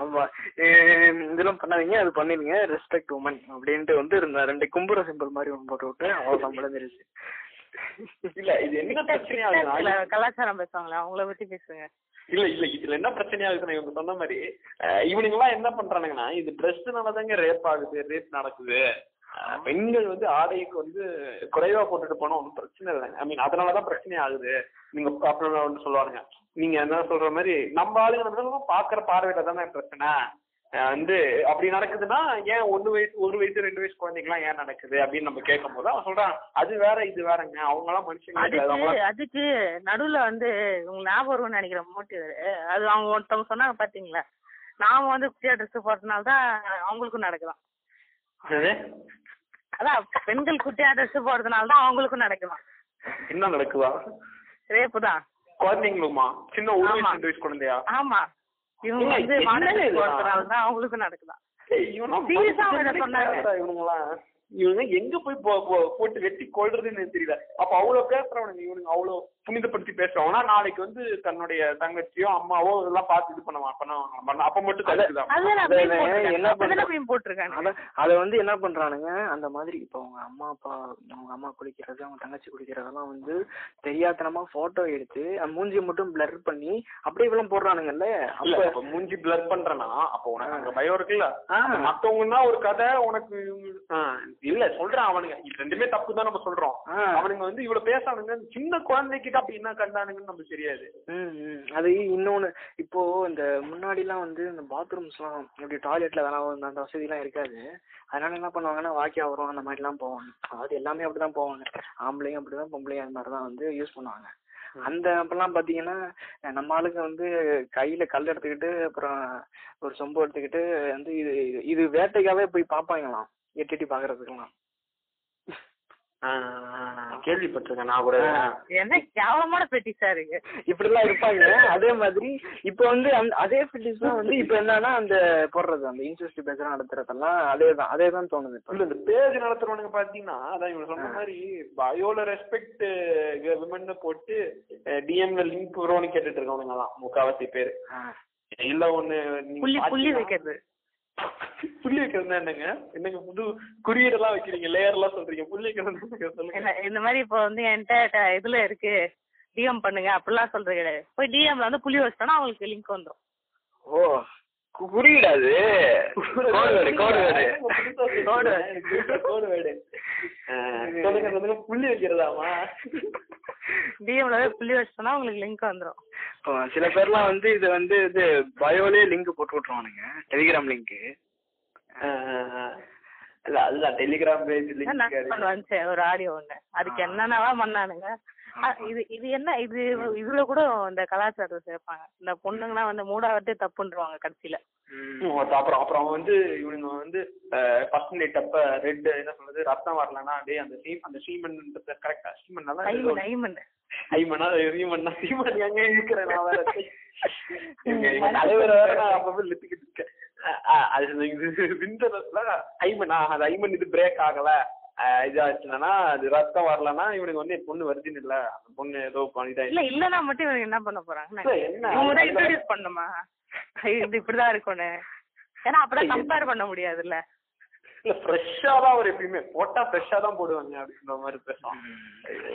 S5: ஆமா ஏம், இதெல்லாம் பண்ணாதீங்க அது பண்ணிருங்க ரெஸ்பெக்ட் உமன் அப்படின்ட்டு வந்து இருந்தா ரெண்டு கும்புற சிம்பிள் மாதிரி ஒன்று போட்டு விட்டு அவ்வளோதான் விளைஞ்சிருச்சு
S3: இல்ல இது என்ன பிரச்சனை
S4: சில
S3: ஆகுதுன்னா
S4: கலாச்சாரம் பேசுவாங்களே அவங்கள பத்தி பேசுங்க
S3: இல்ல இல்ல இதுல என்ன பிரச்சனை ஆகுதுன்னா இவங்க சொன்ன மாதிரி அஹ் இவனுங்க எல்லாம் என்ன பண்றானுங்கன்னா இது ட்ரெஸ்னாலதாங்க ரேப் ஆகுது ரேப் நடக்குது அஹ் பெண்கள் வந்து ஆடைக்கு வந்து குறைவா போட்டுட்டு போனா ஒன்றும் பிரச்சனை இல்லைங்க ஐ மீன் அதனாலதான் பிரச்சனை ஆகுது நீங்க அப்புறம் ஒன்று சொல்லுவானுங்க நீங்க என்ன சொல்ற மாதிரி நம்ம ஆளுங்க நம்ம பாக்குற பார்வையில தானே பிரச்சனை அஹ் வந்து அப்படி நடக்குதுன்னா ஏன் ஒன்னு வயசு ஒரு வயசு ரெண்டு வயசு குழந்தைங்கலாம் ஏன் நடக்குது அப்படின்னு நம்ம கேட்கும் போது அவன் சொல்றான் அது வேற இது வேறங்க அவங்க எல்லாம் மனுஷங்க இல்ல,
S4: அதுக்கு
S3: அவங்கெல்லாம்
S4: அதுக்கு நடுவுல வந்து உங்களுக்கு ஞாபகம் வரும்னு நினைக்கிறேன் மோட்டிவ் அது அவங்க ஒருத்தவங்க சொன்னாங்க பாத்தீங்களா நாம வந்து குட்டியா ட்ரெஸ் போடுறதுனால தான் அவங்களுக்கும் நடக்கலாம்
S3: என்னது?
S4: அதான் பெண்கள் குட்டியா ட்ரெஸ் போடுறதுனால தான் அவங்களுக்கும் நடக்கலாம்
S3: என்ன நடக்குதா
S4: ரேப்பு தான்
S3: குழந்தைங்களுமா சின்ன ஒரு
S4: ஆமா.
S3: வயசு ரெண்டு வயசு குழந்தையா
S4: ஆமா இவங்க
S3: ஏய்,
S4: வந்து
S3: என்ன
S4: மாடல்
S3: இது?
S4: போடுறதுனால தான் அவங்களுக்கும் நடக்கலாம்
S3: ஏய், இவனும்
S4: Serious ஆ அவன்
S3: மனுஷனே
S4: சொன்னாங்க.
S3: கிடையாதுடா இவனுங்கெல்லாம். இவனுங்க எங்க போய் போ- போ- போட்டு வெட்டி கொள்றதுன்னு தெரியல அப்ப அவ்வளவு பேசுறவனுங்க இவனுங்க அவ்வளவு புனிதப்படுத்தி பேசுறவனா நாளைக்கு வந்து தன்னுடைய தங்கச்சியோ அம்மாவோ இதெல்லாம் பார்த்து இது பண்ணுவான் பண்ணுவான் அப்ப மட்டும்
S4: அது நான்
S5: அதான்
S4: மீன்
S5: என்ன- என்ன
S4: போட்டிருக்கேன்
S5: பண்றது?
S4: அதுல மீன் போட்டிருக்கேன்
S5: அத அத வந்து என்ன பண்றானுங்க அந்த மாதிரி இப்போ அவங்க அம்மா அப்பா அவங்க அம்மா குளிக்கிறது அவங்க தங்கச்சி குளிக்கிறதெல்லாம் வந்து தெரியாதனமா போட்டோ எடுத்து அந்த மூஞ்சியை மட்டும் பிளர் பண்ணி அப்படியே இவ்வளவு போடுறானுங்கல்ல அப்ப
S3: இல்ல இப்ப மூஞ்சி பிளர் பண்றேன்னா அப்ப உனக்கு அங்க பயம் இருக்குல்ல
S5: ஆ.
S3: மத்தவங்கன்னா ஒரு கதை உனக்கு இவங்க- ஆ, இல்ல சொல்றேன் அவனுங்க இது ரெண்டுமே தப்பு தான் நம்ம சொல்றோம்
S5: ஆ.
S3: அவனுங்க வந்து இவ்வளவு பேசானுங்க சின்ன குழந்தைகிட்ட அப்படி என்ன கண்டானுங்கன்னு நமக்கு தெரியாது
S5: ம், ம். அது இன்னொன்னு இப்போ இந்த முன்னாடி எல்லாம் வந்து இந்த பாத்ரூம்ஸ் எல்லாம் இப்படி டாய்லெட்ல அதெல்லாம் வந்து அந்த வசதி எல்லாம் இருக்காது அதனால என்ன பண்ணுவாங்கன்னா வாக்கியா வரும் அந்த மாதிரி எல்லாம் போவாங்க அதாவது எல்லாமே அப்படிதான் போவாங்க ஆம்பளையும் அப்படிதான் பொம்பளையும் அந்த மாதிரிதான் வந்து யூஸ் பண்ணுவாங்க அந்த அப்பெல்லாம் பாத்தீங்கன்னா அஹ் நம்ம ஆளுங்க வந்து கையில கல் எடுத்துக்கிட்டு அப்புறம் ஒரு சொம்பு எடுத்துக்கிட்டு வந்து இது இது- இது வேட்டைக்காவே போய் பாப்பாங்களாம் எட்டிட்டு பாக்குறதுக்கெல்லாம்
S3: ஆ, ஆ, ஆ, கேள்விப்பட்டிருக்கேன் நான் கூட
S4: என்ன கேவலமான பெட்டி சார் இருக்கு
S5: இப்படி எல்லாம் இருப்பாங்க அதே மாதிரி இப்ப வந்து அந்த- அதே பிலிஸ் தான் வந்து இப்ப என்னன்னா அந்த போடுறது அந்த இன்சூஸ்ட் பேச்செல்லாம் நடத்துறதெல்லாம் அதே தான் அதே தான் தோணுது இப்ப
S3: இல்ல இந்த பேஜ் நடத்துறவனுங்க பாத்தீங்கன்னா அதான் இவங்க சொன்ன மாதிரி பயோல ரெஸ்பெக்ட் விமன் போட்டு டிஎம்ல லிங்க் வரும்னு கேட்டுட்டு இருக்கவனுங்க தான் முக்காவாசி பேரு
S5: ஆ.
S3: இல்ல ஒண்ணு நீங்க
S4: புள்ளி புள்ளி
S3: பாத்தீங்கன்னா-
S4: வைக்கிறது
S3: புள்ளி வைக்கிறதுனா என்னங்க என்னங்க புது குறியீடெல்லாம் வைக்கிறீங்க லேயர் எல்லாம் சொல்றீங்க புள்ளி வைக்கிறது சொல்லுங்க
S4: என்ன இந்த மாதிரி இப்போ வந்து என்கிட்ட ட- இதுல இருக்கு டிஎம் பண்ணுங்க அப்படிலாம் சொல்றது கிடையாது போய் டிஎம்ல வந்து புள்ளி வச்சிட்டோம்னா அவங்களுக்கு லிங்க் வந்துரும்
S5: ஓ குறியிடாது
S3: கோடு வேடு கோடு வேடு ஆ, சொல்லுங்க சொல்லுங்க புள்ளி வைக்கிறதாமா
S4: டிஎம்ல போய் புள்ளி வச்சிட்டோம்னா அவங்களுக்கு லிங்க் வந்துரும்
S5: சில பேர்லாம் வந்து இது வந்து இது பயோலயே லிங்க் போட்டு விட்டுருவானுங்க டெலிகிராம் லிங்க்
S3: ஆ, ஆ, ஆ. இல்ல அதுதான் டெலிகிராம் பேஜ்
S4: நான்
S3: லிங்க்
S4: பண்ண வந்துச்சு ஒரு ஆடியோ ஒண்ணு அதுக்கு என்னென்னவா பண்ணானுங்க ஆ, இது இது என்ன இது இதுல கூட இந்த கலாச்சாரத்தை சேர்ப்பாங்க இந்த பொண்ணுங்கன்னா வந்து மூடாவட்டே தப்புன்றவாங்க கடைசியில
S3: ம், அப்புறம் அப்புறம் அப்புறம் அவன் வந்து இவனுங்க வந்து ஃபர்ஸ்ட் டேட் அப்ப ரெட் என்ன சொல்றது ரத்தம் வரலன்னா டேய் அந்த சீம் அந்த சீமன்ன்றது கரெக்டா சீமன் தான்
S4: ஐமன் ஐமன்
S3: ஐமனா சீமன் சீமன் எங்க இருக்கிறேன் நான் வேற இவங்க- இவங்க தலைவர் வேற நான் அப்பவே லித்துக்கிட்டு இருக்கேன் அஹ், அஹ், அது இது விந்தரத்துல ஐமனா அது ஐமன் இது பிரேக் ஆகல அஹ், இது ஆச்சுன்னா அது ரத்தம் வரலன்னா இவனுக்கு வந்து என் பொண்ணு வருதுன்னு இல்ல அந்த பொண்ணு ஏதோ பண்ணிட்டா
S4: இல்ல இல்லன்னா மட்டும் இவங்க என்ன பண்ண போறாங்க
S3: இல்ல, என்ன?
S4: இவங்க தான் இன்ட்ரடியூஸ் பண்ணுமா இது இப்படிதான் இருக்கும்னு ஏன்னா அப்பதான் கம்பேர் பண்ண முடியாதுல்ல
S3: இல்ல ஃப்ரெஷ்ஷா தான் அவர் எப்பயுமே போட்டா ஃப்ரெஷ்ஷா தான் போடுவாங்க அப்படின்ற மாதிரி பேசுவான்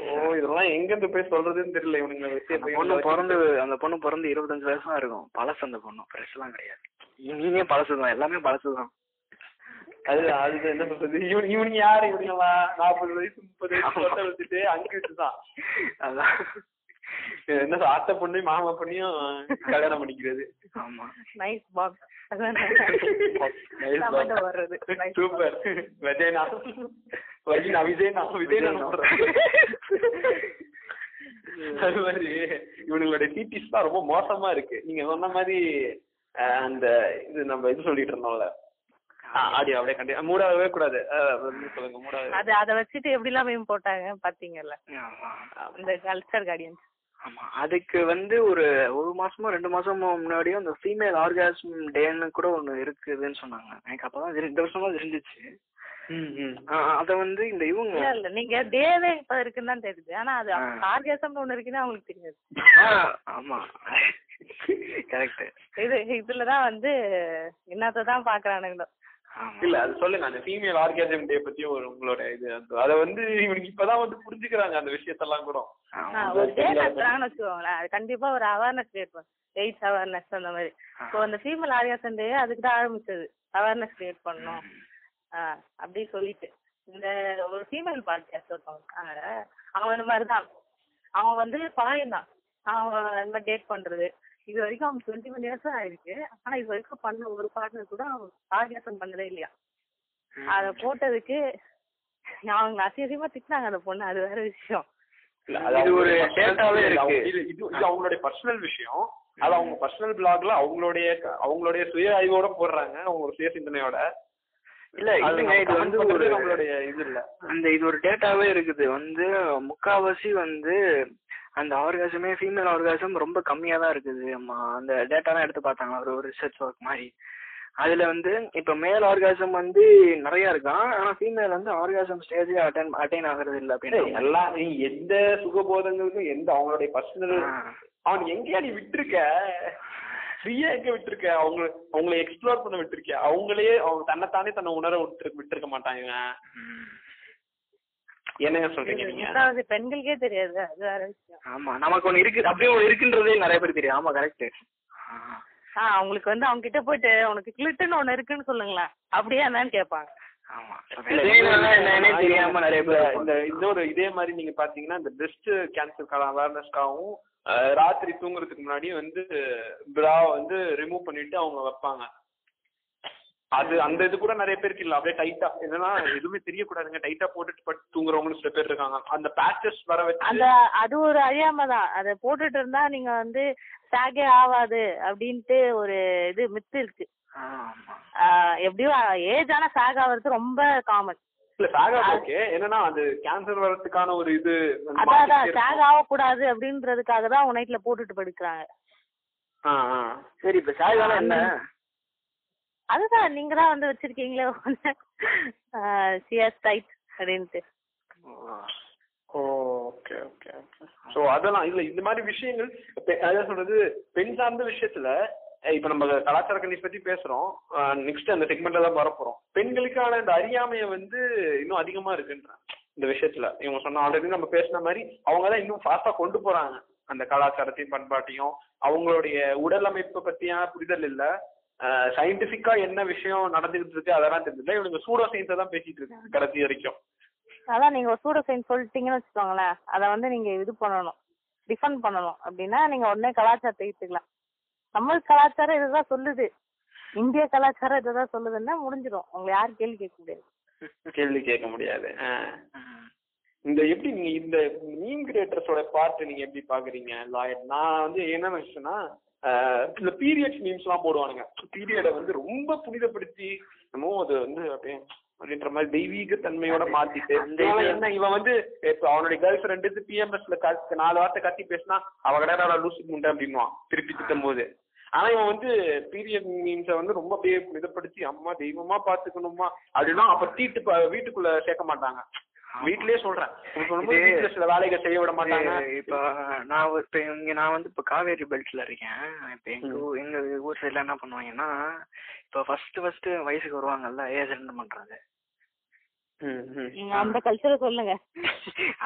S3: ஐயோ இதெல்லாம் எங்க இருந்து போய் சொல்றதுன்னு தெரியல இவனுங்க விஷயம் போய்
S5: பொண்ணு பிறந்து அந்த பொண்ணு பிறந்து இருபத்தஞ்சு வயசா இருக்கும் பழசு அந்த பொண்ணு ஃப்ரெஷ் எல்லாம் கிடையாது நீங்க பழசுதான் எல்லாமே பழசுதான்
S3: அது அது என்ன சொல்றது இவன் இவனுங்க யாரு இவனுங்களா நாற்பது வயசு முப்பது வயசு தொட்டை வச்சுட்டு அங்கிட்டு தான்
S5: அதான்
S3: என்ன சார், ஆத்த பொண்ணையும் மாமா பொண்ணையும் கல்யாணம் பண்ணிக்கிறது
S5: ஆமா
S4: நைஸ் பாக்ஸ்
S3: Nice box.
S4: அதான் வர்றது Nice box.
S3: சூப்பர் விஜயனா வஜினா விஜயனா விஜயனா அது மாதிரி இவனுங்களோட டிடிஸ் தான் ரொம்ப மோசமா இருக்கு நீங்க சொன்ன மாதிரி அஹ், அந்த இது நம்ம இது சொல்லிட்டு இருந்தோம்ல ஆடியோ அப்படியே கண்டிப்பா மூடாவே கூடாது அஹ், வந்து சொல்லுங்க மூடாவே
S4: அது அத வச்சுட்டு எப்படி எல்லாம் மேம் போட்டாங்க பாத்தீங்கல்ல
S5: ஆமா
S4: இந்த கல்ச்சர் கார்டியன்ஸ்
S5: ஆமா அதுக்கு வந்து ஒரு ஒரு மாசமோ ரெண்டு மாசமோ முன்னாடியே அந்த ஃபீமேல் ஆர்காஸ்ம் டேன்னு கூட ஒண்ணு இருக்குதுன்னு சொன்னாங்க எனக்கு அப்பதான் தெரி- இந்த வருஷமா தெரிஞ்சிச்சு அத வந்து இந்த இவங்க
S4: இல்ல இல்ல நீங்க டேவே இப்ப இருக்குன்னு தான் தெரியுது ஆனா அது
S5: ஆ.
S4: ஆர்கேசம் ஒண்ணு இருக்குன்னு அவங்களுக்கு தெரியாது
S5: ஆ, ஆமா கரெக்ட்
S4: இது இதுலதான் வந்து என்னத்தான் பாக்குறானுங்களோ
S3: இல்ல அது சொல்லுங்க அந்த ஃபீமேல் ஆர்காசம் டே பத்தி ஒரு உங்களோட இது அந்த- அத வந்து இவனுக்கு இப்பதான் வந்து புரிஞ்சுக்கிறாங்க அந்த விஷயத்தெல்லாம் கூட
S4: ஆ, ஒரு டே நடத்துறாங்கன்னு வச்சுக்கோங்களேன் அது கண்டிப்பா ஒரு அவேர்னஸ் கிரியேட் பண்ணும் எய்ட்ஸ் அவேர்னஸ் அந்த மாதிரி இப்போ அந்த ஃபீமேல் ஆரியாசன் டே அதுக்கு தான் ஆரம்பிச்சது அவேர்னஸ் கிரியேட் பண்ணணும் ஆ, அப்படி சொல்லிட்டு இந்த ஒரு ஃபீமேல் பாட்காஸ்ட் ஒருத்தவங்க இருக்காங்க அவன் இந்த மாதிரி தான் அவன் வந்து ஃபாரின் தான் அவன் இந்த மாதிரி டேட் பண்றது இது வரைக்கும் அவன் டுவெண்ட்டி ஒன் இயர்ஸ் ஆயிருக்கு ஆனா இது வரைக்கும் பண்ண ஒரு பார்ட்னர் கூட அவன் ஆரியாசன் பண்ணதே இல்லையா அதை போட்டதுக்கு அவங்க அசியசியமா திட்டினாங்க அந்த பொண்ணு அது வேற விஷயம்
S3: இல்ல, அது
S5: இது ஒரு
S3: அவங்களோட personal
S5: dataவே
S3: இது அவங்க-
S5: இருக்கு.
S3: இது இது இது அவங்களுடைய பர்சனல் விஷயம் அது அவங்க பர்சனல் பிளாக்ல அவங்களுடைய அவங்களுடைய சுய அறிவோட போடுறாங்க அவங்க ஒரு சுய சிந்தனையோட
S5: இல்ல
S3: அது
S5: இல்லைங்க
S3: நம்ம
S5: இது வந்து
S3: comment
S5: ஒரு
S3: பண்றது நம்மளுடைய இது இல்ல
S5: அந்த இது ஒரு டேட்டாவே இருக்குது வந்து முக்காவாசி வந்து அந்த ஆர்காசமே ஃபீமேல் ஆர்காசம் ரொம்ப கம்மியா தான் இருக்குது ஆமா அந்த டேட்டாலாம் எடுத்து பார்த்தாங்க ஒரு ரிசர்ச் ஒர்க் மாதிரி அதுல வந்து இப்ப மேல் ஆர்காசம் வந்து நிறைய இருக்கான் ஆனா ஃபீமேல் வந்து ஆர்காசம் ஸ்டேஜ் அட்டைன் அட்டைன் ஆகுறது இல்ல அப்படின்னு
S3: எல்லா நீ எந்த சுகபோதங்களுக்கும் எந்த அவங்களுடைய பர்சனல் அவன் எங்கேயா நீ விட்டுருக்க ஃப்ரீயா எங்க விட்டுருக்க அவங்க அவங்களை எக்ஸ்ப்ளோர் பண்ண விட்டுருக்கியா அவங்களே அவங்க தன்னைத்தானே தன்னை உணர விட்டு விட்டுருக்க மாட்டாங்க இவன். என்னங்க சொல்றீங்க நீங்க
S4: முக்காவாசி பெண்களுக்கே தெரியாது அது வேற விஷயம்
S5: ஆமா நமக்கு ஒண்ணு இருக்கு அப்படியே ஒண்ணு இருக்குன்றதே நிறைய பேர் தெரியும் ஆமா கரெக்ட்
S4: ஆ அவங்களுக்கு வந்து அவங்க கிட்ட போயிட்டு உனக்கு கிளிட்டுன்னு ஒண்ணு இருக்குன்னு சொல்லுங்களேன் அப்படியே என்னன்னு கேட்பாங்க
S5: ஆமா என்னன்னே தெரியாம நிறைய பேர்
S3: இந்த இன்னொரு இதே மாதிரி நீங்க பாத்தீங்கன்னா இந்த பிரஸ்ட் கேன்சருக்கான அவேர்னஸ்க்காகவும் ராத்திரி தூங்குறதுக்கு முன்னாடி வந்து பிரா வந்து ரிமூவ் பண்ணிட்டு அவங்க வைப்பாங்க அது அந்த இது கூட நிறைய பேருக்கு இல்ல அப்படியே டைட்டா என்னன்னா எதுவுமே தெரியக்கூடாதுங்க டைட்டா போட்டுட்டு பட்டு தூங்குறவங்களும் சில பேர் இருக்காங்க அந்த பேச்சஸ் வர
S4: அந்த
S3: வச்சு
S4: அது ஒரு அறியாம தான் அதை போட்டுட்டு இருந்தா நீங்க வந்து சாகே ஆவாது அப்படின்ட்டு ஒரு இது மித்து இருக்கு
S5: ஆமா
S4: ஆ, எப்படியும் ஏஜ் ஆனா சாக் ஆகுறது ரொம்ப காமன்
S3: இல்ல சாகா ஓகே என்னன்னா அது கேன்சர் வர்றதுக்கான ஒரு இது வந்து
S4: அதான் அதான்
S3: மாத்திக்கிட்டே
S4: சாக்
S3: இருக்கும்.
S4: ஆகக்கூடாது அப்படின்றதுக்காக தான் உன் நைட்ல போட்டுட்டு படுக்கிறாங்க
S3: ஆ, ஆ.
S5: சரி இப்ப சாயங்காலம் என்ன
S4: அதுதான் நீங்க தான் வந்து வச்சிருக்கீங்களே ஒண்ணு சிஎஸ் டைட் அப்படின்ட்டு
S3: ஓகே ஓகே ஓகே சோ அதெல்லாம் இல்ல இந்த மாதிரி விஷயங்கள் பெ- அதான் சொல்றது பெண் சார்ந்த விஷயத்துல அஹ் இப்ப நம்ம கலாச்சார கணிஸ் பத்தி பேசுறோம் நெக்ஸ்ட் அந்த செக்மெண்ட்ல தான் வரப்போறோம் பெண்களுக்கான இந்த அறியாமைய வந்து இன்னும் அதிகமா இருக்குன்றேன் இந்த விஷயத்துல இவங்க சொன்ன ஆல்ரெடி நம்ம பேசின மாதிரி அவங்க தான் இன்னும் ஃபாஸ்டா கொண்டு போறாங்க அந்த கலாச்சாரத்தையும் பண்பாட்டையும் அவங்களுடைய உடல் அமைப்பு பத்தியான புரிதல் இல்ல சயின்டிபிக்கா என்ன விஷயம் நடந்துகிட்டு இருக்கு அதெல்லாம் தெரிஞ்சதில்ல இவனுங்க சூடோ சயின்ஸை தான் பேசிட்டு இருக்காங்க கடைசி வரைக்கும்
S4: அதான் நீங்க ஒரு சூட சைன் சொல்லிட்டீங்கன்னு வச்சுக்கோங்களேன் அதை வந்து நீங்க இது பண்ணணும் டிஃபெண்ட் பண்ணணும் அப்படின்னா நீங்க உடனே கலாச்சாரத்தை எடுத்துக்கலாம் நம்ம கலாச்சாரம் இதுதான் சொல்லுது இந்திய கலாச்சாரம் இதுதான் சொல்லுதுன்னா முடிஞ்சிடும் உங்களை யாரும் கேள்வி கேட்க முடியாது
S3: கேள்வி கேட்க முடியாது ஆ. இந்த எப்படி நீங்க இந்த மீன் கிரியேட்டர்ஸோட பார்ட் நீங்க எப்படி பாக்குறீங்க லாயர் நான் வந்து என்ன நினைச்சேன்னா ஆஹ், இந்த பீரியட்ஸ் மீம்ஸ் எல்லாம் போடுவானுங்க பீரியடை வந்து ரொம்ப புனிதப்படுத்தி என்னமோ அது வந்து அப்படியே அப்படின்ற மாதிரி தெய்வீக தன்மையோட மாத்திட்டு
S5: அந்த
S3: இவன்
S5: இது-
S3: என்ன இவன் வந்து இப்ப அவனுடைய கேர்ள் ஃபிரெண்டு பிஎம்எஸ்ல நாலு வார்த்தை கத்தி பேசினா அவ கிடையாது நான் லூசி முண்டை அப்படின்னுவான் திருப்பி திட்டும் போது ஆனா இவன் வந்து பீரியட் மீன்ஸ வந்து ரொம்ப அப்படியே புனிதப்படுத்தி அம்மா தெய்வமா பாத்துக்கணுமா அப்படின்னா அப்ப தீட்டு ப- வீட்டுக்குள்ள சேர்க்க மாட்டாங்க வீட்லயே சொல்றேன் இப்ப சொல்லும்போது
S5: இது-
S3: வீட்டுல சில வேலைகள் செய்ய விட மாட்டாங்க
S5: இது இப்ப நான் ஒரு- இப்ப இங்க நான் வந்து இப்ப காவேரி பெல்ட்ல இருக்கேன் இப்ப எங்க ஊ- எங்க ஊர் சைடுல என்ன பண்ணுவாங்கன்னா இப்ப ஃபர்ஸ்ட் ஃபர்ஸ்ட் வயசுக்கு வருவாங்கல்ல ஏஜ் ரெண்டு பண்றது
S3: ம், ம்.
S4: நீங்க அந்த கல்ச்சரை சொல்லுங்க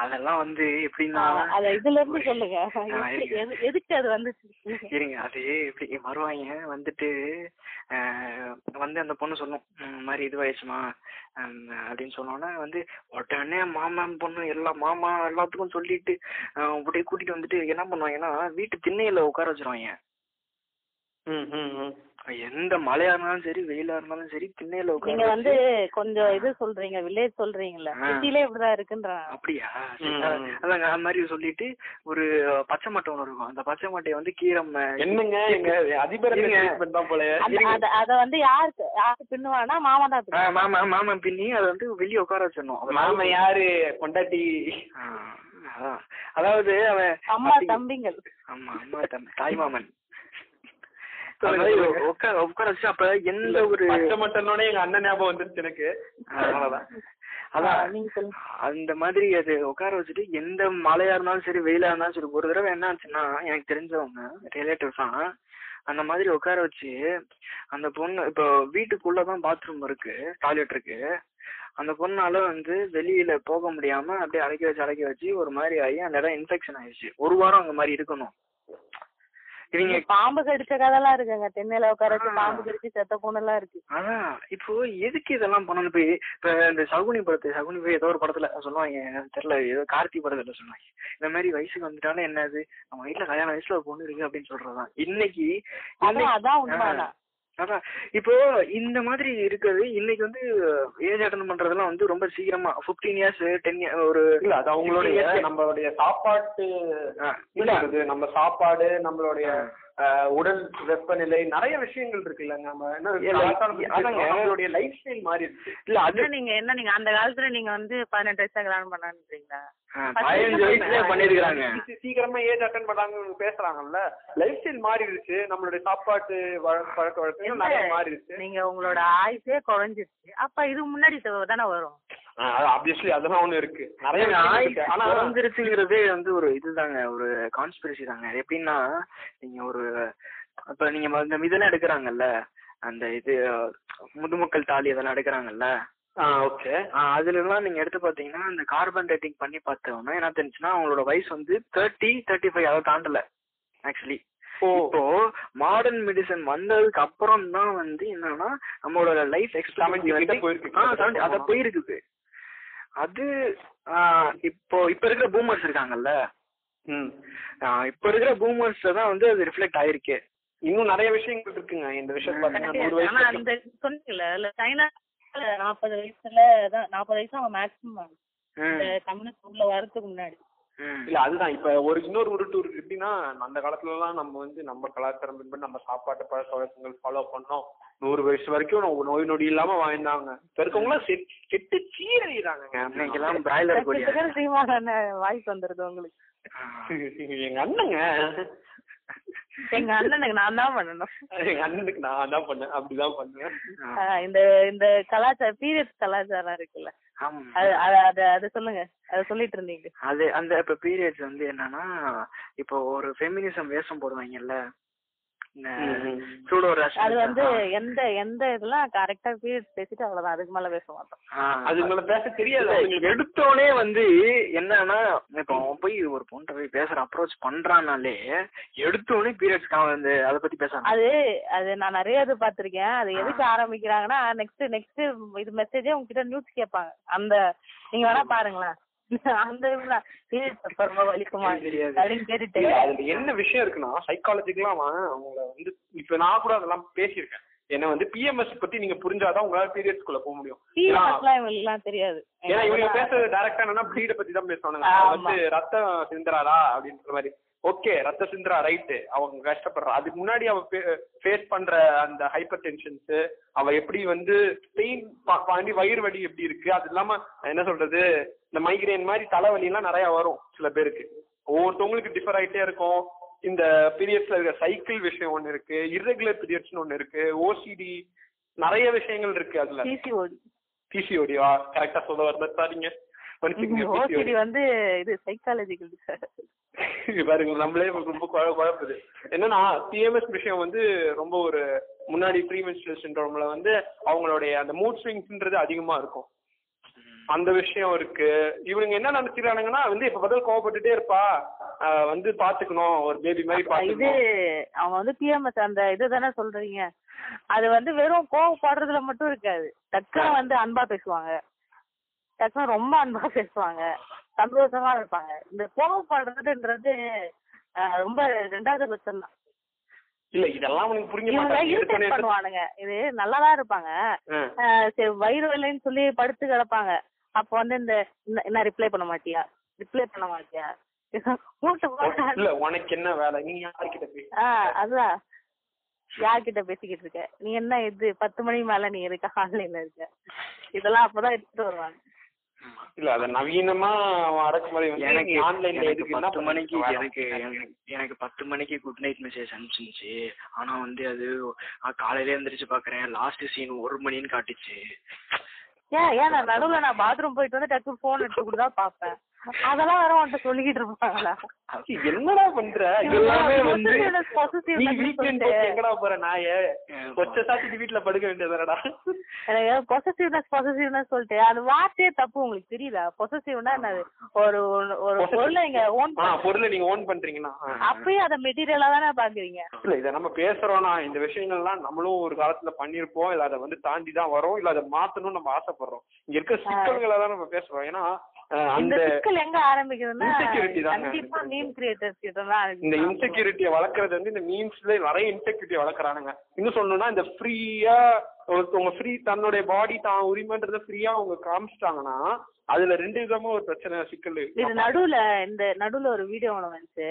S5: அதெல்லாம் வந்து எப்படின்னா
S4: ஆஹ் அத இதுல இருந்து சொல்லுங்க
S5: ஆஹ் இருக்கு.
S4: எது- எதுக்கு அது வந்துச்சு
S5: இருங்க அது எப்படி வருவாங்க வந்துட்டு ஆஹ் வந்து அந்த பொண்ணு சொல்லும் "ம், இந்த மாதிரி இதுவாயிடுச்சுமா ஹம், அப்படின்னு சொன்னோன்னே வந்து உடனே மாமன் பொண்ணு எல்லா மாமா எல்லாத்துக்கும் சொல்லிட்டு அஹ், அப்படியே கூட்டிட்டு வந்துட்டு என்ன பண்ணுவாங்கன்னா வீட்டு திண்ணையில உட்கார வச்சிருவாங்க
S3: ம் ம் ம்
S5: எந்த மழையா இருந்தாலும் சரி வெயிலா இருந்தாலும் சரி திண்ணையில உட்கார
S4: நீங்க வந்து
S5: வச்சு-
S4: கொஞ்சம் இது சொல்றீங்க வில்லேஜ் சொல்றீங்கல்ல
S5: ஆ.
S4: சிட்டிலே இப்படிதான் இருக்குன்றாங்க
S5: அப்படியா சரி,
S3: ம், ம்.
S5: அதாங்க அந்த மாதிரி சொல்லிட்டு ஒரு பச்சை மட்டை ஒண்ணு இருக்கும் அந்த பச்சை மட்டையை வந்து கீரம்ம
S3: என்னங்க எங்க அதிபர்
S5: இருங்க.
S3: தான் போல
S4: அந்த- அத அத வந்து யாருக்கு யாருக்கு பின்னுவானா மாமா தான்
S5: ஆ,
S4: பின்னுவான்.
S5: மாமா மாமா பின்னி அதை வந்து வெளியே உட்கார வச்சிடணும் அது
S3: மாமன் யாரு பொண்டாட்டி
S5: ஆ, அதான். அதாவது அவன்
S4: அம்மா
S5: அப்படி-
S4: தம்பிங்கள்
S5: ஆமா அம்மா தம்பி தாய் மாமன்
S3: சொல்லுங்க,
S5: அதாவது
S3: சொல்லுங்க.
S5: உட்கார உட்கார வச்சு அப்ப எந்த ஒரு
S3: பச்சை மட்டனோட எங்க அண்ணன் ஞாபகம் வந்துருச்சு எனக்கு
S5: ஆ,
S3: அதனாலதான்
S5: அதான்
S4: ஆ, நீங்க சொல்லுங்க
S5: அந்த மாதிரி அது உட்கார வச்சுட்டு எந்த மழையா இருந்தாலும் சரி வெயிலா இருந்தாலும் சரி ஒரு தடவை என்ன ஆச்சுன்னா எனக்கு தெரிஞ்சவங்க ரிலேட்டிவ்ஸ் தான் அந்த மாதிரி உட்கார வச்சு அந்த பொண்ணு இப்போ வீட்டுக்குள்ளதான் பாத்ரூம் இருக்கு டாய்லெட் இருக்கு அந்த பொண்ணால வந்து வெளியில போக முடியாம அப்படியே அடக்கி வச்சு அடக்கி வச்சு ஒரு மாதிரி ஆகி அந்த இடம் இன்ஃபெக்ஷன் ஆயிடுச்சு ஒரு வாரம் அந்த மாதிரி இருக்கணும் இவங்க
S4: பாம்பு கடிச்ச கதெல்லாம் இருக்குங்க தென்னையில உட்கார வச்சு
S5: ஆ.
S4: பாம்பு கடிச்சு செத்த பூனெல்லாம் இருக்கு
S5: அதான் இப்போ எதுக்கு இதெல்லாம் பண்ணணும் போய் இப்ப இந்த சகுனி படத்து சகுனி போய் ஏதோ ஒரு படத்துல சொல்லுவாங்க எனக்கு தெரியல ஏதோ கார்த்தி படத்துல சொன்னாங்க இந்த மாதிரி வயசுக்கு வந்துட்டாலும் என்னது நம்ம வீட்டுல கல்யாண வயசுல ஒரு பொண்ணு இருக்கு அப்படின்னு சொல்றதுதான் இன்னைக்கு
S4: அதான்
S5: இன்னைக்கு-
S4: அதான் உண்மைதான்
S5: அதான் இப்போ இந்த மாதிரி இருக்கிறது இன்னைக்கு வந்து ஏஜ் அட்டன் பண்றதெல்லாம் வந்து ரொம்ப சீக்கிரமா பிப்டீன் இயர்ஸ் டென் ஒரு
S3: இல்ல அது அவங்களுடைய நம்மளுடைய சாப்பாட்டு
S5: ஆ,
S3: இல்ல அது நம்ம சாப்பாடு நம்மளுடைய அஹ், உடல் வெப்பநிலை நிறைய விஷயங்கள் இருக்குல்ல நம்ம என்ன
S5: இல்ல,
S3: வயசான புதுசுல
S5: அதாங்க.
S3: நம்மளுடைய லைஃப் ஸ்டைல் மாறி இருக்கு
S5: இல்ல அது
S4: என்ன நீங்க என்ன நீங்க அந்த காலத்துல நீங்க வந்து பதினெட்டு வயசா கல்யாணம் பண்ணான்றீங்களா
S5: ஆ, பதினஞ்சு வயசுல பண்ணிருக்காங்க
S3: சீக்கிரமா ஏஜ் அட்டன் பண்றாங்க பேசுறாங்கல்ல லைஃப் ஸ்டைல் மாறிடுச்சு நம்மளுடைய சாப்பாட்டு வழ- பழக்க வழக்கங்கள் நிறைய மாறிடுச்சு
S4: நீங்க உங்களோட ஆயுசே குறைஞ்சிருச்சு அப்ப இது முன்னாடி த- தானே வரும்
S3: ஆப்வியஸ்லி அதெல்லாம் ஒண்ணு இருக்கு நிறைய
S5: ஏங்க,
S3: விஷயங்கள்
S5: ஆயுள்
S3: இருக்கு. ஆனா
S5: குறைஞ்சிருச்சுங்கிறதே வந்து ஒரு இதுதாங்க ஒரு கான்ஸ்பிரசி தாங்க எப்படின்னா நீங்க ஒரு இப்ப நீங்க ம- இந்த இதெல்லாம் எடுக்கிறாங்கல்ல அந்த இது முதுமக்கள் தாலி இதெல்லாம் எடுக்கிறாங்கல்ல
S3: ஓகே
S5: அதுல எல்லாம் நீங்க எடுத்து பாத்தீங்கன்னா இந்த கார்பன் டேட்டிங் பண்ணி பார்த்தோம்னா என்ன தெரிஞ்சுன்னா அவங்களோட வயசு வந்து தேர்ட்டி தேர்ட்டி ஃபைவ் அதை தாண்டல ஆக்சுவலி
S3: ஓ
S5: இப்போ மாடர்ன் மெடிசன் வந்ததுக்கு அப்புறம் தான் வந்து என்னன்னா நம்மளோட லைஃப்
S3: Seventy கிட்ட போயிருக்கு.
S5: எக்ஸ்பெக்டேஷன் அத போயிருக்குது அது ஆஹ் இப்போ இப்ப இருக்கிற பூமர்ஸ் இருக்காங்கல்ல
S3: ம்
S5: ஆஹ் இப்ப இருக்கிற பூமர்ஸ் தான் வந்து அது ரிஃப்ளெக்ட் ஆயிருக்கு
S3: இன்னும் நிறைய விஷயங்கள் இருக்குங்க இந்த விஷயம் பாத்தீங்கன்னா நூறு
S4: ஆனா
S3: வயசு
S4: அந்த சொன்னீங்கல்ல இல்ல சைனா நாற்பது வயசுல தான் நாற்பது வயசு அவன் மேக்சிமம்
S5: ம்,
S4: இந்த கம்யூனிஸ்ட் உள்ள வரதுக்கு முன்னாடி
S5: ம்.
S3: இல்ல அதுதான் இப்ப ஒரு இன்னொரு உருட்டு உரு- எப்படின்னா அந்த காலத்துல எல்லாம் நம்ம வந்து நம்ம கலாச்சாரம் பின்பற்றி நம்ம சாப்பாட்டு பழக்க வழக்கங்கள் ஃபாலோ பண்ணோம் நூறு வயசு வரைக்கும் நோ- நோய் நொடி இல்லாம வாழ்ந்தாங்க இப்ப இருக்கவங்க செட் கெட்டு
S5: இன்னைக்கு
S3: சீரழிறாங்க
S5: எல்லாம் பிராய்லர் கோழி
S4: சீக்கிரம் சீமான வாய்ப்பு வந்துருது உங்களுக்கு
S3: எங்க அண்ணங்க
S4: எங்க அண்ணனுக்கு நான் தான் பண்ணணும்
S3: எங்க அண்ணனுக்கு நான் தான் பண்ணேன் அப்படிதான் பண்ணேன்
S4: ஆஹ் இந்த இந்த கலாச்சாரம் பீரியட்ஸ் கலாச்சாரம் இருக்குல்ல அது
S5: ஆமா
S4: அது அது அது சொல்லுங்க அதை சொல்லிட்டு இருந்தீங்க
S5: அது அந்த இப்ப பீரியட்ஸ் வந்து என்னன்னா இப்போ ஒரு ஃபெமினிசம் வேஷம் போடுவாங்கல்ல இந்த சூடோ
S4: அது வந்து எந்த எந்த இதெல்லாம் கரெக்டா பீரியட்ஸ் பேசிட்டு அவ்வளவுதான் அதுக்கு மேல பேச மாட்டோம்
S3: அது உங்களை பேச தெரியாது அவங்களுக்கு.
S5: எடுத்தோடனே வந்து என்னன்னா இப்ப அவன் போய் ஒரு பொண்ணை போய் பேசுற அப்ரோச் பண்றானாலே எடுத்தோடனே பீரியட்ஸ் வந்து அதை பத்தி பேசுறான்
S4: அது அது நான் நிறைய இது பார்த்திருக்கேன் அது எதுக்கு ஆரம்பிக்கிறாங்கன்னா நெக்ஸ்ட் நெக்ஸ்ட் இது மெசேஜே உங்ககிட்ட நியூஸ் கேட்பாங்க அந்த நீங்க வேணா பாருங்களேன் அந்த இதுல பீரியட்ஸ் ரொம்ப வலிக்குமா
S5: தெரியாது.
S4: அப்படின்னு கேட்டுட்டு
S3: இல்ல, அதுல என்ன விஷயம் இருக்குன்னா சைக்காலஜிக்கலா அவன் அவங்கள வந்து இப்ப நான் கூட அதெல்லாம் பேசியிருக்கேன் ஏன்னா வந்து பிஎம்எஸ் பத்தி நீங்க புரிஞ்சாதான் உங்களால பீரியட்ஸ் குள்ள போக முடியும் ஏன்னா-
S4: பீரியட்ஸ் எல்லாம் இவங்களுக்கு எல்லாம் தெரியாது
S3: ஏன்னா இவங்க பேசுறது டைரக்டா என்னன்னா ப்ளீட பத்தி தான் பேசுவானுங்க அவன் வந்து ரத்தம் சிந்துறாரா அப்படின்ற மாதிரி ஓகே ரத்த சிந்துறா ரைட்டு அவங்க கஷ்டப்படுறா அதுக்கு முன்னாடி அவன் ஃபேஸ் பண்ற அந்த ஹைப்பர் டென்ஷன்ஸ் அவ எப்படி வந்து பெயின் பாண்டி வயிறு வலி எப்படி இருக்கு அது இல்லாம என்ன சொல்றது இந்த மைக்ரேன் மாதிரி தலைவலி எல்லாம் நிறைய வரும் சில பேருக்கு ஒவ்வொருத்தவங்களுக்கு டிஃபர் ஆயிட்டே இருக்கும் இந்த பீரியட்ஸ்ல இருக்கிற சைக்கிள் விஷயம் ஒண்ணு இருக்கு இர்ரெகுலர் பீரியட்ஸ்னு ஒண்ணு இருக்கு ஓசிடி நிறைய விஷயங்கள் இருக்கு அதுல
S4: பிசிஓடி
S3: பிசிஓடிவா கரெக்டா சொல்ல வரல சாரிங்க மன்னிச்சுக்கங்க
S4: ஓசிடி
S3: PCOD.
S4: வந்து இது சைக்காலஜிக்கல்
S3: பாருங்க நம்மளே ரொம்ப குழ- குழப்புது என்னன்னா பிஎம்எஸ் விஷயம் வந்து ரொம்ப ஒரு முன்னாடி ப்ரீமென்ஸ்ட்ரல் சிண்ட்ரோம்ல வந்து அவங்களுடைய அந்த மூட் ஸ்விங்ஸ்ன்றது அதிகமா இருக்கும் அந்த விஷயம் இருக்கு இவனுங்க என்ன நினைச்சுக்கிறானுங்கன்னா வந்து இப்ப பதில் கோவப்பட்டுட்டே இருப்பா ஆஹ் வந்து பாத்துக்கணும் ஒரு பேபி மாதிரி
S4: இது
S3: பாத்துக்கணும்
S4: அவன் வந்து பிஎம்எஸ் அந்த இது தானே சொல்றீங்க அது வந்து வெறும் கோவப்படுறதுல மட்டும் இருக்காது டக்குனு வந்து அன்பா பேசுவாங்க டக்குனு ரொம்ப அன்பா பேசுவாங்க சந்தோஷமா இருப்பாங்க இந்த கோவப்படுறதுன்றது அஹ், ரொம்ப ரெண்டாவது பட்சம் தான்
S3: இல்ல இதெல்லாம் உனக்கு புரிஞ்ச
S4: இவங்க
S3: மாட்டாங்க
S4: irritate
S3: ஏற்கனவே-
S4: பண்ணுவானுங்க இது நல்லாதான் இருப்பாங்க
S3: ஆ.
S4: அஹ், சரி வயிறு வலின்னு சொல்லி படுத்து கிடப்பாங்க அப்ப வந்து இந்த இந்த- என்ன ரிப்ளை பண்ண மாட்டியா ரிப்ளை பண்ண மாட்டியா மூட்டை போட்டா
S3: இல்ல உனக்கு என்ன வேலை நீ யார்கிட்ட பேச
S4: ஆ அதான் யார்கிட்ட பேசிக்கிட்டு இருக்க நீ என்ன இது பத்து மணி மேல நீ இருக்க ஆன்லைன்ல இருக்க இதெல்லாம் அப்பதான் எடுத்துட்டு வருவாங்க
S3: இல்ல அத நவீனமா அவன் அடக்குமுறை வந்து
S5: எனக்கு
S3: ஆன்லைன்ல
S5: எனக்கு
S3: எதுக்கு என்ன
S5: பத்து மணிக்கு
S3: பண்ணிட்டு
S5: எனக்கு
S3: வரான்?
S5: எனக்கு- எனக்கு பத்து மணிக்கு குட் நைட் மெசேஜ் அனுப்பிச்சிருந்துச்சு ஆனா வந்து அது நான் காலையில எந்திரிச்சு பாக்குறேன் லாஸ்ட் சீன் ஒரு மணின்னு காட்டுச்சு
S4: ஏன் ஏன் நான் நடுவுல நான் பாத்ரூம் போயிட்டு வந்து டக்கு போன் எடுத்து கூட பாப்பேன் அதெல்லாம் வேற உன்கிட்ட சொல்லிக்கிட்டு இருப்பாங்களா
S3: அது என்னடா பண்ற எல்லாமே வந்து
S4: Possessiveness,
S3: நீ
S4: possessiveness
S3: வீக்கெண்ட்
S4: சொல்லிட்டு.
S3: எங்கடா போற நாயே கொச்ச சாத்திட்டு வீட்டுல படுக்க வேண்டியதுதானடா
S4: எனக்கு பொசசிவ்னஸ் பொசசிவ்னஸ் சொல்லிட்டு அது வார்த்தையே தப்பு உங்களுக்கு தெரியல பொசசிவ்னா என்னது ஒரு ஒரு- ஒரு பொருளை நீங்க ஓன்
S3: ஆ பொருளை நீங்க ஓன் பண்றீங்கன்னா ஆ.
S4: அப்பயே அதை மெட்டீரியலா தானே பாக்குறீங்க
S3: இல்ல இத நம்ம பேசுறோம்னா இந்த விஷயங்கள்லாம் நம்மளும் ஒரு காலத்துல பண்ணிருப்போம் இல்ல அதை வந்து தாண்டி தான் வரோம் இல்ல அதை மாத்தணும்னு நம்ம ஆசைப்படுறோம் இங்க இருக்க சிக்கல்களை தான் நம்ம பேசுறோம் ஏன்னா அஹ்,
S4: இந்த
S3: அந்த
S4: சிக்கல் எங்க ஆரம்பிக்குதுன்னா
S3: Insecurity தாங்க.
S4: கண்டிப்பா மீம் கிரியேட்டர்ஸ் கிட்ட தான்
S3: இந்த
S4: ஆரம்பிக்குது.
S3: இன்செக்யூரிட்டியை வளர்க்கறது வந்து இந்த மீம்ஸ்ல நிறைய இன்செக்யூரிட்டியை வளர்க்குறானுங்க இன்னும் சொல்லணும்னா இந்த ஃப்ரீயா ஒருத்தவங்க ஃப்ரீ தன்னுடைய பாடி தான் உரிமைன்றத ஃப்ரீயா அவங்க காமிச்சிட்டாங்கன்னா அதுல ரெண்டு விதமா ஒரு பிரச்சனை சிக்கல்
S4: இது நடுவுல இந்த நடுவுல ஒரு வீடியோ ஒண்ணு வந்துச்சு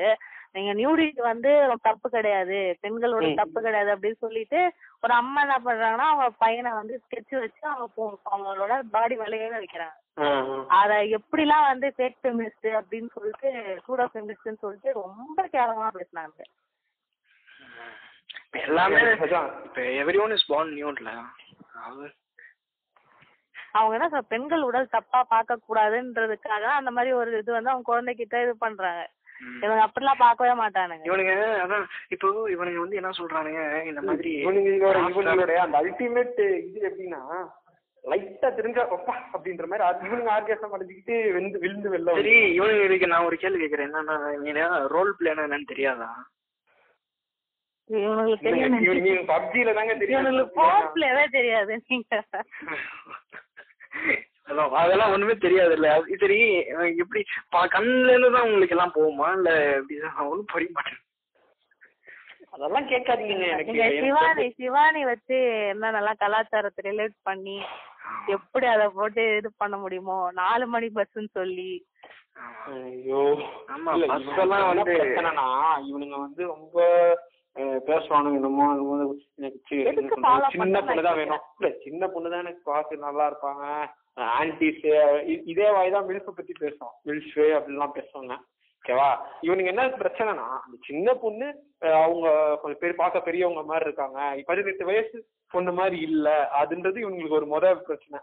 S4: நீங்க நியூடிட் வந்து தப்பு கிடையாது பெண்களோட
S3: ம்.
S4: தப்பு கிடையாது அப்படின்னு சொல்லிட்டு ஒரு அம்மா என்ன பண்றாங்கன்னா அவங்க பையனை வந்து ஸ்கெட்ச் வச்சு அவங்க போ- அவங்களோட பாடி வலையில வைக்கிறாங்க அத எப்படிலாம் வந்து ஃபேக் ஃபெமினிஸ்ட் அப்படின்னு சொல்லிட்டு சூடோ ஃபெமினிஸ்ட்னு சொல்லிட்டு ரொம்ப கேவலமா பேசினாங்க
S5: இப்ப எல்லாமே
S3: அதான்.
S5: இப்ப எவ்ரி ஒன் இஸ் பார்ன் நியூட்ல அவர்
S4: அவங்க என்ன சொல்ற- பெண்கள் உடல் தப்பா பார்க்க கூடாதுன்றதுக்காக அந்த மாதிரி ஒரு இது வந்து அவங்க குழந்தைகிட்ட இது பண்றாங்க
S5: ம்.
S4: இவங்க அப்படிலாம் பார்க்கவே மாட்டானுங்க
S5: இவனுங்க அதான் இப்போ இவனுங்க வந்து என்ன சொல்றானுங்க இந்த மாதிரி
S3: இவனுங்க இதோட- இவனுங்களுடைய அந்த அல்டிமேட் இது எப்படின்னா லைட்டா தெரிஞ்சா அப்பா அப்படின்ற மாதிரி அது இவனுங்க ஆர்கேசம் அடைஞ்சுக்கிட்டு விழுந்து விழுந்து வெளில
S5: சரி
S3: வந்து-
S5: இவனுங்க இதுக்கு நான் ஒரு கேள்வி கேக்குறேன் என்னன்னா நீனா ரோல் பிளேனா என்னன்னு தெரியாதா
S4: இவங்களுக்கு
S3: இவனுங்க-
S4: தெரியும்
S3: இவனுங்க பப்ஜில தாங்க தெரியும்
S4: இவங்களுக்கு போன் பிளேவே தெரியாது நீங்க
S5: அதான், அதெல்லாம் ஒண்ணுமே தெரியாது இல்ல சரி அஹ் எப்படி பா- கண்ணுல இருந்து தான் உங்களுக்கு எல்லாம் போகுமா இல்ல எப்படிதான் ஒண்ணும் புரிய மாட்டேன்
S3: அதெல்லாம் கேட்காதீங்க
S4: நீங்க
S3: எனக்கு
S4: சிவானி சிவானி வச்சு என்ன நல்லா கலாச்சாரத்தை ரிலேட் பண்ணி எப்படி அதை போட்டு இது பண்ண முடியுமோ நாலு மணி பஸ்ன்னு சொல்லி
S3: ஐயோ
S5: ஆமா,
S3: இல்ல,
S5: bus
S3: இவனுக்கு
S5: எல்லாம்
S3: என்ன
S5: வந்து-
S3: பிரச்சனைனா, இவனுங்க வந்து ரொம்ப அஹ், பேசுவானுங்க என்னமோ அது வந்து எனக்கு சி-
S4: எதுக்கு
S3: என்ன சொல்றது,
S4: follow
S3: சின்ன
S4: பண்ணணும்
S3: பொண்ணுதான்
S4: நான்
S3: வேணும் இல்ல சின்ன பொண்ணுதான் எனக்கு பார்த்து நல்லா இருப்பாங்க ஆன்டிஸ் இதே வாய்தான் மில்ஃப பத்தி பேசுவோம் மில்ஃப் அப்படிலாம் பேசுவாங்க ஓகேவா இவனுக்கு என்ன பிரச்சனைனா அந்த சின்ன பொண்ணு அஹ், அவங்க கொஞ்சம் பேர் பார்க்க பெரியவங்க மாதிரி இருக்காங்க பதினெட்டு வயசு பொண்ணு மாதிரி இல்ல அதுன்றது இவங்களுக்கு ஒரு முத பிரச்சனை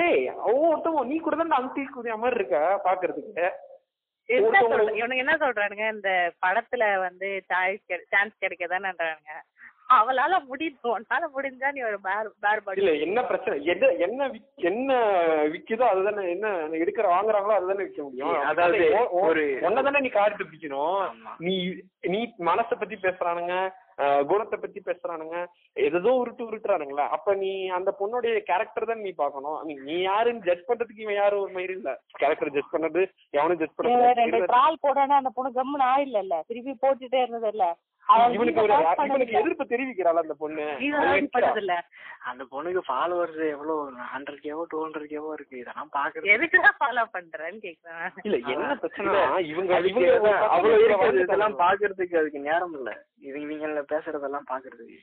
S3: டேய் ஒவ்வொருத்தவங்க நீ கூட தான் அங்கி கூடிய மாதிரி இருக்க பாக்குறதுக்கு
S4: என்ன
S3: ஒருத்தவங்க-
S4: சொல்ற இவனுங்க என்ன சொல்றானுங்க இந்த படத்துல வந்து சாய்ஸ் சான்ஸ் கிடைக்கதான்ன்றானுங்க அவளால முடியும் உன்னால முடிஞ்சா நீ ஒரு பேர் பேர் பாடி
S3: இல்ல என்ன பிரச்சனை எது என்ன விக்- என்ன விக்குதோ அதுதானே என்ன எடுக்கிற வாங்குறாங்களோ அதுதானே விக்க முடியும்
S5: அதாவது ஒரு-
S3: ஒன்னதானே நீ காரி பிடிக்கணும்
S5: ஆமா.
S3: நீ நீ மனசை பத்தி பேசுறானுங்க அஹ், குணத்தை பத்தி பேசுறானுங்க எதோ உருட்டு உருட்டுறானுங்களா அப்ப நீ அந்த பொண்ணுடைய கேரக்டர் தான் நீ பார்க்கணும் I mean, நீ யாருன்னு ஜட்ஜ் பண்றதுக்கு இவன் யாரும் ஒரு மாதிரி இல்ல கேரக்டர் ஜட்ஜ் பண்றது எவனும் ஜட்ஜ்
S4: ரெண்டு
S3: பண்றது
S4: ட்ரால் போடானே அந்த பொண்ணு கம்முன்னு ஆயில்ல இல்ல திருப்பி போட்டுட்டே இருந்தது இல்ல
S3: இவனுக்கு ஒரு இவனுக்கு எதிர்ப்பு தெரிவிக்கிறாள் அந்த பொண்ணு அவன் நிக்கிறா.
S4: பண்ணது இல்ல
S5: அந்த பொண்ணுக்கு ஃபாலோவர்ஸ் எவ்வளவு ஹண்ட்ரட் கேவோ டூ ஹண்ட்ரட் கேவோ இருக்கு இதெல்லாம் பாக்குறது
S4: எதுக்குதான் ஃபாலோ பண்றேன்னு கேக்குறேன்
S3: இல்ல என்ன பிரச்சனை இவங்க
S5: அதுக்கு
S3: இவங்க
S5: அதான், அவ்வளவு
S3: இவங்க
S5: இருக்குது இதெல்லாம்
S3: வாழ்ந்துட்டாங்க.
S5: பாக்குறதுக்கு அதுக்கு நேரம் இல்ல இது இவங்கள பேசுறதெல்லாம் பாக்குறதுக்கு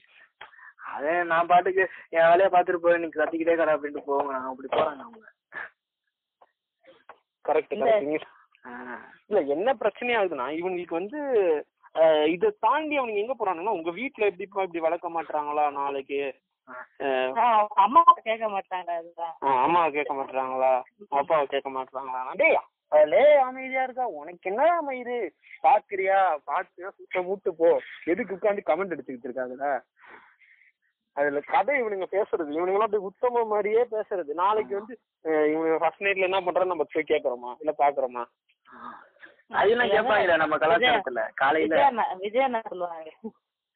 S5: அதே நான் பாட்டுக்கு என் வேலையை பாத்துட்டு போய் நீ கத்திக்கிட்டே கடை அப்படின்ட்டு போவாங்க அப்படி போறாங்க அவங்க
S3: கரெக்ட்
S4: இந்த-
S3: கரெக்ட் நீங்க
S5: ஆஹ்
S3: இல்ல என்ன பிரச்சனையா இருக்குன்னா இவங்களுக்கு வந்து அஹ், இத தாண்டி அவனுங்க எங்க போறானுங்கன்னா உங்க வீட்ல எப்படிப்பா இப்படி வளர்க்க மாட்டாங்களா நாளைக்கு அஹ்,
S4: அம்மா கேட்க மாட்டாங்க அதுதான்
S3: அஹ், அம்மாவை கேட்க மாட்டாங்களா அப்பாவை கேட்க மாட்டாங்களா டேய் அவளே அமைதியா இருக்கா உனக்கு என்ன அமைதி பாக்குறியா பாத்துயா சுத்த மூட்டு போ எதுக்கு உட்காந்து கமெண்ட் அடிச்சுக்கிட்டு இருக்காங்கல்ல அதுல கதை இவனுங்க பேசுறது இவனுங்க அப்படி உத்தம மாதிரியே பேசுறது நாளைக்கு வந்து அஹ், இவனுங்க ஃபர்ஸ்ட் நைட்ல என்ன பண்றோம்னு நம்ம போய் கேக்குறோமா இல்ல பாக்குறோமா
S5: அதெல்லாம் கேட்பாங்களே நம்ம கலாச்சாரத்துல காலையில
S4: விஜய் அண்ணா- விஜய் அண்ணா சொல்லுவாங்க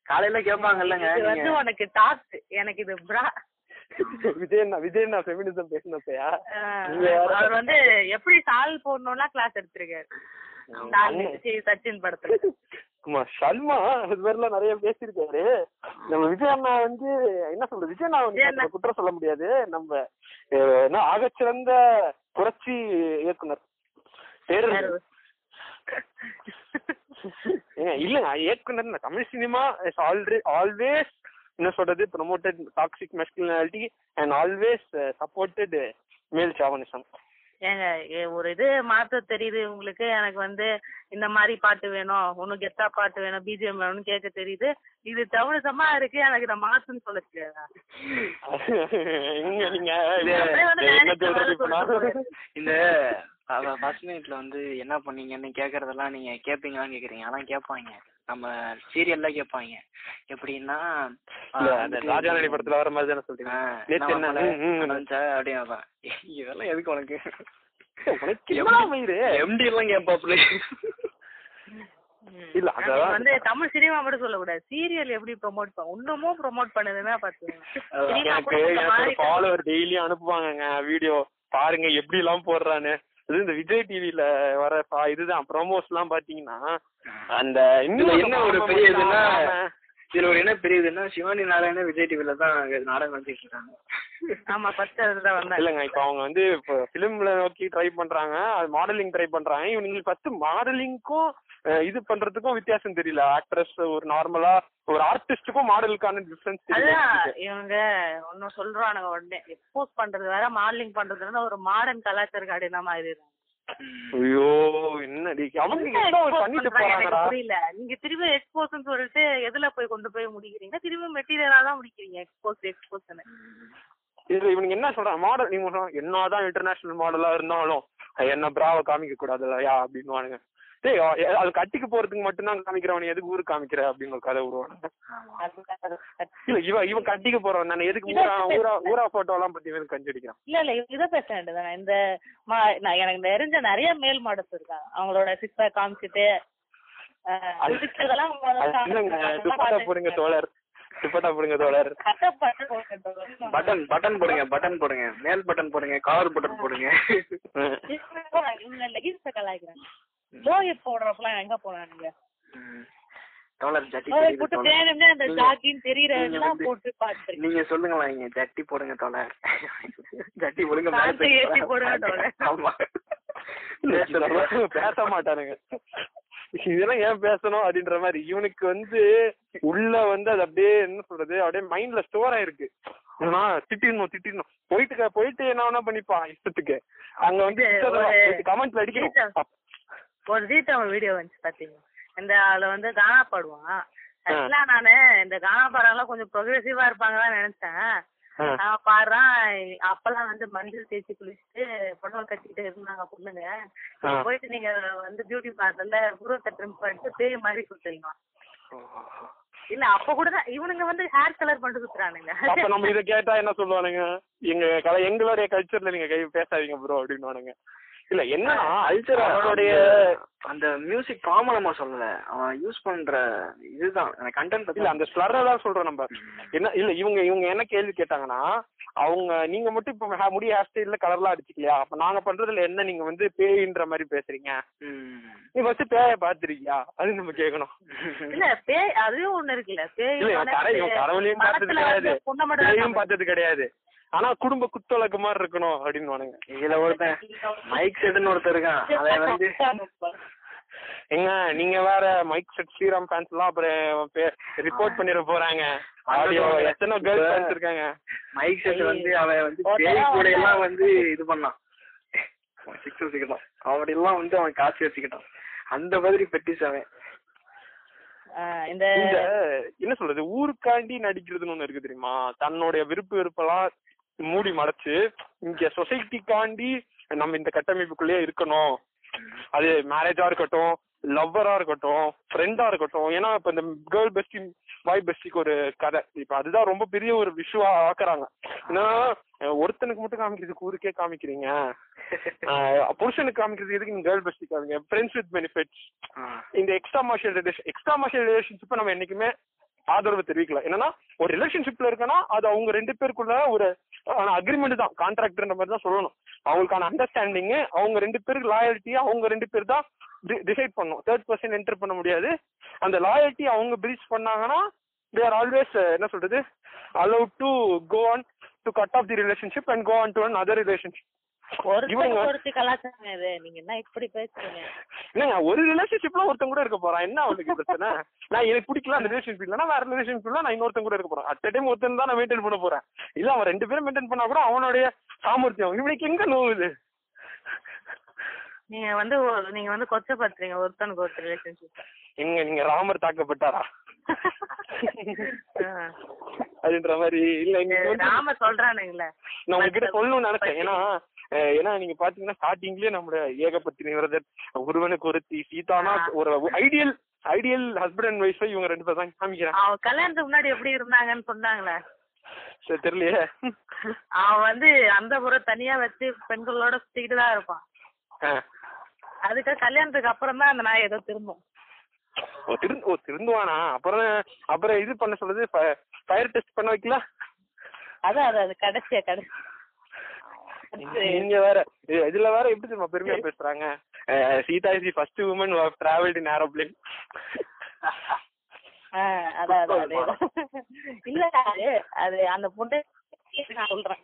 S5: காலையில கேட்பாங்க இல்லங்க
S4: இது வந்து உனக்கு டாஸ்க் எனக்கு இது bra
S3: விஜயண்ணா விஜயண்ணா ஃபெமினிசம் பேசினப்பயா
S4: அஹ்,
S3: நீங்க யாரு?
S4: அவர் வந்து எப்படி சால் போடணும்லாம் கிளாஸ் எடுத்திருக்காரு சால் வச்சு சச்சின் படத்துல
S3: ஆமா சல்மா அது மாதிரிலாம் நிறைய பேசியிருக்காரு நம்ம விஜய் அண்ணா வந்து என்ன சொல்றது விஜய் அண்ணா
S4: விஜய் அண்ணா.
S3: வந்து குற்றம் சொல்ல முடியாது நம்ம அஹ், என்ன ஆகச்சிறந்த புரட்சி இயக்குனர் பேரு ஏங்க, இல்லங்க இயக்குனர் Tamil cinema is already always என்ன சொல்றது promoted toxic masculinity and always supported male chauvinism
S4: ஏங்க ஏ- ஒரு இது மாத்த தெரியுது உங்களுக்கு எனக்கு வந்து இந்த மாதிரி பாட்டு வேணும் ஒன்னும் கெத்தா பாட்டு வேணும் பிஜிஎம் வேணும்னு கேட்க தெரியுது இது தவறுதமா இருக்கு எனக்கு இதை மாத்துன்னு சொல்ல தெரியாதா
S3: எங்க நீங்க
S4: இது அப்படியே வந்து
S3: என்ன
S4: direct ஆ
S3: சொல்றது இப்ப நான்?
S4: சொல்றது.
S5: இந்த ஃபர்ஸ்ட் நைட்ல வந்து என்ன பண்ணீங்கன்னு கேக்குறதெல்லாம் நீங்க கேப்பீங்களான்னு கேக்குறீங்க ஆனா கேட்பாங்க நம்ம சீரியல்ல கேட்பாங்க எப்படின்னா
S3: இல்ல, அந்த ராஜாராணி படத்துல வர மாதிரி தானே சொல்றீங்க நேத்து என்ன ம், ம், ம்.
S5: அப்படின்னா இதெல்லாம் எதுக்கு உனக்கு
S3: உனக்கு என்னடா மயிரு?
S5: எம்டி எல்லாம் கேப்பாப்ல
S3: இல்ல,
S4: அது
S3: அதான்
S4: வந்து தமிழ் சினிமா மட்டும் சொல்லக்கூடாது சீரியல் எப்படி ப்ரோமோட் பண்ண இன்னமும் ப்ரோமோட் பண்ணுதுன்னா
S3: எனக்கு எனக்கு
S4: பாத்துக்கோங்க
S3: ஃபாலோவர் டெய்லி அனுப்புவாங்கங்க வீடியோ பாருங்க எப்படி எல்லாம் போடுறான்னு அது இந்த விஜய் டிவில வர பா- இதுதான் ப்ரோமோஸ் எல்லாம் பாத்தீங்கன்னா அந்த இன்னும்
S5: என்ன ஒரு பெரிய இதுன்னா இதுல ஒரு என்ன பெரிய இதுன்னா சிவானி நாராயண விஜய் டிவில தான் நாடகம் நடத்திட்டு இருக்காங்க
S4: ஆமா ஃபர்ஸ்ட் அதுதான் வந்தாங்க
S3: இல்லங்க இப்ப அவங்க வந்து இப்ப பிலிம்ல நோக்கி ட்ரை பண்றாங்க அது மாடலிங் ட்ரை பண்றாங்க இவங்களுக்கு ஃபர்ஸ்ட் மாடலிங்க்கும் இது பண்றதுக்கும் வித்தியாசம் தெரியல ஆக்ட்ரஸ் ஒரு நார்மலா ஒரு ஆர்டிஸ்டுக்கும் மாடலுக்கான டிஃபரன்ஸ் தெரியல
S4: அதான் இவங்க ஒன்னும் சொல்றானுங்க உடனே எக்ஸ்போஸ் பண்றது வேற மாடலிங் பண்றது வேற ஒரு மாடர்ன் கலாச்சார கடினமா மாறிடுறாங்க
S3: ஐயோ என்னடி அவங்க
S4: என்ன
S3: ஏதோ
S4: expose
S3: பண்ணிட்டு
S4: பண்றாங்க எனக்கு
S3: போறாங்கடா
S4: புரியல நீங்க திரும்ப எக்ஸ்போஸ் சொல்லிட்டு எதுல போய் கொண்டு போய் முடிக்கிறீங்க திரும்ப மெட்டீரியலா தான் முடிக்கிறீங்க எக்ஸ்போஸ் எக்ஸ்போஸ்
S3: இது இவனுக்கு என்ன சொல்றான் மாடல் நீங்க சொல்றான் என்னதான் இன்டர்நேஷனல் மாடலா இருந்தாலும் அது என்ன பிராவை காமிக்க கூடாதுல்ல யா அப்படின்னுவானுங்க டேய் அ- எ- அது கட்டிக்கு போறதுக்கு மட்டும்தான் காமிக்கிறவன் எதுக்கு ஊருக்கு காமிக்கிற அப்படின்னு ஒரு கதை உருவானுங்க இல்ல இவன் இவன் கட்டிக்கு போறவன் நான் எதுக்கு ஊரா ஊரா ஊரா போட்டோ எல்லாம் பத்தி இவன் கஞ்சடிக்கிறான்
S4: இல்ல இல்ல இதை பேச வேண்டியதுதானே இந்த மா நான் எனக்கு தெரிஞ்ச நிறைய மேல் மாடல்ஸ் இருக்காங்க அவங்களோட சிக்ஸ் பேக் காமிச்சிட்டு அஹ்,
S3: அது-
S4: இருக்கிறதெல்லாம் முதல்ல
S3: அது என்னங்க துப்பட்டா போடுங்க தோழர் துப்பட்டா போடுங்க தோழர்
S4: கட்டை பட்டு போட்டுட்டு
S5: பட்டன் பட்டன் போடுங்க பட்டன் போடுங்க மேல் பட்டன் போடுங்க காலர் பட்டன் போடுங்க
S3: ம்.
S4: இவங்க லெகின்ஸ் கலாய்க்கிறாங்க லோயி போடுறப்பெல்லாம் எங்க போனானுங்க
S5: டோலர் ஜட்டி
S4: லோயி
S5: தெரியுது
S4: போட்டு
S5: தோழர்.
S4: வேணும்னே அந்த
S5: நீங்க-
S4: ஜாக்கின்னு தெரியறதெல்லாம்
S5: வந்து-
S4: போட்டு பாத்துருக்கேன்
S5: நீங்க சொல்லுங்களா நீங்க ஜட்டி போடுங்க தோழர் ஜட்டி போடுங்க மேல
S4: பேண்ட் ஏத்தி போடுங்க தோழர்.
S5: ஆமா
S3: இல்ல, இதெல்லாம் பேச மாட்டானுங்க இதெல்லாம் ஏன் பேசணும் அப்படின்ற மாதிரி இவனுக்கு வந்து உள்ள வந்து அது அப்படியே என்ன சொல்றது அப்படியே மைண்ட்ல ஸ்டோர் ஆயிருக்கு ஆனா திட்டிடணும் திட்டிடணும் போயிட்டு க- போயிட்டு என்ன வேணா பண்ணிப்பான் இஷ்டத்துக்கு அங்க வந்து
S4: இது ஒரு-
S3: கமெண்ட்ல அடிக்கணும்
S4: இது- ஒரு ஜி தமிழ் வீடியோ வந்துச்சு பாத்தீங்க இந்த ஆளு வந்து கானா பாடுவான் ஆக்சுவலா நானு இந்த கானா பாடுறவங்க கொஞ்சம் ப்ரொக்ரெசிவா இருப்பாங்கன்னு நினைச்சேன்
S3: ஆ.
S4: அவன் பாடுறான் அப்பெல்லாம் வந்து மஞ்சள் தேய்ச்சி குளிச்சுட்டு புடவை கட்டிக்கிட்டு இருந்தாங்க பொண்ணுங்க
S3: ஆ.
S4: போயிட்டு நீங்க வந்து பியூட்டி பார்லர்ல புருவத்தை ட்ரிம் பண்ணிட்டு பேய் மாதிரி சுத்துறீங்க இல்ல அப்ப கூட தான் இவனுங்க வந்து ஹேர் கலர் பண்ணிட்டு சுத்துறானுங்க
S3: அப்ப நம்ம இத கேட்டா என்ன சொல்லுவானுங்க எங்க கலை எங்களுடைய கல்ச்சர்ல நீங்க கை பேசாதீங்க ப்ரோ அப்படின்னுவானுங்க இல்ல என்னன்னா
S5: கல்ச்சர்
S3: அவனுடைய
S5: அவனுடைய அந்த மியூசிக் ஃபார்ம நம்ம சொல்லல அவன் யூஸ் பண்ற இதுதான் அந்த கண்டென்ட்
S3: இல்ல அந்த ஸ்லர்ரை தான் சொல்றோம் நம்ம என்ன இல்ல இவங்க இவங்க என்ன கேள்வி கேட்டாங்கன்னா அவங்க நீங்க மட்டும் இப்ப ha- முடி ஹேர் ஸ்டைல்ல கலர்லாம் அடிச்சுக்கலையா அப்ப நாங்க பண்றதுல என்ன நீங்க வந்து பேயின்ற மாதிரி பேசுறீங்க நீ ஃபர்ஸ்ட் பேய பாத்திருக்கியா அது நம்ம கேட்கணும்
S4: இல்ல பேய் அதுவும் ஒண்ணு இருக்குல்ல
S3: இல்ல
S4: பேய்
S3: இவன் கடை இவன் கடவுளையும் பார்த்தது
S4: படத்துல
S3: கிடையாது
S4: வந்து பொண்ணை மட்டும் தான்
S3: பேயும் பார்த்தது கிடையாது ஆனா குடும்ப குத்தொழக்கு மாதிரி இருக்கணும் அப்படின்னு வானுங்க
S5: இதுல ஒருத்தன் மைக் செட்னு ஒருத்தன் இருக்கான் அதை வந்து
S3: எங்க நீங்க வேற மைக் செட் ஸ்ரீராம் ஃபேன்ஸ் எல்லாம் அப்புறம் ரிப்போர்ட் பண்ணிட போறாங்க ஆடியோ எத்தனை கேர்ள் ஃபேன்ஸ் இருக்காங்க
S5: மைக் செட் வந்து அவன் வந்து பேய் கூட எல்லாம் வந்து இது பண்ணான் சிக்ஸ் வச்சுக்கிட்டான் அவன் எல்லாம் வந்து அவன் காசு வச்சுக்கிட்டான் அந்த மாதிரி பெட்டிஸ் அவன்
S4: ஆ, இந்த
S3: இந்த என்ன சொல்றது ஊருக்காண்டி நடிக்கிறதுன்னு ஒண்ணு இருக்கு தெரியுமா தன்னுடைய விருப்பு வெறுப்பெல்லாம் மூடி மறைச்சு இங்க சொசைட்டிக்காண்டி நம்ம இந்த கட்டமைப்புக்குள்ளேயே இருக்கணும் அது மேரேஜா இருக்கட்டும் லவ்வரா இருக்கட்டும் ஃப்ரெண்டா இருக்கட்டும் ஏன்னா இப்ப இந்த கேர்ள் பெஸ்டி பாய் பெஸ்டிக்கு ஒரு கதை இப்ப அதுதான் ரொம்ப பெரிய ஒரு விஷுவா ஆக்குறாங்க ஏன்னா அஹ், ஒருத்தனுக்கு மட்டும் காமிக்கிறதுக்கு ஊருக்கே காமிக்கிறீங்க அஹ், புருஷனுக்கு காமிக்கிறது எதுக்கு நீங்க கேர்ள் பெஸ்டி காமிங்க ஃப்ரெண்ட்ஸ் வித் பெனிஃபிட்ஸ்
S5: ஆ.
S3: இந்த extra marital relation extra marital ரிலேஷன்ஷிப்பை நம்ம என்னைக்குமே ஆதரவு தெரிவிக்கலாம் என்னன்னா ஒரு ரிலேஷன்ஷிப்ல இருக்கனா அது அவங்க ரெண்டு பேருக்குள்ள ஒரு அக்ரிமெண்ட் தான் கான்ட்ராக்ட்ன்ற மாதிரி தான் சொல்லணும் அவங்களுக்கான அண்டர்ஸ்டாண்டிங் அவங்க ரெண்டு பேருக்கு லாயல்ட்டி அவங்க ரெண்டு பேர் தான் டிசைட் பண்ணும் தேர்ட் பர்சன் என்டர் பண்ண முடியாது அந்த லாயல்ட்டி அவங்க பிரீச் பண்ணாங்கன்னா தே ஆர் ஆல்வேஸ் என்ன சொல்றது allowed to go on to cut off the relationship and go on to another relationship
S4: ஒருத்தருக்கு ஒருத்தி கலாச்சாரம் இது நீங்க என்ன இப்படி பேசுறீங்க
S3: இல்லைங்க ஒரு ரிலேஷன்ஷிப்ல ஒருத்தன் கூட இருக்க போறான் என்ன அவளுக்கு பிரச்சனை நான் எனக்கு பிடிக்கல அந்த ரிலேஷன்ஷிப் இல்லைன்னா வேற ரிலேஷன்ஷிப்ல நான் இன்னொருத்தன் கூட இருக்க போறேன் அட் டைம் ஒருத்தன் தான் நான் மெயின்டைன் பண்ண போறேன் இல்ல அவன் ரெண்டு பேரும் மெயின்டைன் பண்ணா கூட அவனுடைய சாமர்த்தியம் இவனுக்கு எங்க நோவுது
S4: நீங்க வந்து ஒரு- நீங்க வந்து கொச்சப்படுத்துறீங்க ஒருத்தனுக்கு ஒரு ரிலேஷன்ஷிப்
S3: எங்க நீங்க ராமர் தாக்கப்பட்டாரா அப்படின்ற மாதிரி இல்ல இங்க வந்து
S4: நாம சொல்றானுங்களே
S3: நான் உங்ககிட்ட சொல்லணும்னு நினைச்சேன் ஏன்னா அஹ், ஏன்னா நீங்க பாத்தீங்கன்னா ஸ்டார்டிங்லயே நம்மளுடைய ஏகபத்தினி விரதர் ஒருவனுக்கு ஒருத்தி சீதானா ஒரு ideal ideal husband and wife இவங்க ரெண்டு பேரும் தான் காமிக்கிறேன்
S4: அவன் கல்யாணத்துக்கு முன்னாடி எப்படி இருந்தாங்கன்னு சொன்னாங்களே
S3: சரி தெரியலையே
S4: அவன் வந்து அந்த புறம் தனியா வச்சு பெண்களோட சுத்திக்கிட்டு தான் இருப்பான்
S3: அஹ்.
S4: அதுக்கு கல்யாணத்துக்கு அப்புறம் தான் அந்த நாய் ஏதோ திரும்பும்
S3: ஓ திருந்து ஓ திருந்துவானா அப்புறம் அப்புறம் இது பண்ண சொல்றது ஃபயர் டெஸ்ட் பண்ண வைக்கல
S4: அதான் அது அது கடைசியா கடைசி
S3: நீங்க வேற இது- இதுல வேற எப்படி தெரியுமா பெருமையா பேசுறாங்க அஹ், Sita is the first woman who have traveled in aeroplane
S4: ஆ, அதான் அதான் அதேதான். இல்ல அது அது அந்த பொண்ணு நான் சொல்றேன்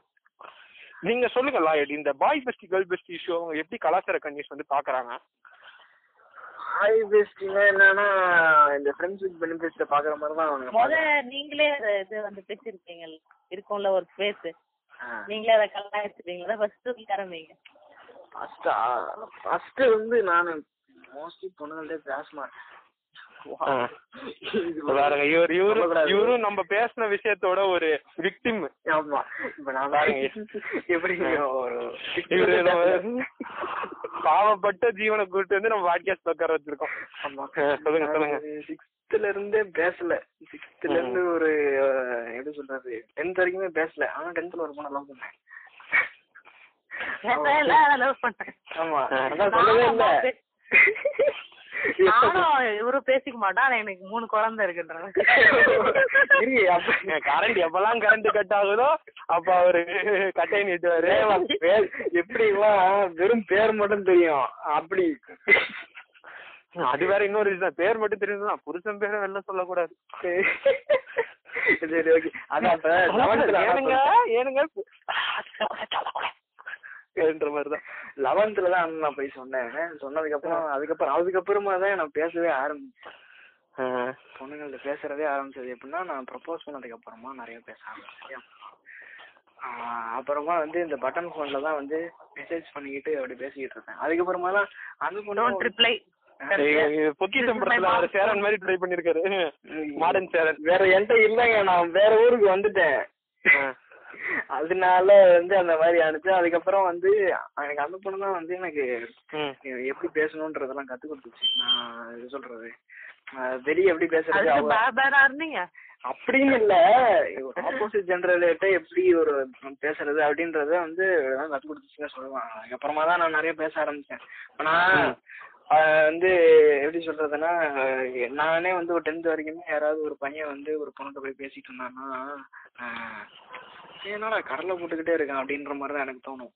S3: நீங்க சொல்லுங்க லாயல் இந்த boy best girl best issue அவங்க எப்படி கலாச்சார கன்னிஸ் வந்து பாக்குறாங்க
S5: ஹாய் பெஸ்ட்னா என்னன்னா இந்த ஃப்ரெண்ட்ஷிப் பெனிஃபிட்ஸ்ல பாக்குற மாதிரி தான் அவங்க
S4: முத நீங்களே அது இது வந்து பிடிச்சிருக்கீங்க இருக்கும்ல ஒரு ஸ்பேஸ்
S5: ஆ.
S4: நீங்களே அதை கலாய்ச்சிருக்கீங்களா ஃபர்ஸ்ட் ஆரம்பிங்க
S5: ஃபர்ஸ்டா ஃபர்ஸ்ட் வந்து நான் மோஸ்ட்லி பொண்ணுங்கள்ட்ட பேச மாட்டேன்
S3: அஹ். பாருங்க இவர் இவரு
S5: சொல்லக்கூடாது.
S3: இவரும் நம்ம பேசின விஷயத்தோட ஒரு விக்டிம்
S5: ஆமா இப்ப நான்
S3: பாருங்க.
S5: எப்படி ஒரு
S3: இவரு நம்ம பாவப்பட்ட ஜீவனை கூட்டு வந்து நம்ம பாட்காஸ்ட் உட்கார வச்சிருக்கோம்
S5: ஆமா.
S3: அஹ், சொல்லுங்க சொல்லுங்க
S5: சிக்ஸ்த்ல இருந்தே பேசல சிக்ஸ்த்ல இருந்து ஒரு அஹ், எப்படி சொல்றது டென்த் வரைக்குமே பேசல ஆனா டென்த்ல ஒரு பொண்ணு லவ் பண்ணேன்
S4: நான் எல்லாம் love பண்றேன்.
S5: ஆமா
S3: அதான் சொல்லவே இல்ல
S4: நானும் பே- நானும் இவரும் பேசிக்க மாட்டோம் ஆனா எனக்கு மூணு குழந்தை இருக்குன்றாங்க
S5: இரு, அப்ப-
S3: கரண்ட் எப்பெல்லாம் கரண்ட் கட் ஆகுதோ அப்ப அவரு கட்டை நீட்டுவாரு
S5: பேர் எப்படிலாம் வெறும் பேர் மட்டும் தெரியும் அப்படி
S3: அது வேற இன்னொரு இதுதான் பேர் மட்டும் தெரியுதுன்னா புருஷன் பேரை வெளில சொல்லக்கூடாது
S5: சரி ஓகே அதான் அப்ப லெவன்த்ல
S3: ஏனுங்க ஏனுங்க ஏன்ற மாதிரிதான்
S5: லெவன்த்ல தான் அண்ணா போய் சொன்னேன் சொன்னதுக்கு அப்புறம் அதுக்கப்புறம் அதுக்கப்புறமா தான் நான் பேசவே ஆரம்பிச்சேன்
S3: அஹ்,
S5: பொண்ணுங்கள்ட்ட பேசுறதே ஆரம்பிச்சது எப்படின்னா நான் ப்ரப்போஸ் பண்ணதுக்கு அப்புறமா நிறைய பேச ஆரம்பிச்சேன் ஆஹ் அப்புறமா வந்து இந்த பட்டன் ஃபோன்ல தான் வந்து மெசேஜ் பண்ணிக்கிட்டு அப்படி பேசிக்கிட்டு இருந்தேன் அதுக்கப்புறமா தான் அது
S4: டோன்ட்
S5: பொண்ணு
S4: ரிப்ளை
S3: இது- இது பொக்கிஷம் படத்துல அவர் சேரன் மாதிரி ட்ரை பண்ணிருக்காரு மாடர்ன் சேரன்
S5: வேற என்கிட்ட இல்லைங்க நான் வேற ஊருக்கு வந்துட்டேன்
S3: அஹ்.
S5: அதனால வந்து அந்த மாதிரி அனுப்பிச்சு அதுக்கப்புறம் வந்து எனக்கு அந்த பொண்ணு தான் வந்து எனக்கு
S3: ம்.
S5: எப்படி பேசணுன்றதெல்லாம் கத்து கொடுத்துச்சு நான் இது சொல்றது அஹ் வெளிய எப்படி பேசுறது
S4: அதுக்கு
S5: அவ-
S4: பாபேரா இருந்தீங்க
S5: அப்படின்னு இல்ல ஆப்போசிட் ஜென்ரல்கிட்ட எப்படி ஒரு பேசுறது அப்படின்றத வந்து இதெல்லாம் கத்து கொடுத்துச்சுன்னு சொல்லுவாங்க அதுக்கப்புறமா தான் நான் நிறைய பேச ஆரம்பிச்சேன் இப்ப நான் அஹ், வந்து எப்படி சொல்றதுன்னா அஹ், நானே வந்து ஒரு டென்த் வரைக்குமே யாராவது ஒரு பையன் வந்து ஒரு பொண்ணுகிட்ட போய் பேசிட்டு இருந்தான்னா அஹ், என்னடா கடலை போட்டுக்கிட்டே இருக்கான் அப்படின்ற மாதிரி தான் எனக்கு தோணும்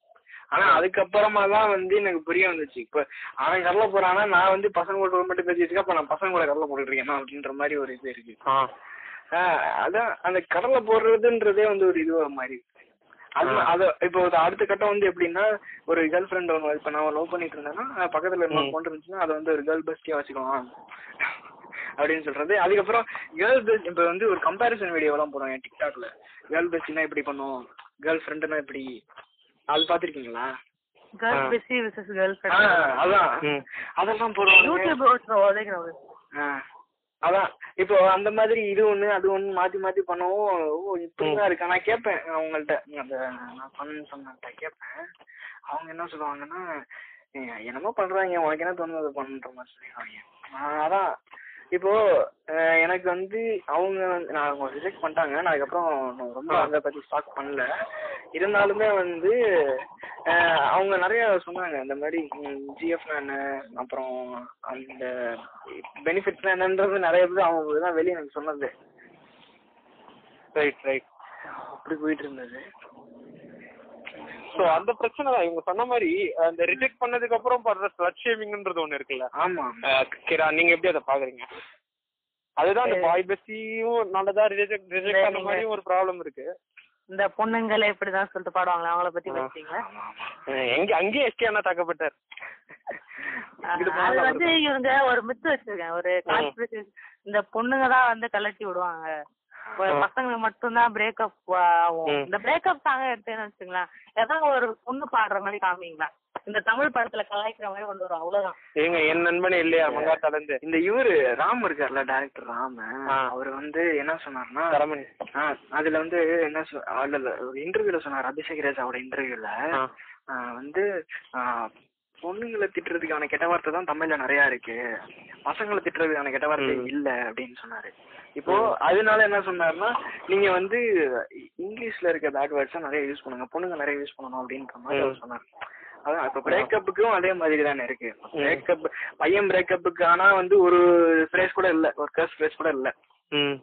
S5: ஆனா அதுக்கப்புறமா தான் வந்து எனக்கு புரிய வந்துச்சு இப்ப அவன் கடலை போறானா நான் வந்து பசங்க கூட மட்டும் பேசிட்டு இருக்கேன் அப்ப நான் பசங்க கூட கடலை போட்டுட்டு இருக்கேன் அப்படின்ற மாதிரி ஒரு இது இருக்கு
S3: ஆ.
S5: ஆஹ் அதான் அந்த கடலை போடுறதுன்றதே வந்து ஒரு இதுவா மாறி இருக்கு. அது அது இப்போ ஒரு அடுத்த கட்டம் வந்து எப்படின்னா ஒரு கேர்ள் ஃப்ரெண்ட் ஒன்று இப்போ நான் லவ் பண்ணிட்டு இருந்தேன்னா அது பக்கத்துல இன்னொரு பொண்ணு இருந்துச்சுன்னா அதை வந்து ஒரு கேர்ள் பெஸ்டியா வச்சுக்கலாம் அப்படின்னு சொல்றது அதுக்கப்புறம் கேர்ள் பெஸ்ட் இப்போ வந்து ஒரு கம்பாரிசன் வீடியோலாம் போடுவாங்க டிக்டாக்ல கேர்ள் பெஸ்ட்னா இப்படி பண்ணும் கேர்ள் ஃப்ரெண்டுனா இப்படி அது பாத்திருக்கீங்களா
S4: கேர்ள் பிஸி விசஸ் கேர்ள்
S5: அதான்
S3: ம்.
S5: அதெல்லாம் போடுவாங்க
S4: யூடியூப் உதைக்கிறவங்க
S5: ஆ. அதான் இப்போ அந்த மாதிரி இது ஒண்ணு அது ஒண்ணு மாத்தி மாத்தி பண்ணவும் ஓ இப்படிதான் இருக்கா நான் கேட்பேன் அவங்கள்ட்ட அந்த நான் பண்ணு சொன்னேன் கேட்பேன் அவங்க என்ன சொல்லுவாங்கன்னா "ஏய், என்னமோ பண்றாங்க உனக்கு என்ன தோணுது அதை பண்ணுன்ற மாதிரி சொல்லிடுவாங்க ஆ, அதான் இப்போ அஹ், எனக்கு வந்து அவங்க வந்து- நான் அவங்க ரிஜெக்ட் பண்ணிட்டாங்க நான் அதுக்கப்புறம் நான் ரொம்ப அதை பத்தி ஸ்டாக் பண்ணல இருந்தாலுமே வந்து அஹ், அவங்க நிறைய சொன்னாங்க இந்த மாதிரி ஜிஎஃப்னா என்ன அப்புறம் அந்த பெனிஃபிட்ஸ்லாம் என்னன்றது நிறைய பேர் அவங்க தான் வெளியே எனக்கு சொன்னது
S3: ரைட் ரைட்
S5: அப்படி போயிட்டு இருந்தது
S3: சோ அந்த பிரச்சனை தான் இவங்க சொன்ன மாதிரி அந்த ரிஜெக்ட் பண்ணதுக்கு அப்புறம் பண்ற ஸ்லட் ஷேமிங்ன்றது ஒண்ணு இருக்குல்ல
S5: ஆமா
S3: அஹ் கிரா நீங்க எப்படி அதை பாக்குறீங்க அதுதான் அந்த பாய் பெஸ்டியும் நல்லதா ரிஜெக்ட் ரிஜெக்ட் அந்த மாதிரியும் ஒரு ப்ராப்ளம் இருக்கு
S4: இந்த பொண்ணுங்களை இப்படிதான் சொல்லிட்டு பாடுவாங்களே அவங்கள பத்தி பேசுறீங்களா
S3: அஹ் எங்க அங்கேயே எஸ்கே அண்ணா தாக்கப்பட்டார் இது
S4: ஆஹ் அது
S3: பண்ணலாம்
S4: வந்து இவங்க ஒரு மித்து வச்சிருக்கேன் ஒரு கான்ஸ்பிரசி இந்த பொண்ணுங்க தான் வந்து கலட்டி விடுவாங்க ஒரு பசங்க மட்டும்தான் பிரேக்கப் ஆகும் இந்த பிரேக்கப் சாங்க எடுத்தேன்னு வச்சுங்களேன் ஏதாவது ஒரு பொண்ணு பாடுற மாதிரி காமிங்களா இந்த தமிழ் படத்துல கலாய்க்கிற மாதிரி கொண்டு வரும் அவ்வளவுதான்
S3: ஏங்க என் நண்பனே இல்லையா மங்காத்தால இருந்து
S5: இந்த இவரு ராம் இருக்கார்ல டைரக்டர் ராம
S3: ஆ.
S5: அவர் வந்து என்ன சொன்னார்னா
S3: தரமணி
S5: ஆ, அதுல வந்து என்ன சொ- அதுல இல்ல, ஒரு இன்டர்வியூல சொன்னார் அபிஷேக் ராஜாவோட இன்டர்வியூல
S3: ஆ.
S5: வந்து ஆ, பொண்ணுங்களை திட்டுறதுக்கான கெட்ட வார்த்தை தான் தமிழ்ல நிறைய இருக்கு பசங்களை திட்டுறதுக்கான கெட்ட வார்த்தை இல்ல அப்படின்னு சொன்னாரு இப்போ அதனால என்ன சொன்னாருன்னா நீங்க வந்து இங்கிலீஷ்ல இருக்க பேட் வேர்ட்ஸா நிறைய யூஸ் பண்ணுங்க பொண்ணுங்க நிறைய யூஸ் பண்ணணும் அப்படின்ற மாதிரி அவர் சொன்னார் அதான் இப்ப பிரேக்கப்புக்கும் அதே மாதிரி தானே இருக்கு பிரேக்கப் பையன் பிரேக்கப்புக்கு ஆனா வந்து ஒரு ஃப்ரேஸ் கூட இல்ல ஒரு கர்ஸ் ஃப்ரேஸ் கூட இல்ல
S3: ம்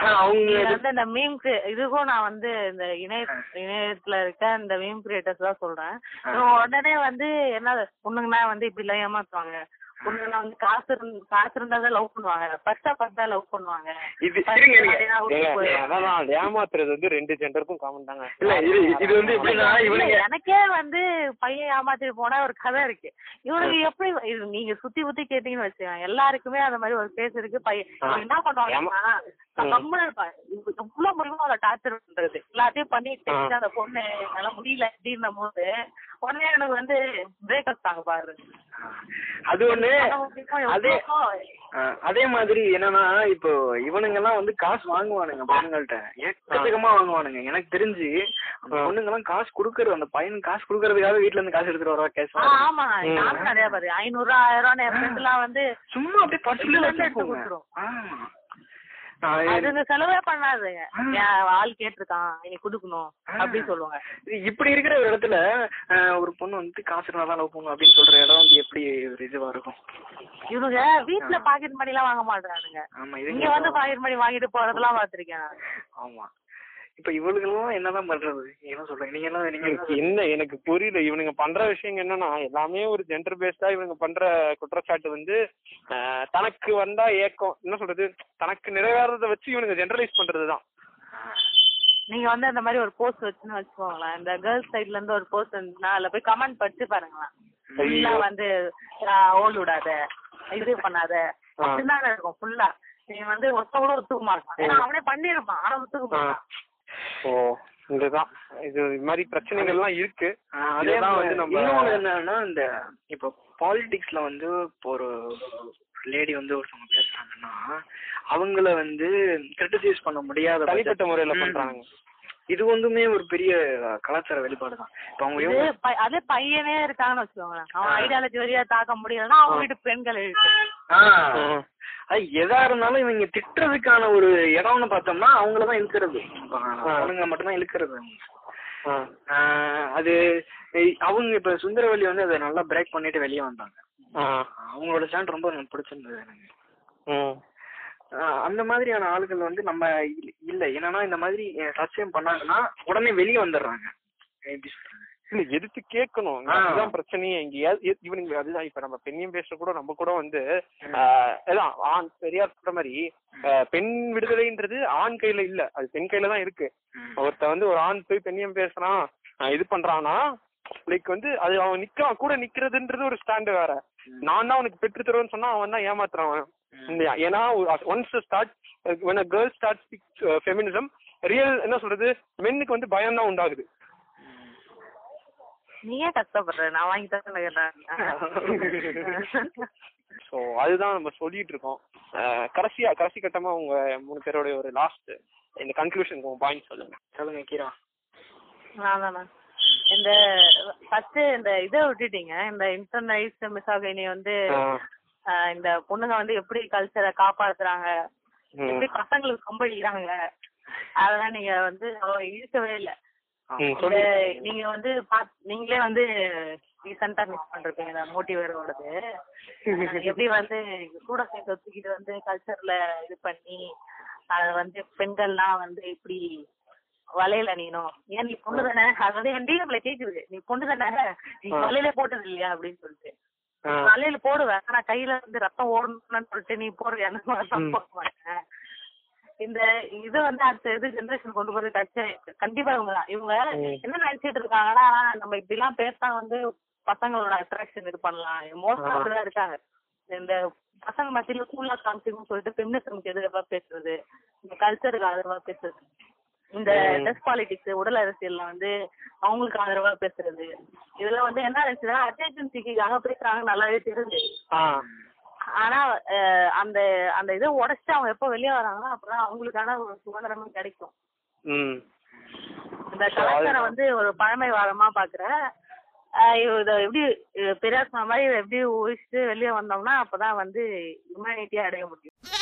S5: ஆனா அவங்க
S4: இது வந்து இந்த மீம் இதுக்கும் நான் வந்து இந்த இணைய இணையத்துல இருக்க இந்த மீம் கிரியேட்டர்ஸ் தான் சொல்றேன் இவங்க உடனே வந்து என்ன பொண்ணுங்கன்னா வந்து இப்படி எல்லாம் ஏமாத்துவாங்க பொண்ணுங்கன்னா வந்து காசு இருந்- காசு இருந்தா தான் லவ் பண்ணுவாங்க பஸ்டா பார்த்தா லவ் பண்ணுவாங்க
S5: இது
S4: First
S5: இருங்க இருங்க
S4: பார்த்தீங்கன்னா விட்டு
S3: ஏங்க,
S4: போயிடும்.
S3: அதான் அந்த ஏமாத்துறது வந்து ரெண்டு ஜெண்டருக்கும் காமன் தாங்க
S5: இல்ல இது இது வந்து எப்படின்னா
S4: இல்ல,
S5: இவனுங்க
S4: எனக்கே வந்து பையன் ஏமாத்திட்டு போனா ஒரு கதை இருக்கு இவனுக்கு எப்படி இது நீங்க சுத்தி புத்தி கேட்டீங்கன்னு வச்சுக்கோங்க எல்லாருக்குமே அந்த மாதிரி ஒரு கேஸ் இருக்கு பையன் இவன் என்ன பண்ணுவாங்கன்னா கம்மல் இருப்பான் இவ- எவ்வளவு முடியுமோ அதை டார்ச்சர் பண்றது எல்லாத்தையும் பண்ணிட்டு அந்த பொண்ணு என்னால முடியல அப்படின்ன போது உடனே எனக்கு வந்து பிரேக்கப் தாங்க பாரு
S5: அது ஒண்ணு அதே ஆ, அதே மாதிரி என்னன்னா இப்போ இவனுங்க எல்லாம் வந்து காசு வாங்குவானுங்க பொண்ணுங்கள்ட்ட எக்கச்சக்கமா வாங்குவானுங்க எனக்கு தெரிஞ்சு அந்த பொண்ணுங்க எல்லாம் காசு குடுக்கறது அந்த பையன் காசு குடுக்கறதுக்காக வீட்ல இருந்து காசு எடுத்துட்டு வரவா
S4: ஆ,
S5: கேஸ்
S4: ஆமா நானும் நிறைய பாரு ஐநூறு ரூபா ஆயிரம் ரூபான்னு என் friend எல்லாம் வந்து
S5: சும்மா அப்படியே பர்சனல்
S4: இதுல இருந்து எடுத்து
S5: வச்சிருக்கோங்க
S4: கொடுத்துரும்.
S5: ஆமா நான்
S4: அதுங்க செலவே பண்ணாதுங்க என் ஆள் கேட்டிருக்கான் நீ குடுக்கணும் அப்படி சொல்லுவாங்க
S5: இது இப்படி இருக்கிற ஒரு இடத்துல அஹ், ஒரு பொண்ணு வந்து காசு இருந்தா தான் லவ் பண்ணும் அப்படின்னு சொல்ற இடம் வந்து எப்படி ஒரு இதுவா இருக்கும்
S4: இவனுங்க வீட்டுல பாக்கெட் மணி எல்லாம் வாங்க மாட்டானுங்க
S5: ஆமா
S4: இங்க
S5: இதுங்க
S4: வந்து பாக்கெட் மணி வாங்கிட்டு போறதெல்லாம் பாத்திருக்கேன் நான்.
S5: ஆமா இப்ப இவளுக்கெல்லாம் என்னதான் பண்றது நீங்க என்ன சொல்றீங்க நீங்க என்ன நீங்க என்ன
S3: எனக்கு என்ன எனக்கு புரியல இவனுங்க பண்ற விஷயம் என்னன்னா எல்லாமே ஒரு ஜெண்டர் பேஸ்டா இவனுங்க பண்ற குற்றச்சாட்டு வந்து அஹ், தனக்கு வந்தா ஏக்கம் என்ன சொல்றது தனக்கு நிறைவேறத வச்சு இவனுங்க ஜெனரலைஸ் பண்றதுதான்
S4: நீங்க வந்து அந்த மாதிரி ஒரு போஸ்ட் வச்சுன்னு வச்சுக்கோங்களேன் இந்த கேர்ள்ஸ் சைடுல இருந்து ஒரு போஸ்ட் இருந்துச்சுன்னா அதுல போய் கமெண்ட் படிச்சு பாருங்களேன் ஃபுல்லா வந்து ஓல் விடாத இது பண்ணாத அப்படிதான் இருக்கும் ஃபுல்லா நீங்க வந்து ஒத்த கூட ஒத்துக்க மாட்டான் ஏன்னா அவனே பண்ணிருப்பான் ஆனா ஒத்துக்க மாட்டான்
S3: ஓ இதுதான் இது இது மாதிரி பிரச்சனைகள்லாம் இருக்கு
S5: ஆஹ் அதே
S3: இதெல்லாம்
S5: மாதிரி
S3: வந்து நம்ம
S5: இன்னொன்னு என்னன்னா இந்த இப்போ பாலிடிக்ஸ்ல வந்து இப்போ ஒரு லேடி வந்து ஒருத்தவங்க பேசுறாங்கன்னா அவங்கள வந்து கிரிட்டிசைஸ் பண்ண முடியாத
S3: தனிப்பட்ட
S5: பட்சத்துல-
S3: முறையில
S5: ம்.
S3: பண்றாங்க
S5: இது வந்துமே ஒரு பெரிய கலாச்சார வெளிப்பாடு தான் இப்போ அவங்க
S4: இது
S5: எவ்வளவு-
S4: பை- அதே பையனே இருக்காங்கன்னு வச்சுக்கோங்களேன் அவன் ஐடியாலஜி வழியா தாக்க முடியலன்னா அவங்க வீட்டு பெண்கள் இருக்கு
S5: ஆஹ் அது எதா இருந்தாலும் இவங்க திட்டுறதுக்கான ஒரு இடம்னு பார்த்தோம்னா அவங்கள தான் இழுக்கிறது அவனுங்களை மட்டும்தான் இழுக்கிறது ஆஹ் அது இ- அவங்க இப்ப சுந்தரவல்லி வந்து அதை நல்லா பிரேக் பண்ணிட்டு வெளியே வந்தாங்க அவங்களோட ஸ்டாண்ட் ரொம்ப எனக்கு பிடிச்சிருந்தது எனக்கு ஆஹ் அந்த மாதிரியான ஆளுகள் வந்து நம்ம இல்ல- இல்ல என்னன்னா இந்த மாதிரி சச்சயம் பண்ணாங்கன்னா உடனே வெளியே வந்துடுறாங்க எப்படி சொல்றது?
S3: இல்ல எடுத்து கேட்கணும்
S5: ஆ.
S3: அதுதான் பிரச்சனையே எங்கேயாவது இவனுங்க அதுதான் இப்ப நம்ம பெண்ணையும் பேசுற கூட நம்ம கூட வந்து ஆஹ், அதான் ஆண் பெரியார் சொல்ற மாதிரி ஆஹ், பெண் விடுதலைன்றது ஆண் கையில இல்ல அது பெண் கையில தான் இருக்கு ஒருத்த வந்து ஒரு ஆண் போய் பெண்ணியம் பேசுறான் ஆஹ், இது பண்றானா லைக் வந்து அது அவன் நிக்கிறான் கூட நிக்கிறதுன்றது ஒரு ஸ்டாண்ட் வேற நான் தான் அவனுக்கு பெற்று தருவேன்னு சொன்னா அவன் தான் ஏமாத்துறான் இல்லையா ஏன்னா once start when a girl starts uh, feminism real என்ன சொல்றது மென்னுக்கு வந்து பயம் தான் உண்டாகுது
S4: நீ ஏன் கஷ்டப்படுற நான் வாங்கி தரேன்னு கேட்டேன்
S3: சோ அதுதான் நம்ம சொல்லிட்டு இருக்கோம் அஹ், கடைசியா கடைசி கட்டமா உங்க மூணு பேரோட ஒரு லாஸ்ட் இந்த கன்க்ளூஷன் உங்க பாயிண்ட் சொல்லுங்க
S5: சொல்லுங்க கீரா
S4: ஆமாண்ணா இந்த ஃபர்ஸ்ட் இந்த இதை விட்டுட்டீங்க இந்த இன்டர்னைஸ் மிசாகினி வந்து
S3: ஆஹ்,
S4: ஆஹ் இந்த பொண்ணுங்க வந்து எப்படி கல்ச்சரை காப்பாத்துறாங்க
S3: ம்,
S4: எப்படி பசங்களுக்கு கம்பளிக்கிறாங்க அதெல்லாம் நீங்க வந்து அவ இழுக்கவே இல்ல
S3: ம்,
S4: இந்த
S3: சொல்லு.
S4: நீங்க வந்து பாத்- நீங்களே வந்து ரீசெண்டா மிஸ் பண்றீங்க இந்த மோட்டிவேரோடது எப்படி வந்து கூட சேர்ந்து தூக்கிட்டு வந்து கல்ச்சர்ல இது பண்ணி அது வந்து பெண்கள்லாம் வந்து இப்படி வலையில நீனும் ஏன் நீ பொண்ணு தானே அது வந்து என் டிஎம்ல கேக்குது நீ பொண்ணு தானே நீ வலையில போட்டது இல்லையா அப்படின்னு சொல்லிட்டு வலையில போடுவேன் ஆனா கையில வந்து ரத்தம் ஓடணும்னு சொல்லிட்டு நீ போடுவியா அந்த மாதிரிலாம் போட மாட்டேன் இந்த இது வந்து அடுத்த இது ஜெனரேஷன் கொண்டு போறது கட்சி கண்டிப்பா இவங்க தான். இவங்க என்ன நினைச்சிட்டு இருக்காங்கன்னா நம்ம இப்படி எல்லாம் பேசினா வந்து பசங்களோட அட்ராக்ஷன் இது பண்ணலாம் மோஸ்டா அப்படிதான் இருக்காங்க இந்த பசங்க மத்தியில கூலா காமிச்சிக்கணும்னு சொல்லிட்டு பெமினிசமுக்கு எதிராக பேசுறது இந்த கல்ச்சருக்கு ஆதரவா பேசுறது இந்த டெஸ்ட் பாலிடிக்ஸ் உடல் அரசியல்ல வந்து அவங்களுக்கு ஆதரவா பேசுறது இதெல்லாம் வந்து என்ன ஆச்சுன்னா அட்டேன்ஷன் பேசுறாங்க நல்லாவே தெரிஞ்சு ஆனா அஹ், அந்த அந்த இதை உடைச்சு அவங்க எப்ப வெளியே வராங்களோ அப்பதான் அவங்களுக்கான ஒரு சுதந்திரமும் கிடைக்கும்
S6: ம்
S4: இந்த கலாச்சாரம் வந்து ஒரு பழமை வாதமா பாக்குற இதை எப்படி அஹ், பெரியார் சொன்ன மாதிரி இதை எப்படி ஒழிச்சுட்டு வெளியே வந்தோம்னா அப்பதான் வந்து ஹியூமனிட்டியா அடைய முடியும்